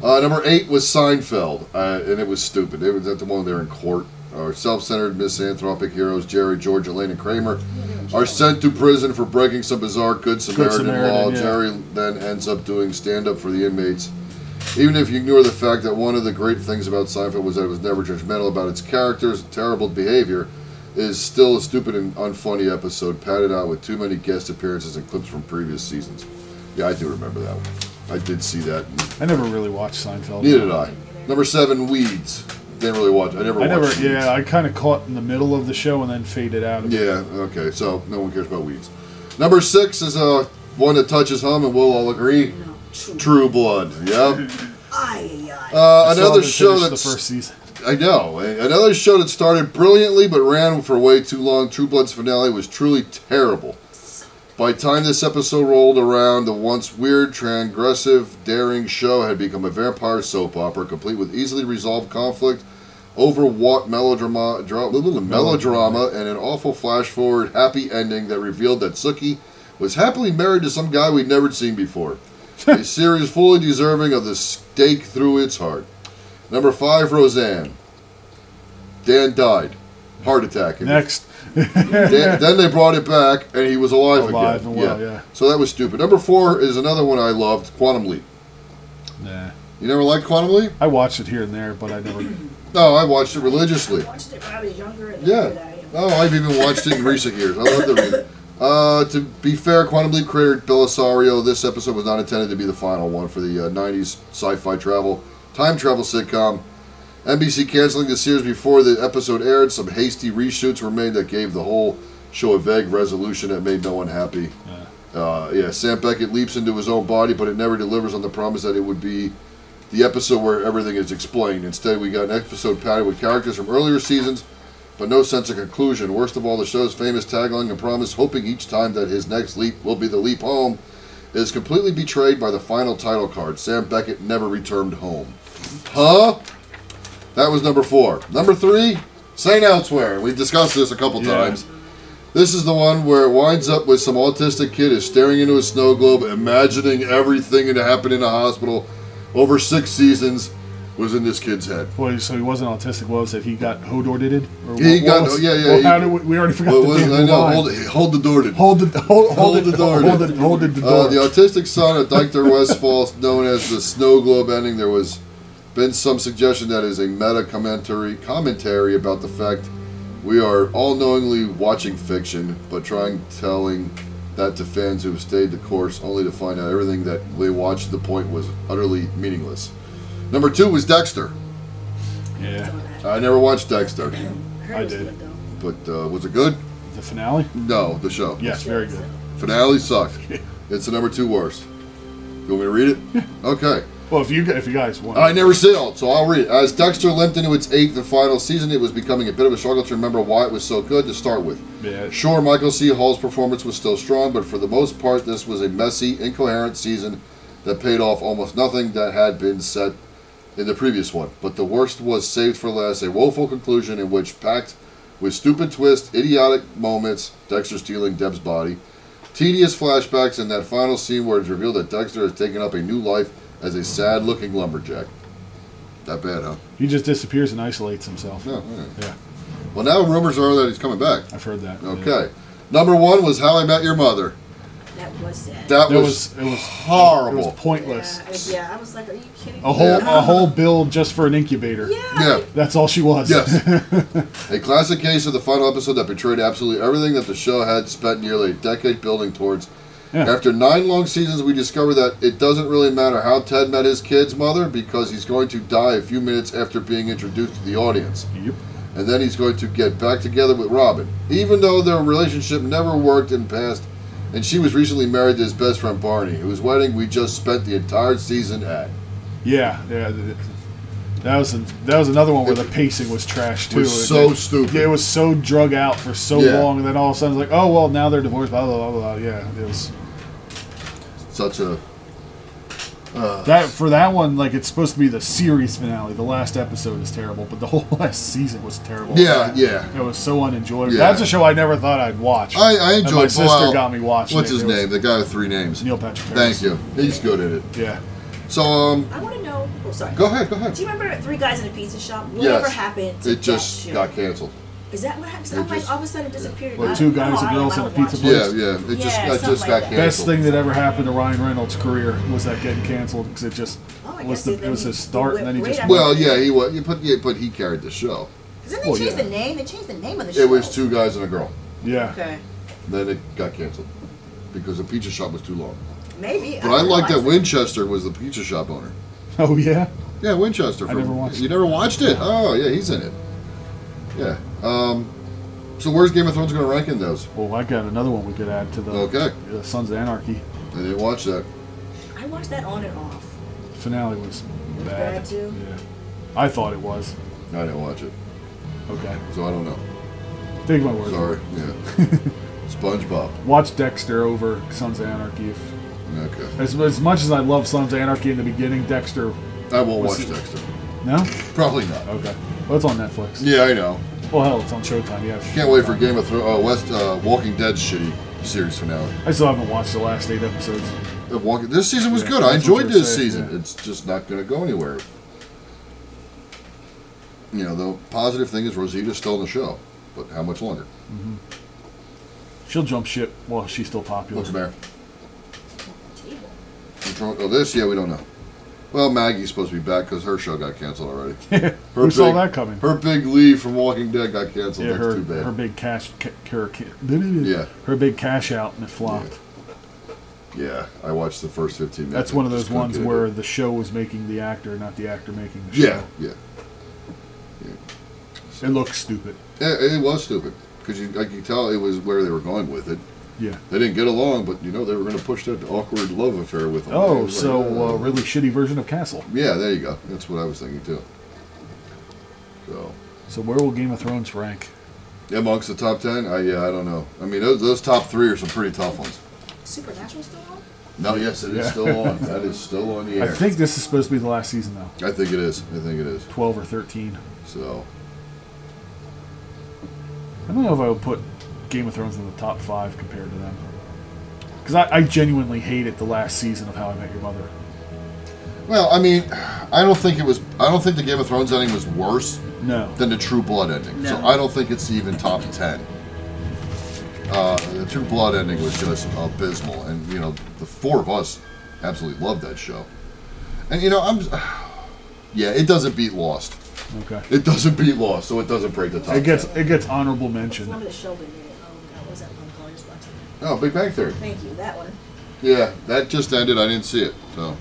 [SPEAKER 1] Uh, number eight was Seinfeld, uh, and it was stupid. It was at the one they're in court. Our self-centered, misanthropic heroes Jerry, George, Elaine, and Kramer are sent to prison for breaking some bizarre Good Samaritan,
[SPEAKER 4] Samaritan,
[SPEAKER 1] law.
[SPEAKER 4] yeah.
[SPEAKER 1] Jerry then ends up doing stand-up for the inmates. Even if you ignore the fact that one of the great things about Seinfeld was that it was never judgmental about its characters, terrible behavior is still a stupid and unfunny episode padded out with too many guest appearances and clips from previous seasons. Yeah, I do remember that one. I did see that.
[SPEAKER 4] I never really watched Seinfeld.
[SPEAKER 1] Neither did I. Number seven, Weeds. Didn't really watch. I never.
[SPEAKER 4] I never.
[SPEAKER 1] Watched
[SPEAKER 4] Yeah, I kind of caught in the middle of the show and then faded out.
[SPEAKER 1] Weeds. Yeah. Okay. So no one cares about Weeds. Number six is uh one that touches home, and we'll all agree.
[SPEAKER 5] No, true.
[SPEAKER 1] True Blood. Yep.
[SPEAKER 5] Aye, aye, aye.
[SPEAKER 1] Uh,
[SPEAKER 4] I saw
[SPEAKER 1] another
[SPEAKER 4] them
[SPEAKER 1] show
[SPEAKER 4] finish
[SPEAKER 1] that
[SPEAKER 4] the first season.
[SPEAKER 1] I know. A- Another show that started brilliantly but ran for way too long. True Blood's finale was truly terrible. By the time this episode rolled around, the once weird, transgressive, daring show had become a vampire soap opera, complete with easily resolved conflict, overwrought melodrama, dra- little melodrama, and an awful flash forward, happy ending that revealed that Suki was happily married to some guy we'd never seen before. a series fully deserving of the stake through its heart. Number five, Roseanne. Dan died, heart attack.
[SPEAKER 4] Next,
[SPEAKER 1] Dan, then they brought it back, and he was alive,
[SPEAKER 4] Alive
[SPEAKER 1] again.
[SPEAKER 4] and well, yeah.
[SPEAKER 1] So that was stupid. Number four is another one I loved, Quantum Leap.
[SPEAKER 4] nah.
[SPEAKER 1] You never liked Quantum Leap?
[SPEAKER 4] I watched it here and there, but I never.
[SPEAKER 1] No, I watched it religiously.
[SPEAKER 5] I watched it when I was younger. And then
[SPEAKER 1] Yeah.
[SPEAKER 5] I-
[SPEAKER 1] Oh, I've even watched it in recent years. I love the. Uh, to be fair, Quantum Leap creator Belisario, this episode was not intended to be the final one for the uh, 90s sci-fi travel, time travel sitcom. NBC canceling the series before the episode aired. Some hasty reshoots were made that gave the whole show a vague resolution that made no one happy. Uh, yeah, Sam Beckett leaps into his own body, but it never delivers on the promise that it would be the episode where everything is explained. Instead, we got an episode padded with characters from earlier seasons, but no sense of conclusion. Worst of all, the show's famous tagline and promise, hoping each time that his next leap will be the leap home, is completely betrayed by the final title card. Sam Beckett never returned home. Huh? That was number four. Number three, St. Elsewhere. We discussed this a couple
[SPEAKER 4] Yeah.
[SPEAKER 1] times. This is the one where it winds up with some autistic kid is staring into a snow globe, imagining everything that happened in a hospital over six seasons was in this kid's head.
[SPEAKER 4] Well, so he wasn't autistic. What was it? He got hodorted. Or
[SPEAKER 1] He
[SPEAKER 4] what
[SPEAKER 1] got-
[SPEAKER 4] was-
[SPEAKER 1] yeah, yeah,
[SPEAKER 4] Well,
[SPEAKER 1] he-
[SPEAKER 4] how do we, we already forgot
[SPEAKER 1] Well,
[SPEAKER 4] the
[SPEAKER 1] was-
[SPEAKER 4] damn
[SPEAKER 1] I know,
[SPEAKER 4] line.
[SPEAKER 1] hold, hold the door. to-
[SPEAKER 4] Hold the hold, hold,
[SPEAKER 1] Hold
[SPEAKER 4] it,
[SPEAKER 1] the door.
[SPEAKER 4] Hold it. Hold it. The door.
[SPEAKER 1] Uh, the autistic son of Dr. West Falls, known as the snow globe ending, there was been some suggestion that is a meta commentary commentary about the fact we are all knowingly watching fiction, but trying telling that to fans who have stayed the course, only to find out everything that they watched at the point was utterly meaningless. Number two was Dexter. Uh,
[SPEAKER 4] Yeah.
[SPEAKER 5] Someone had-
[SPEAKER 1] I never watched Dexter,
[SPEAKER 5] I heard
[SPEAKER 4] I
[SPEAKER 5] it was
[SPEAKER 4] did.
[SPEAKER 5] good, though.
[SPEAKER 1] but uh, was it good?
[SPEAKER 4] The finale?
[SPEAKER 1] No, the show.
[SPEAKER 4] Yes, very good.
[SPEAKER 1] Finale sucked. It's the number two worst. You want me to read it? Okay.
[SPEAKER 4] Well, if you if you guys want,
[SPEAKER 1] I never sailed, so I'll read it. As Dexter limped into its eighth and final season, it was becoming a bit of a struggle to remember why it was so good to start with.
[SPEAKER 4] Yeah.
[SPEAKER 1] Sure, Michael C. Hall's performance was still strong, but for the most part, this was a messy, incoherent season that paid off almost nothing that had been set in the previous one. But the worst was saved for last, a woeful conclusion in which, packed with stupid twists, idiotic moments, Dexter stealing Deb's body, tedious flashbacks, and that final scene where it's revealed that Dexter has taken up a new life as a sad looking lumberjack. That bad, huh?
[SPEAKER 4] he just disappears and isolates himself.
[SPEAKER 1] Yeah, yeah.
[SPEAKER 4] Yeah,
[SPEAKER 1] Well, now rumors are that he's coming back.
[SPEAKER 4] I've heard that. Yeah.
[SPEAKER 1] Okay. Number one was How I Met Your Mother.
[SPEAKER 5] That was sad.
[SPEAKER 1] That,
[SPEAKER 4] That
[SPEAKER 1] was,
[SPEAKER 4] was it was it
[SPEAKER 1] horrible.
[SPEAKER 4] was pointless.
[SPEAKER 5] yeah, I, yeah, I was like, are you kidding
[SPEAKER 4] A whole
[SPEAKER 1] Yeah.
[SPEAKER 4] a whole bill just for an incubator.
[SPEAKER 5] me?
[SPEAKER 1] Yeah.
[SPEAKER 5] Yeah. like,
[SPEAKER 4] That's all she was.
[SPEAKER 1] Yes. a classic case of the final episode that betrayed absolutely everything that the show had spent nearly a decade building towards.
[SPEAKER 4] Yeah.
[SPEAKER 1] After nine long seasons, we discover that it doesn't really matter how Ted met his kid's mother because he's going to die a few minutes after being introduced to the audience.
[SPEAKER 4] Yep.
[SPEAKER 1] And then he's going to get back together with Robin. Even though their relationship never worked in past, and she was recently married to his best friend Barney, whose wedding we just spent the entire season at.
[SPEAKER 4] Yeah, yeah. th- th- That was an, that was another one where the pacing was trash too.
[SPEAKER 1] was
[SPEAKER 4] It-
[SPEAKER 1] so
[SPEAKER 4] it-
[SPEAKER 1] stupid.
[SPEAKER 4] Yeah, it was so drug out for so
[SPEAKER 1] Yeah.
[SPEAKER 4] long, and then all of a sudden it's like, oh well, now they're divorced. Blah blah blah blah. Yeah, it was
[SPEAKER 1] Such a
[SPEAKER 4] that for that one. Like it's supposed to be the series finale. The last episode is terrible, but the whole last season was terrible.
[SPEAKER 1] Yeah, yeah.
[SPEAKER 4] It was so unenjoyable.
[SPEAKER 1] Yeah.
[SPEAKER 4] That's a show I never thought I'd watch.
[SPEAKER 1] I, I enjoyed.
[SPEAKER 4] And my sister
[SPEAKER 1] well,
[SPEAKER 4] got me watching.
[SPEAKER 1] What's
[SPEAKER 4] it.
[SPEAKER 1] his
[SPEAKER 4] It was
[SPEAKER 1] name? The guy with three names.
[SPEAKER 4] Neil Patrick Harris.
[SPEAKER 1] Thank you. He's good at it.
[SPEAKER 4] Yeah.
[SPEAKER 1] So um,
[SPEAKER 5] I want to know. Oh, sorry.
[SPEAKER 1] go ahead, go ahead.
[SPEAKER 5] Do you remember Three Guys in a Pizza Shop? Whatever
[SPEAKER 1] Yes.
[SPEAKER 5] happened to
[SPEAKER 1] It just
[SPEAKER 5] that show?
[SPEAKER 1] got canceled.
[SPEAKER 5] Is that what happened?
[SPEAKER 1] It
[SPEAKER 5] I'm like,
[SPEAKER 1] just-
[SPEAKER 5] all of a sudden it disappeared.
[SPEAKER 4] Well,
[SPEAKER 5] I-
[SPEAKER 4] two guys
[SPEAKER 5] no,
[SPEAKER 4] and
[SPEAKER 5] I-
[SPEAKER 4] girls
[SPEAKER 5] I
[SPEAKER 4] in a
[SPEAKER 5] don't
[SPEAKER 4] pizza
[SPEAKER 5] watch
[SPEAKER 4] place?
[SPEAKER 5] it.
[SPEAKER 1] Yeah, yeah. It just
[SPEAKER 5] Yeah,
[SPEAKER 1] got,
[SPEAKER 5] something
[SPEAKER 1] just
[SPEAKER 5] like
[SPEAKER 1] got
[SPEAKER 5] that.
[SPEAKER 1] canceled.
[SPEAKER 4] Best thing that ever happened to Ryan Reynolds' career was that getting canceled because it just
[SPEAKER 5] Oh, I
[SPEAKER 4] was
[SPEAKER 5] guess
[SPEAKER 4] the,
[SPEAKER 5] then
[SPEAKER 4] it was
[SPEAKER 5] he-
[SPEAKER 4] his start, and then he
[SPEAKER 5] right
[SPEAKER 4] just
[SPEAKER 5] after-
[SPEAKER 1] Well, yeah, he was. You put, yeah, but he carried the show.
[SPEAKER 5] Didn't they
[SPEAKER 4] Well,
[SPEAKER 5] change
[SPEAKER 4] Oh, yeah.
[SPEAKER 5] the name? They changed the name of the show.
[SPEAKER 1] It was two guys and a girl.
[SPEAKER 4] yeah.
[SPEAKER 5] Okay.
[SPEAKER 1] Then it got canceled because the pizza shop was too long.
[SPEAKER 5] Maybe.
[SPEAKER 1] But I
[SPEAKER 5] don't
[SPEAKER 1] like that
[SPEAKER 5] know.
[SPEAKER 1] Winchester was the pizza shop owner.
[SPEAKER 4] Oh yeah.
[SPEAKER 1] Yeah, Winchester.
[SPEAKER 4] I never watched
[SPEAKER 1] You
[SPEAKER 4] it.
[SPEAKER 1] never watched it? Oh, yeah, he's in it. Yeah. Um, so where's Game of Thrones going to rank in those?
[SPEAKER 4] Well, I got another one we could add to the
[SPEAKER 1] Okay.
[SPEAKER 4] the Sons of Anarchy
[SPEAKER 1] I didn't watch that.
[SPEAKER 5] I watched that on and off.
[SPEAKER 4] finale was bad.
[SPEAKER 5] bad, too?
[SPEAKER 4] Yeah. I thought it was.
[SPEAKER 1] I didn't watch it,
[SPEAKER 4] Okay.
[SPEAKER 1] so I don't know.
[SPEAKER 4] Take my word.
[SPEAKER 1] Sorry. Yeah. SpongeBob.
[SPEAKER 4] Watch Dexter over Sons of Anarchy. If,
[SPEAKER 1] Okay.
[SPEAKER 4] as, as much as I love Sons of Anarchy in the beginning, Dexter.
[SPEAKER 1] I won't
[SPEAKER 4] What's
[SPEAKER 1] watch
[SPEAKER 4] it-
[SPEAKER 1] Dexter.
[SPEAKER 4] No.
[SPEAKER 1] Probably not.
[SPEAKER 4] Okay. Well, it's on Netflix.
[SPEAKER 1] Yeah, I know.
[SPEAKER 4] Well, hell, it's on Showtime. Yeah. it's
[SPEAKER 1] Can't wait for
[SPEAKER 4] Showtime.
[SPEAKER 1] Game of Thrones, uh, West uh, Walking Dead shitty series finale.
[SPEAKER 4] I still haven't watched the last eight episodes.
[SPEAKER 1] The Walking, this season was
[SPEAKER 4] Yeah,
[SPEAKER 1] good. I
[SPEAKER 4] that's what
[SPEAKER 1] enjoyed
[SPEAKER 4] you're
[SPEAKER 1] this
[SPEAKER 4] saying,
[SPEAKER 1] season.
[SPEAKER 4] yeah.
[SPEAKER 1] It's just not going to go anywhere. You know, the positive thing is Rosita's still in the show, but how much longer?
[SPEAKER 4] She'll jump ship while she's still popular.
[SPEAKER 1] What's the matter?
[SPEAKER 5] Table.
[SPEAKER 1] What's wrong- Oh, this? Yeah, we don't know. Well, Maggie's supposed to be back because her show got canceled already.
[SPEAKER 4] Who saw that coming?
[SPEAKER 1] Her big leave from Walking Dead got canceled.
[SPEAKER 4] yeah,
[SPEAKER 1] That's
[SPEAKER 4] her,
[SPEAKER 1] too bad.
[SPEAKER 4] her big cash, ca- her, ca-
[SPEAKER 1] Yeah.
[SPEAKER 4] her big cash out, and it flopped.
[SPEAKER 1] Yeah, I watched the first 15 minutes.
[SPEAKER 4] That's one of
[SPEAKER 1] I
[SPEAKER 4] those
[SPEAKER 1] just couldn't
[SPEAKER 4] ones
[SPEAKER 1] get it.
[SPEAKER 4] where the show was making the actor, not the actor making the
[SPEAKER 1] Yeah,
[SPEAKER 4] show.
[SPEAKER 1] yeah.
[SPEAKER 4] it looks stupid.
[SPEAKER 1] It, it was stupid because you, I could tell it was where they were going with it.
[SPEAKER 4] Yeah.
[SPEAKER 1] They didn't get along, but you know they were going to push that awkward love affair with them. It
[SPEAKER 4] Oh,
[SPEAKER 1] was like,
[SPEAKER 4] so
[SPEAKER 1] uh,
[SPEAKER 4] uh, really shitty version of Castle.
[SPEAKER 1] yeah, there you go. That's what I was thinking too. So
[SPEAKER 4] So where will Game of Thrones rank?
[SPEAKER 1] amongst the top ten, I yeah, I don't know. I mean, those, those top three are some pretty tough ones.
[SPEAKER 5] Supernatural still on?
[SPEAKER 1] No, yes, it is
[SPEAKER 4] Yeah.
[SPEAKER 1] still on. That is still on the
[SPEAKER 4] I
[SPEAKER 1] air.
[SPEAKER 4] think this is supposed to be the last season though,
[SPEAKER 1] I think it is. I think it is.
[SPEAKER 4] twelve or thirteen.
[SPEAKER 1] So
[SPEAKER 4] I don't know if I would put Game of Thrones in the top five compared to them. Because I, I genuinely hated the last season of How I Met Your Mother.
[SPEAKER 1] well, I mean, I don't think it was. I don't think the Game of Thrones ending was worse.
[SPEAKER 4] No.
[SPEAKER 1] than the True Blood ending. So
[SPEAKER 3] No.
[SPEAKER 1] I don't think it's even top ten. Uh, the True Blood ending was just abysmal, and you know the four of us absolutely loved that show. And you know I'm, yeah, it doesn't beat Lost.
[SPEAKER 4] Okay.
[SPEAKER 1] It doesn't beat Lost, so it doesn't break the top.
[SPEAKER 4] It gets
[SPEAKER 1] 10.
[SPEAKER 4] it gets honorable
[SPEAKER 5] It's one
[SPEAKER 4] mention.
[SPEAKER 5] with the Sheldon in it. Oh, that was that one called I just watched it.
[SPEAKER 1] oh Big Bang Theory.
[SPEAKER 5] Thank you. That one.
[SPEAKER 1] Yeah, that just ended. I didn't see it, so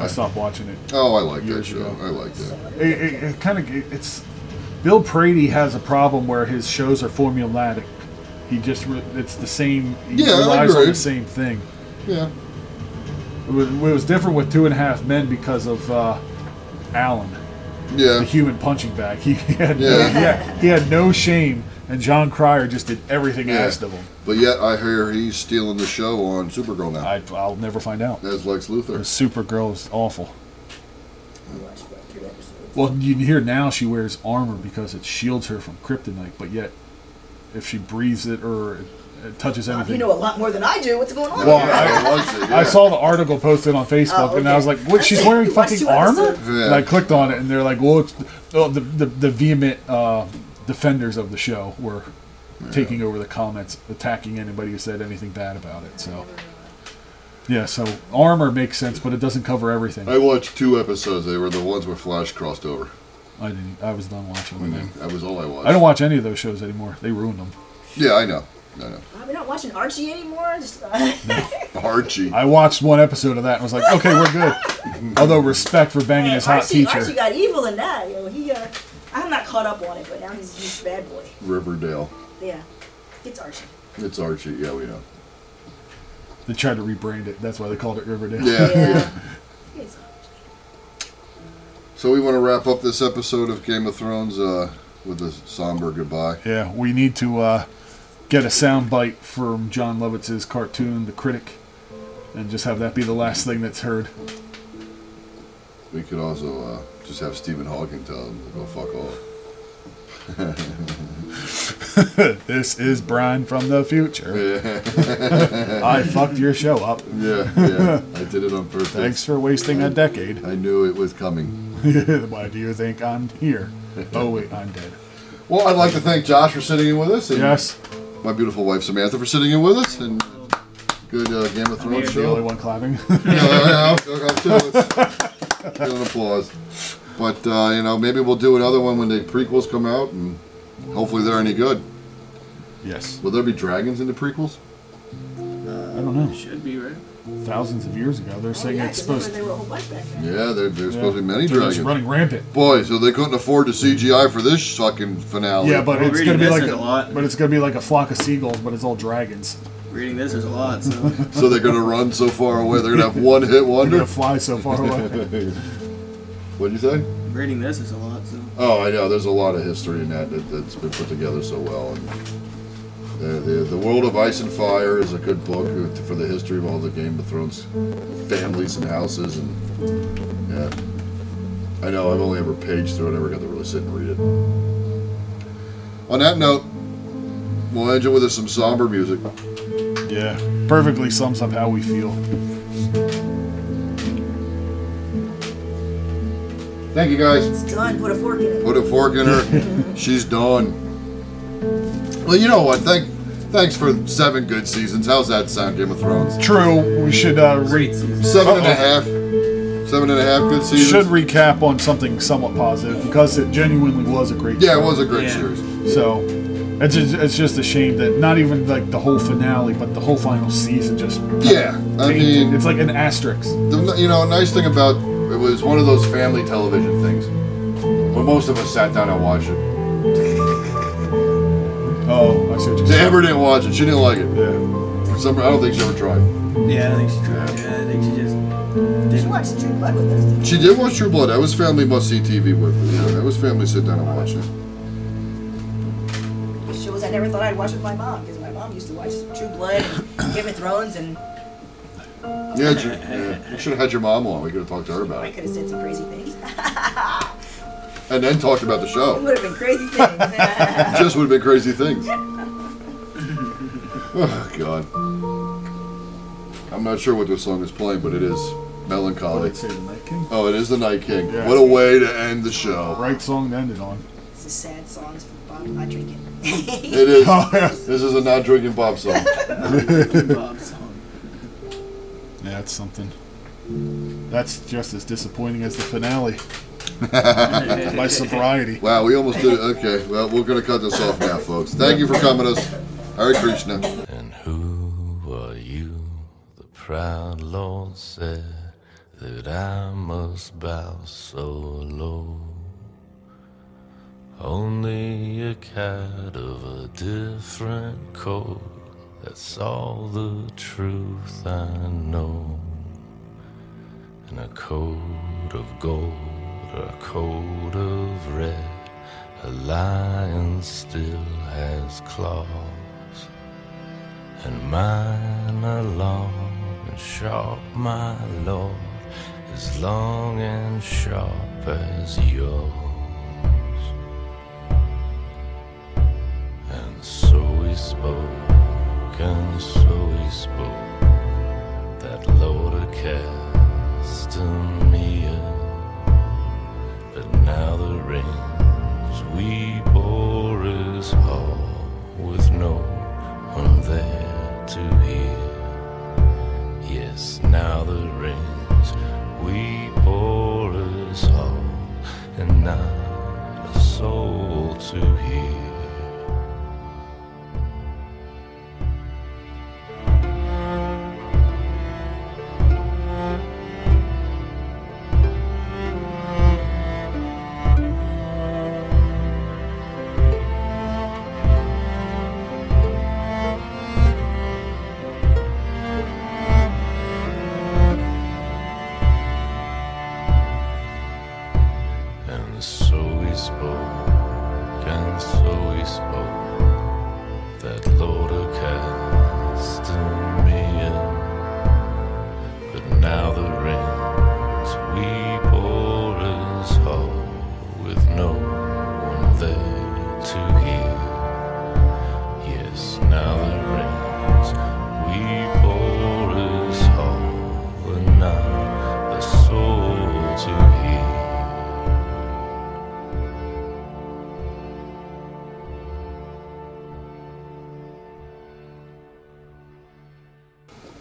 [SPEAKER 1] I
[SPEAKER 4] I stopped watching it.
[SPEAKER 1] Oh, I like that
[SPEAKER 4] Years
[SPEAKER 1] show.
[SPEAKER 4] ago.
[SPEAKER 1] I like that.
[SPEAKER 4] It, it, it kind of it's Bill Prady has a problem where his shows are formulatic. He just re, it's the same. He
[SPEAKER 1] Yeah, I
[SPEAKER 4] relies on
[SPEAKER 1] agree.
[SPEAKER 4] the same thing.
[SPEAKER 1] Yeah.
[SPEAKER 4] It was, it was different with Two and a Half Men because of uh, Alan.
[SPEAKER 1] Yeah.
[SPEAKER 4] the human punching bag. He had,
[SPEAKER 1] Yeah.
[SPEAKER 4] yeah. he, had, he had no shame, and John Cryer just did everything
[SPEAKER 1] Yeah.
[SPEAKER 4] asked of him.
[SPEAKER 1] But yet, I hear he's stealing the show on Supergirl now.
[SPEAKER 4] I, I'll never find out.
[SPEAKER 1] as Lex
[SPEAKER 4] The
[SPEAKER 1] Luthor.
[SPEAKER 4] Supergirl is awful.
[SPEAKER 5] I watched about two episodes.
[SPEAKER 4] Well, you can hear now she wears armor because it shields her from kryptonite, but yet if she breathes it or it, it touches
[SPEAKER 5] Bob,
[SPEAKER 4] anything.
[SPEAKER 5] you know a lot more than I do. What's going on?
[SPEAKER 4] Well,
[SPEAKER 5] here?
[SPEAKER 4] I-
[SPEAKER 1] Yeah, it was it, yeah.
[SPEAKER 4] I saw the article posted on Facebook,
[SPEAKER 5] Oh,
[SPEAKER 4] and I
[SPEAKER 5] okay.
[SPEAKER 4] was like, "What? She's wearing
[SPEAKER 5] You watched
[SPEAKER 4] fucking
[SPEAKER 5] two
[SPEAKER 4] armor?"
[SPEAKER 5] episodes.
[SPEAKER 1] Yeah.
[SPEAKER 4] And I clicked on it, and they're like, "Well, it's oh, the the, the vehement uh, defenders of the show were taking over the comments, attacking anybody who said anything bad about it." So, yeah, so armor makes sense, but it doesn't cover everything.
[SPEAKER 1] I
[SPEAKER 4] I,
[SPEAKER 1] watched two episodes. They were the ones where Flash crossed over.
[SPEAKER 4] didn't. I was done watching them.
[SPEAKER 1] That was all I watched.
[SPEAKER 4] I don't watch any of those shows anymore. They ruined them.
[SPEAKER 1] Yeah, I know. I know.
[SPEAKER 5] Bob, you're not watching Archie anymore. Just, uh,
[SPEAKER 1] Archie.
[SPEAKER 4] I watched one episode of that and was like, "Okay, we're good." Although respect for banging
[SPEAKER 5] Hey,
[SPEAKER 4] his hot
[SPEAKER 5] Archie,
[SPEAKER 4] teacher.
[SPEAKER 5] Archie got evil in that. You know, he. Uh, I'm not caught up on it, but now he's he's a bad boy.
[SPEAKER 1] Riverdale.
[SPEAKER 5] Yeah, it's Archie.
[SPEAKER 1] It's Archie. Yeah, we know.
[SPEAKER 4] They tried to rebrand it. That's why they called it Riverdale.
[SPEAKER 1] Yeah. yeah.
[SPEAKER 5] It's
[SPEAKER 1] So we want to wrap up this episode of Game of Thrones uh, with a somber goodbye.
[SPEAKER 4] Yeah, we need to uh, get a sound bite from John Lovitz's cartoon, The Critic, and just have that be the last thing that's heard.
[SPEAKER 1] We could also uh, just have Stephen Hawking tell him to go fuck off.
[SPEAKER 4] This is Brian from the future. I fucked your show up.
[SPEAKER 1] Yeah, yeah. I did it on purpose.
[SPEAKER 4] Thanks for wasting a decade.
[SPEAKER 1] I knew it was coming.
[SPEAKER 4] Why do you think I'm here? Oh, wait, I'm dead.
[SPEAKER 1] Well, I'd like to thank Josh for sitting in with us. And
[SPEAKER 4] Yes,
[SPEAKER 1] My beautiful wife Samantha for sitting in with us. And good uh, Game of Thrones
[SPEAKER 4] the
[SPEAKER 1] show.
[SPEAKER 4] only one clapping.
[SPEAKER 1] yeah, yeah, I'll, I'll chill. Give an applause. But uh, you know, maybe we'll do another one when the prequels come out, and hopefully they're any good.
[SPEAKER 4] yes.
[SPEAKER 1] Will there be dragons in the prequels?
[SPEAKER 4] I don't know.
[SPEAKER 3] Should be right.
[SPEAKER 4] Thousands of years ago, they're saying it's supposed
[SPEAKER 5] They
[SPEAKER 4] to.
[SPEAKER 5] were a whole bunch back then.
[SPEAKER 1] Yeah, there, there's supposed to be many
[SPEAKER 4] They're just
[SPEAKER 1] dragons.
[SPEAKER 4] running rampant.
[SPEAKER 1] Boy, so they couldn't afford the CGI for this fucking finale.
[SPEAKER 4] Yeah, but
[SPEAKER 3] Well,
[SPEAKER 4] it's
[SPEAKER 3] reading
[SPEAKER 4] gonna be
[SPEAKER 3] this
[SPEAKER 4] like
[SPEAKER 3] is a lot.
[SPEAKER 4] but it's gonna be like a flock of seagulls, but it's all dragons.
[SPEAKER 3] Reading this, there's a lot. So
[SPEAKER 1] so they're gonna run so far away, they're gonna have one hit
[SPEAKER 4] They're gonna
[SPEAKER 1] wonder.
[SPEAKER 4] fly so far away.
[SPEAKER 1] What'd you say?
[SPEAKER 3] reading this is a lot. So
[SPEAKER 1] Oh, I know. There's a lot of history in that, that that's been put together so well. And the, the, the World of Ice and Fire is a good book for the history of all the Game of Thrones families and houses. And yeah, I know. I've only ever paged through it. I never got to really sit and read it. On that note, we'll end it with some somber music.
[SPEAKER 4] Yeah, perfectly sums up how we feel.
[SPEAKER 1] Thank you, guys.
[SPEAKER 5] It's done. Put a fork in it.
[SPEAKER 1] Put a fork in her. She's done. Well, you know what? Thank, thanks for seven good seasons. How's that sound, Game of Thrones?
[SPEAKER 4] True, we should uh, re-
[SPEAKER 1] Seven and a
[SPEAKER 4] Uh-oh.
[SPEAKER 1] half. Seven and a half good seasons.
[SPEAKER 4] should recap on something somewhat positive because it genuinely was a great.
[SPEAKER 1] yeah, it was a great
[SPEAKER 3] Yeah.
[SPEAKER 1] series.
[SPEAKER 4] So it's just, it's just a shame that not even like the whole finale, but the whole final season just.
[SPEAKER 1] Yeah, I
[SPEAKER 4] tainted.
[SPEAKER 1] mean-
[SPEAKER 4] it's like an asterisk.
[SPEAKER 1] The, you know, nice thing about it was one of those family television things. When most of us sat down and watched it.
[SPEAKER 4] Oh, I see what you're saying.
[SPEAKER 1] Amber didn't watch it. She didn't like it.
[SPEAKER 4] Yeah.
[SPEAKER 1] For some, I don't think she ever tried.
[SPEAKER 3] yeah, I think she tried. Yeah, I think she just
[SPEAKER 5] She watched True Blood with us. didn't
[SPEAKER 1] She did watch True Blood. That was family must see TV with. You know, that was family sit down and watch it.
[SPEAKER 5] she? Shows I never thought I'd watch with my mom because my mom used to watch True Blood, Game of Thrones, and
[SPEAKER 1] Yeah, she, yeah. you should have had your mom on. We could have talked to her about
[SPEAKER 5] I
[SPEAKER 1] it.
[SPEAKER 5] could have said some crazy things.
[SPEAKER 1] And then talked about the show.
[SPEAKER 5] would have been crazy things.
[SPEAKER 1] just would have been crazy things. Oh God. I'm not sure what this song is playing, but it is
[SPEAKER 4] What
[SPEAKER 1] melancholy.
[SPEAKER 4] did it say, the Night King?
[SPEAKER 1] Oh, it is the Night King.
[SPEAKER 4] Yeah.
[SPEAKER 1] What a way to end the show.
[SPEAKER 4] Right song to end it on.
[SPEAKER 5] It's a sad song. It's for Bob not drinking.
[SPEAKER 1] It is.
[SPEAKER 4] Oh, yeah.
[SPEAKER 1] This is a not drinking pop song.
[SPEAKER 3] Bob song.
[SPEAKER 4] Yeah, that's something. That's just as disappointing as the finale. My sobriety.
[SPEAKER 1] Wow, we almost did it. Okay, well, we're gonna cut this off now, folks. Thank you for coming us. Hare Krishna.
[SPEAKER 10] And who are you? The proud lord said, that I must bow so low. Only a cat of a different coat. That's all the truth I know. And a coat of gold, a coat of red. A lion still has claws. And mine are long and sharp, my lord, as long and sharp as yours. And so he spoke, and so he spoke, that loader cast him in. But now the reins we bore is hard, with no one there to hear. Yes, now the rains we pour us all, and not a soul to hear. And so he spoke, and so he spoke, that loader cast him in. But now the rains we bore us all, with no one there to hear. Yes, now the rains we bore us all, and not a soul to hear.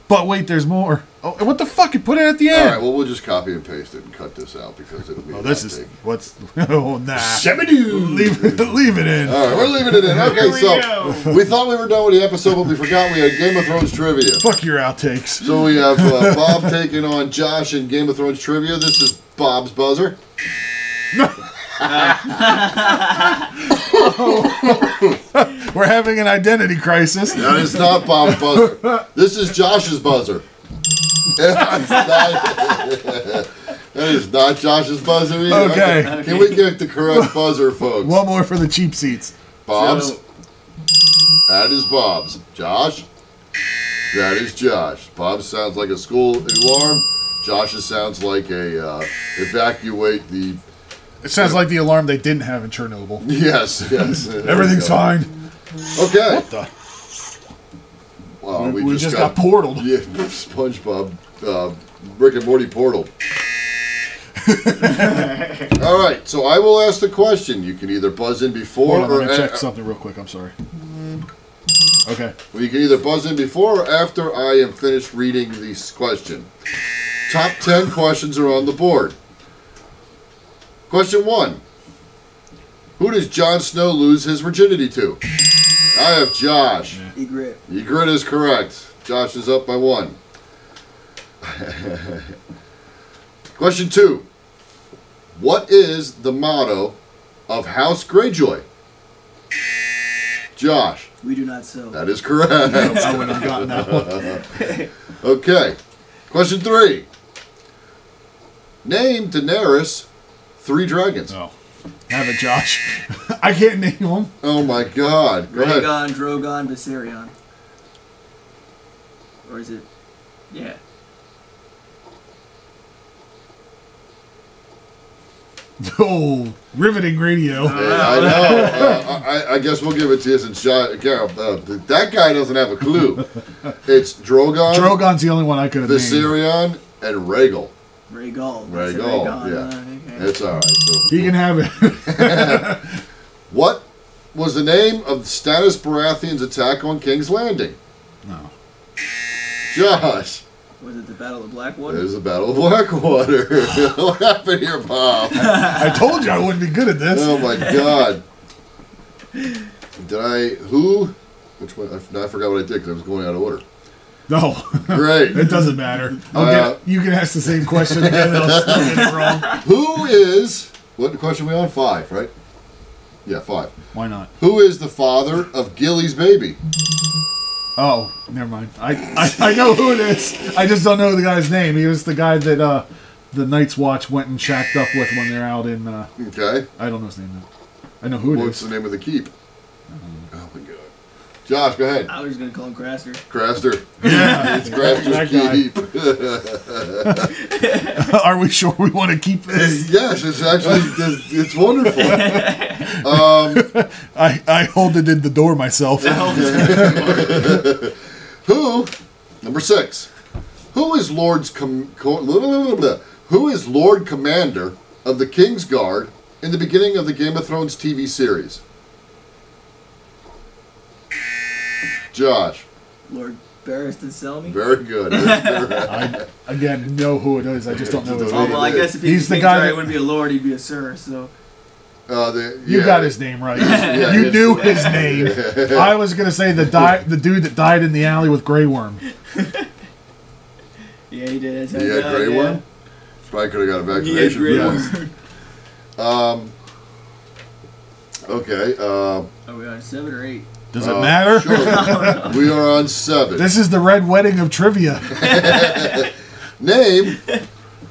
[SPEAKER 4] But wait, there's more. Oh, and what the fuck? You put it at the
[SPEAKER 1] All
[SPEAKER 4] end.
[SPEAKER 1] right, well, we'll just copy and paste it and cut this out because it'll be.
[SPEAKER 4] oh, this
[SPEAKER 1] that
[SPEAKER 4] is
[SPEAKER 1] big.
[SPEAKER 4] what's. Oh, nah.
[SPEAKER 1] Shabadoo!
[SPEAKER 4] Leave it. Leave it in.
[SPEAKER 1] All right, we're leaving it in. Okay,
[SPEAKER 3] we
[SPEAKER 1] so
[SPEAKER 3] go.
[SPEAKER 1] we thought we were done with the episode, but we forgot we had Game of Thrones trivia.
[SPEAKER 4] Fuck your outtakes.
[SPEAKER 1] So we have uh, Bob taking on Josh in Game of Thrones trivia. This is Bob's buzzer.
[SPEAKER 4] We're having an identity crisis.
[SPEAKER 1] That is not Bob's buzzer. This is Josh's buzzer. That's not- that is not Josh's buzzer either.
[SPEAKER 4] Okay.
[SPEAKER 1] Can we get the correct buzzer, folks?
[SPEAKER 4] One more for the cheap seats.
[SPEAKER 1] Bob's.
[SPEAKER 3] So-
[SPEAKER 1] That is Bob's. Josh. That is Josh. Bob sounds like a school alarm. Josh's sounds like a uh, evacuate the.
[SPEAKER 4] It sounds like the alarm they didn't have in Chernobyl.
[SPEAKER 1] Yes, yes. There we
[SPEAKER 4] Everything's
[SPEAKER 1] go.
[SPEAKER 4] fine.
[SPEAKER 1] Okay.
[SPEAKER 4] the-
[SPEAKER 1] Wow,
[SPEAKER 4] we, we just got, portaled.
[SPEAKER 1] Yeah, SpongeBob, uh, Rick and Morty portal. All right, so I will ask the question. You can either buzz in before
[SPEAKER 4] Hold on,
[SPEAKER 1] or uh,
[SPEAKER 4] let me check
[SPEAKER 1] a-
[SPEAKER 4] something real quick. I'm sorry. Okay.
[SPEAKER 1] well, you can either buzz in before or after I am finished reading this question. Top ten questions are on the board. Question one: Who does Jon Snow lose his virginity to? I have Josh.
[SPEAKER 3] Egret.
[SPEAKER 1] Egret is correct. Josh is up by one. Question two. What is the motto of House Greyjoy? Josh,
[SPEAKER 3] We do not sell.
[SPEAKER 1] that is correct.
[SPEAKER 4] I wouldn't have gotten that one.
[SPEAKER 1] okay. Question three. Name Daenerys three dragons.
[SPEAKER 4] No. Have it, Josh. I can't name them.
[SPEAKER 1] Oh my god. Go ahead.
[SPEAKER 3] Rhaegon, Drogon, Viserion. Or is it? Yeah.
[SPEAKER 4] Oh, riveting radio.
[SPEAKER 1] Yeah, I know. Uh, I, I guess we'll give it to you since Josh, Gareth, uh, that guy doesn't have a clue. It's Drogon.
[SPEAKER 4] Drogon's the only one I could have named.
[SPEAKER 1] Viserion and Rhaegal.
[SPEAKER 3] Rhaegal. Is it
[SPEAKER 1] Rhaegal,
[SPEAKER 3] Rhaegon?
[SPEAKER 1] yeah.
[SPEAKER 3] Uh, okay.
[SPEAKER 1] It's all right. So.
[SPEAKER 4] He can have it.
[SPEAKER 1] What was the name of Stannis Baratheon's attack on King's Landing?
[SPEAKER 4] No.
[SPEAKER 1] Josh,
[SPEAKER 3] Was it the Battle of
[SPEAKER 1] it
[SPEAKER 3] Blackwater?
[SPEAKER 1] is the Battle of Blackwater. what happened here, Bob?
[SPEAKER 4] I told you I wouldn't be good at this.
[SPEAKER 1] Oh my God! Did I who? Which one? I, no, I forgot what I did because I was going out of order.
[SPEAKER 4] No.
[SPEAKER 1] Great.
[SPEAKER 4] It doesn't matter. I'll
[SPEAKER 1] Uh,
[SPEAKER 4] get, you can ask the same question again, and I'll still get it wrong.
[SPEAKER 1] Who is what question we on five, right? Yeah, five.
[SPEAKER 4] Why not?
[SPEAKER 1] Who is the father of Gilly's baby?
[SPEAKER 4] Oh, never mind. I, I, I know who it is. I just don't know the guy's name. He was the guy that uh, the Night's Watch went and shacked up with when they're out in. Uh,
[SPEAKER 1] Okay.
[SPEAKER 4] I don't know his name. Though. I know who it
[SPEAKER 1] What's
[SPEAKER 4] is.
[SPEAKER 1] the name of the keep? Oh my god. Josh, go ahead.
[SPEAKER 3] I was gonna call him Craster.
[SPEAKER 1] Craster. Yeah. It's
[SPEAKER 4] That
[SPEAKER 1] Craster's
[SPEAKER 4] guy.
[SPEAKER 1] keep.
[SPEAKER 4] Are we sure we want to keep this?
[SPEAKER 1] yes, it's actually it's, it's wonderful.
[SPEAKER 4] I, I hold it in the door myself.
[SPEAKER 1] Who? Number six. Who is Lord's com- co- blah, blah, blah, blah. Who is Lord Commander of the King's Guard in the beginning of the Game of Thrones TV series? Josh,
[SPEAKER 3] Lord Barristan Selmy.
[SPEAKER 1] very good. Uh,
[SPEAKER 4] I, again, know who it is. I just don't know who it is.
[SPEAKER 3] Oh well, I guess if he
[SPEAKER 4] He's
[SPEAKER 3] he's
[SPEAKER 4] the
[SPEAKER 3] the
[SPEAKER 4] guy that-
[SPEAKER 3] he wouldn't be a lord, he'd be a sir. So
[SPEAKER 1] Uh, the-
[SPEAKER 4] You
[SPEAKER 1] yeah.
[SPEAKER 4] got his name right. you
[SPEAKER 1] it's-
[SPEAKER 4] knew his name. I was gonna say the di- the dude that died in the alley with Grey Worm.
[SPEAKER 3] yeah, he did. That's how
[SPEAKER 1] He
[SPEAKER 3] he
[SPEAKER 1] had
[SPEAKER 3] died,
[SPEAKER 1] Grey
[SPEAKER 3] yeah.
[SPEAKER 1] Worm. Probably could have got a
[SPEAKER 3] He had
[SPEAKER 1] vaccination.
[SPEAKER 3] Grey
[SPEAKER 1] for
[SPEAKER 3] Worm.
[SPEAKER 1] that. Um, Okay. Uh,
[SPEAKER 3] Are Oh, we on seven or eight?
[SPEAKER 4] Does it matter?
[SPEAKER 1] sure. we are on seven.
[SPEAKER 4] This is the red wedding of trivia.
[SPEAKER 1] Name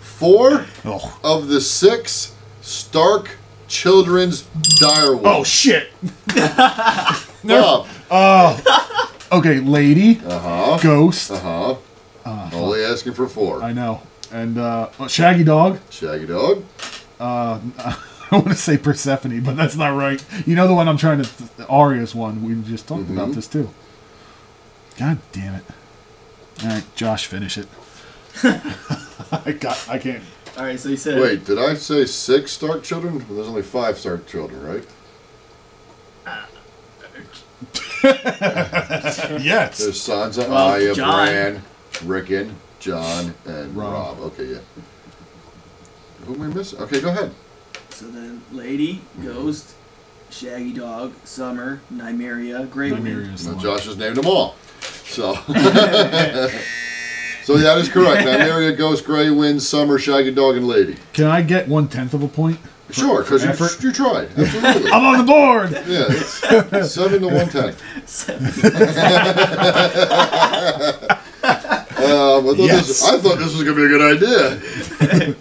[SPEAKER 1] four
[SPEAKER 4] Oh,
[SPEAKER 1] of the six Stark children's direwolves.
[SPEAKER 4] oh shit.
[SPEAKER 1] Bob.
[SPEAKER 4] Okay, lady, ghost.
[SPEAKER 1] Huh? Only asking for four.
[SPEAKER 4] I know, and uh, oh, Shaggy Dog.
[SPEAKER 1] Shaggy Dog.
[SPEAKER 4] I want to say Persephone, but that's not right. You know the one I'm trying to the Aria's one. We just talked about this too. God damn it! All right, Josh, finish it. I got. I can't.
[SPEAKER 3] All right, so he said.
[SPEAKER 1] Wait, did I say six Stark children? Well, there's only five Stark children, right?
[SPEAKER 4] Yes.
[SPEAKER 1] There's Sansa,
[SPEAKER 3] Well,
[SPEAKER 1] Arya,
[SPEAKER 3] John.
[SPEAKER 1] Bran, Rickon, John, and
[SPEAKER 4] Rob.
[SPEAKER 1] Rob. Okay, yeah. Who am I missing? Okay, go ahead.
[SPEAKER 3] So then, lady,
[SPEAKER 1] Mm-hmm.
[SPEAKER 3] ghost, shaggy dog, summer, Nymeria, Grey Worm.
[SPEAKER 4] Nymeria's the
[SPEAKER 1] Well,
[SPEAKER 4] one.
[SPEAKER 1] Josh has named them all. So. So that is correct. Nymeria, Ghost, Grey, Wind, Summer, Shaggy Dog, and Lady.
[SPEAKER 4] Can I get one tenth of a point?
[SPEAKER 1] Sure, because you,
[SPEAKER 4] effort?
[SPEAKER 1] you tried. Absolutely.
[SPEAKER 4] I'm on the board.
[SPEAKER 1] Yeah, it's seven to one ten. um, I, thought
[SPEAKER 4] Yes.
[SPEAKER 1] this, I thought this was gonna be a good idea.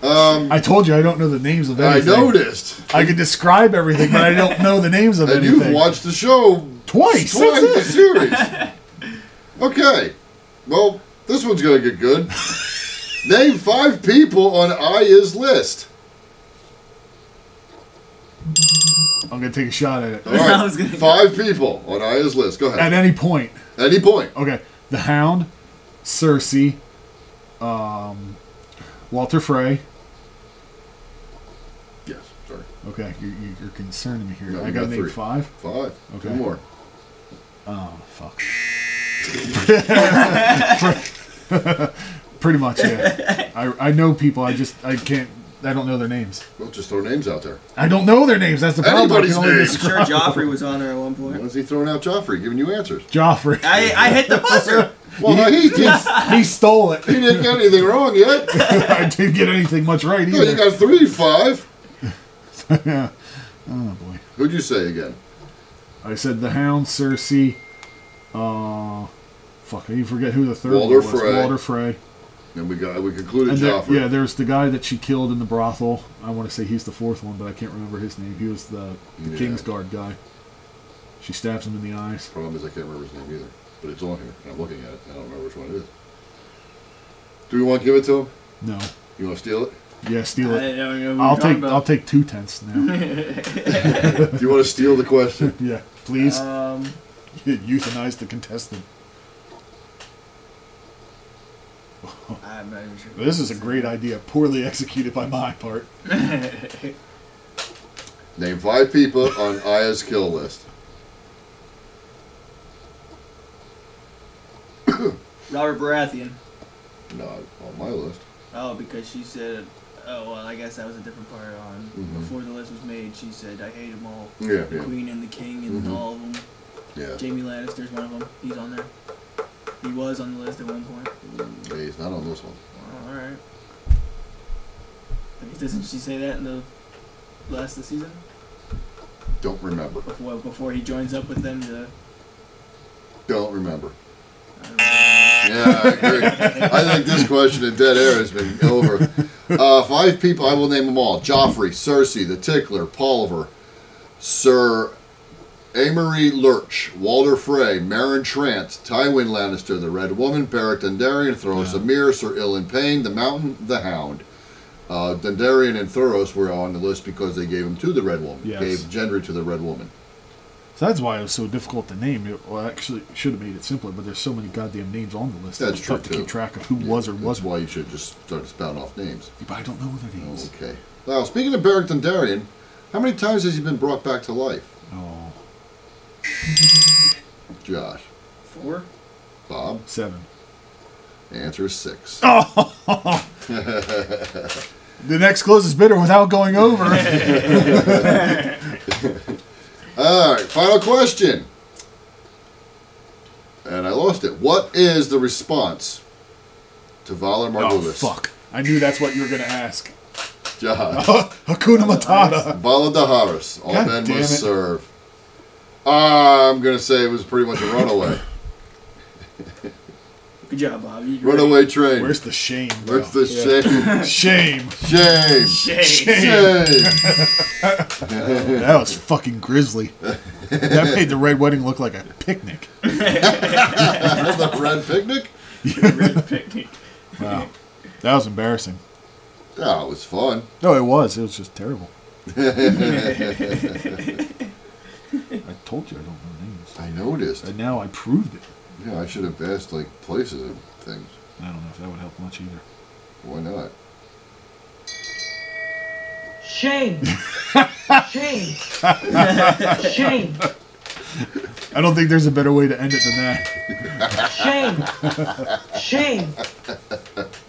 [SPEAKER 4] I told you I don't know the names of
[SPEAKER 1] I
[SPEAKER 4] anything.
[SPEAKER 1] noticed,
[SPEAKER 4] I can describe everything, but I don't know the names of
[SPEAKER 1] and
[SPEAKER 4] anything.
[SPEAKER 1] you've watched the show
[SPEAKER 4] twice.
[SPEAKER 1] twice
[SPEAKER 4] That's
[SPEAKER 1] the
[SPEAKER 4] it.
[SPEAKER 1] series. Okay, well, this one's gonna get good. Name five people on Aya's list.
[SPEAKER 4] I'm gonna take a shot at it
[SPEAKER 1] All right,
[SPEAKER 3] I was gonna-
[SPEAKER 1] five people on Aya's list. Go
[SPEAKER 4] at
[SPEAKER 1] ahead.
[SPEAKER 4] any point.
[SPEAKER 1] Any point.
[SPEAKER 4] Okay, the Hound, Cersei, um, Walter Frey.
[SPEAKER 1] Yes. Sorry.
[SPEAKER 4] Okay, you're, you- you're concerning me here.
[SPEAKER 1] No,
[SPEAKER 4] I
[SPEAKER 1] you
[SPEAKER 4] got
[SPEAKER 1] got
[SPEAKER 4] name
[SPEAKER 1] three.
[SPEAKER 4] five.
[SPEAKER 1] Five.
[SPEAKER 4] Okay.
[SPEAKER 1] Two more.
[SPEAKER 4] Oh fuck. Pretty much, yeah. I, I know people. I just I can't. I don't know their names.
[SPEAKER 1] We'll just throw names out there.
[SPEAKER 4] I don't know their names. That's the problem.
[SPEAKER 1] Anybody's
[SPEAKER 4] I can only
[SPEAKER 1] name.
[SPEAKER 3] I'm
[SPEAKER 4] describe-
[SPEAKER 3] sure Joffrey was on there at one
[SPEAKER 1] Why
[SPEAKER 3] point.
[SPEAKER 1] is he throwing out Joffrey, giving you answers?
[SPEAKER 4] Joffrey.
[SPEAKER 3] I, I hit the buzzer.
[SPEAKER 1] Well, no, he, he,
[SPEAKER 4] he stole it.
[SPEAKER 1] he didn't get anything wrong yet.
[SPEAKER 4] I didn't get anything much right
[SPEAKER 1] No, you
[SPEAKER 4] either.
[SPEAKER 1] got three, five.
[SPEAKER 4] Yeah. oh boy.
[SPEAKER 1] Who'd you say again?
[SPEAKER 4] I said the Hound, Cersei. Uh, fuck. I even forget who the third
[SPEAKER 1] Walter
[SPEAKER 4] one was.
[SPEAKER 1] Frey.
[SPEAKER 4] Walter Frey.
[SPEAKER 1] And we got we concluded
[SPEAKER 4] And there,
[SPEAKER 1] Joffrey.
[SPEAKER 4] yeah, there's the guy that she killed in the brothel. I want to say he's the fourth one, but I can't remember his name. He was the, the
[SPEAKER 1] Yeah.
[SPEAKER 4] Kingsguard guy. She stabs him in the eyes.
[SPEAKER 1] Problem is I can't remember his name either, but it's on here and I'm looking at it. and I don't remember which one it is. Do we want to give it to him?
[SPEAKER 4] No.
[SPEAKER 1] You want to steal it?
[SPEAKER 4] Yeah, steal
[SPEAKER 3] I
[SPEAKER 4] it.
[SPEAKER 3] didn't know who we were
[SPEAKER 4] I'll
[SPEAKER 3] talking
[SPEAKER 4] take
[SPEAKER 3] about.
[SPEAKER 4] I'll take two tenths now.
[SPEAKER 1] Do you want to steal the question?
[SPEAKER 4] yeah, please
[SPEAKER 3] Um,
[SPEAKER 4] euthanize the contestant.
[SPEAKER 3] I'm not even sure.
[SPEAKER 4] This is a great idea, poorly executed by my part.
[SPEAKER 1] Name five people on Aya's kill list.
[SPEAKER 3] Robert Baratheon.
[SPEAKER 1] Not on my list.
[SPEAKER 3] Oh, because she said, oh, well, I guess that was a different part on.
[SPEAKER 4] Mm-hmm.
[SPEAKER 3] Before the list was made, she said, I hate them all.
[SPEAKER 1] Yeah,
[SPEAKER 3] The
[SPEAKER 1] yeah,
[SPEAKER 4] Mm-hmm.
[SPEAKER 3] queen and the king and all of them.
[SPEAKER 1] yeah.
[SPEAKER 3] Jamie Lannister's one of them. He's on there. He was on the list at one point.
[SPEAKER 1] He's not on this one.
[SPEAKER 3] All right. I guess Doesn't she say that in the last of the season?
[SPEAKER 1] Don't remember.
[SPEAKER 3] Before before he joins up with them to.
[SPEAKER 1] Don't remember. Yeah, I agree. I think this question in dead air has been over. Uh, five people, I will name them all: Joffrey, Cersei, the Tickler, Polliver, Sir Amory Lurch, Walter Frey, Marin Trant, Tywin Lannister, the Red Woman, Barrett Dendarian, Thoros Amir, Sir Ilan Payne, the Mountain, the Hound. Uh, Dendarian and Thoros were on the list because they gave him to the Red Woman.
[SPEAKER 4] Yes.
[SPEAKER 1] Gave Gendry to the Red Woman.
[SPEAKER 4] So that's why it was so difficult to name. It well, actually should have made it simpler, but there's so many goddamn names on the list. that
[SPEAKER 1] That's
[SPEAKER 4] it's
[SPEAKER 1] true,
[SPEAKER 4] tough
[SPEAKER 1] too.
[SPEAKER 4] to keep track of who was or
[SPEAKER 1] That's
[SPEAKER 4] wasn't.
[SPEAKER 1] why you should just start spouting off names.
[SPEAKER 4] But I don't know their names.
[SPEAKER 1] Okay. Now, speaking of Beric Dondarrion, how many times has he been brought back to life?
[SPEAKER 4] Oh,
[SPEAKER 1] Josh.
[SPEAKER 3] Four?
[SPEAKER 1] Bob?
[SPEAKER 4] seven. Oh!
[SPEAKER 1] The answer is six.
[SPEAKER 4] The next closest bidder without going over.
[SPEAKER 1] All right, final question. And I lost it. What is the response to Valar
[SPEAKER 4] oh,
[SPEAKER 1] Margulis?
[SPEAKER 4] fuck. I knew that's what you were going to ask.
[SPEAKER 1] Josh.
[SPEAKER 4] Hakuna Matata.
[SPEAKER 1] Valadaharis. All
[SPEAKER 4] God
[SPEAKER 1] men
[SPEAKER 4] damn
[SPEAKER 1] must
[SPEAKER 4] it.
[SPEAKER 1] serve. I'm going to say it was pretty much a runaway.
[SPEAKER 3] Good job, Bob. You
[SPEAKER 1] runaway train.
[SPEAKER 4] Where's the shame? bro?
[SPEAKER 1] Where's the shame?
[SPEAKER 4] shame?
[SPEAKER 1] Shame.
[SPEAKER 3] Shame.
[SPEAKER 1] Shame.
[SPEAKER 4] That was fucking grisly. That made the Red Wedding look like a picnic.
[SPEAKER 1] the red picnic?
[SPEAKER 3] Red picnic.
[SPEAKER 4] Wow. That was embarrassing.
[SPEAKER 1] Yeah, it was fun.
[SPEAKER 4] No, it was. It was just terrible. I told you I don't know names.
[SPEAKER 1] I noticed.
[SPEAKER 4] And now I proved it.
[SPEAKER 1] Yeah, I should have asked like places and things.
[SPEAKER 4] I don't know if that would help much either.
[SPEAKER 1] Why not?
[SPEAKER 11] Shame. Shame. Shame.
[SPEAKER 4] I don't think there's a better way to end it than that.
[SPEAKER 11] Shame. Shame.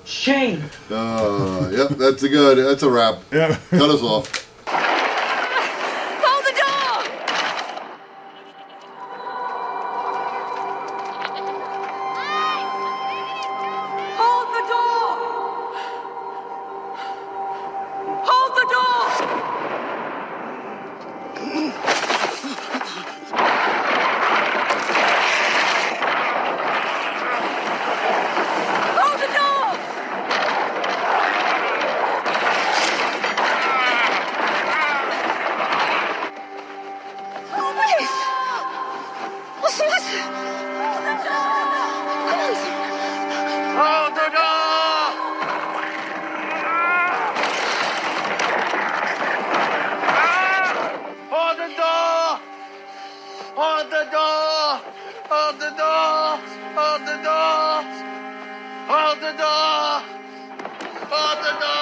[SPEAKER 11] Shame.
[SPEAKER 1] Uh, yep, that's a good. That's a wrap.
[SPEAKER 4] Yeah.
[SPEAKER 1] Cut us off.
[SPEAKER 12] Hold the door! Hold the door! Hold the door! Hold the door!
[SPEAKER 13] Hold the door! Hold the door! Hold the door! Hold the door! Hold the door! Hold the door! Hold the door!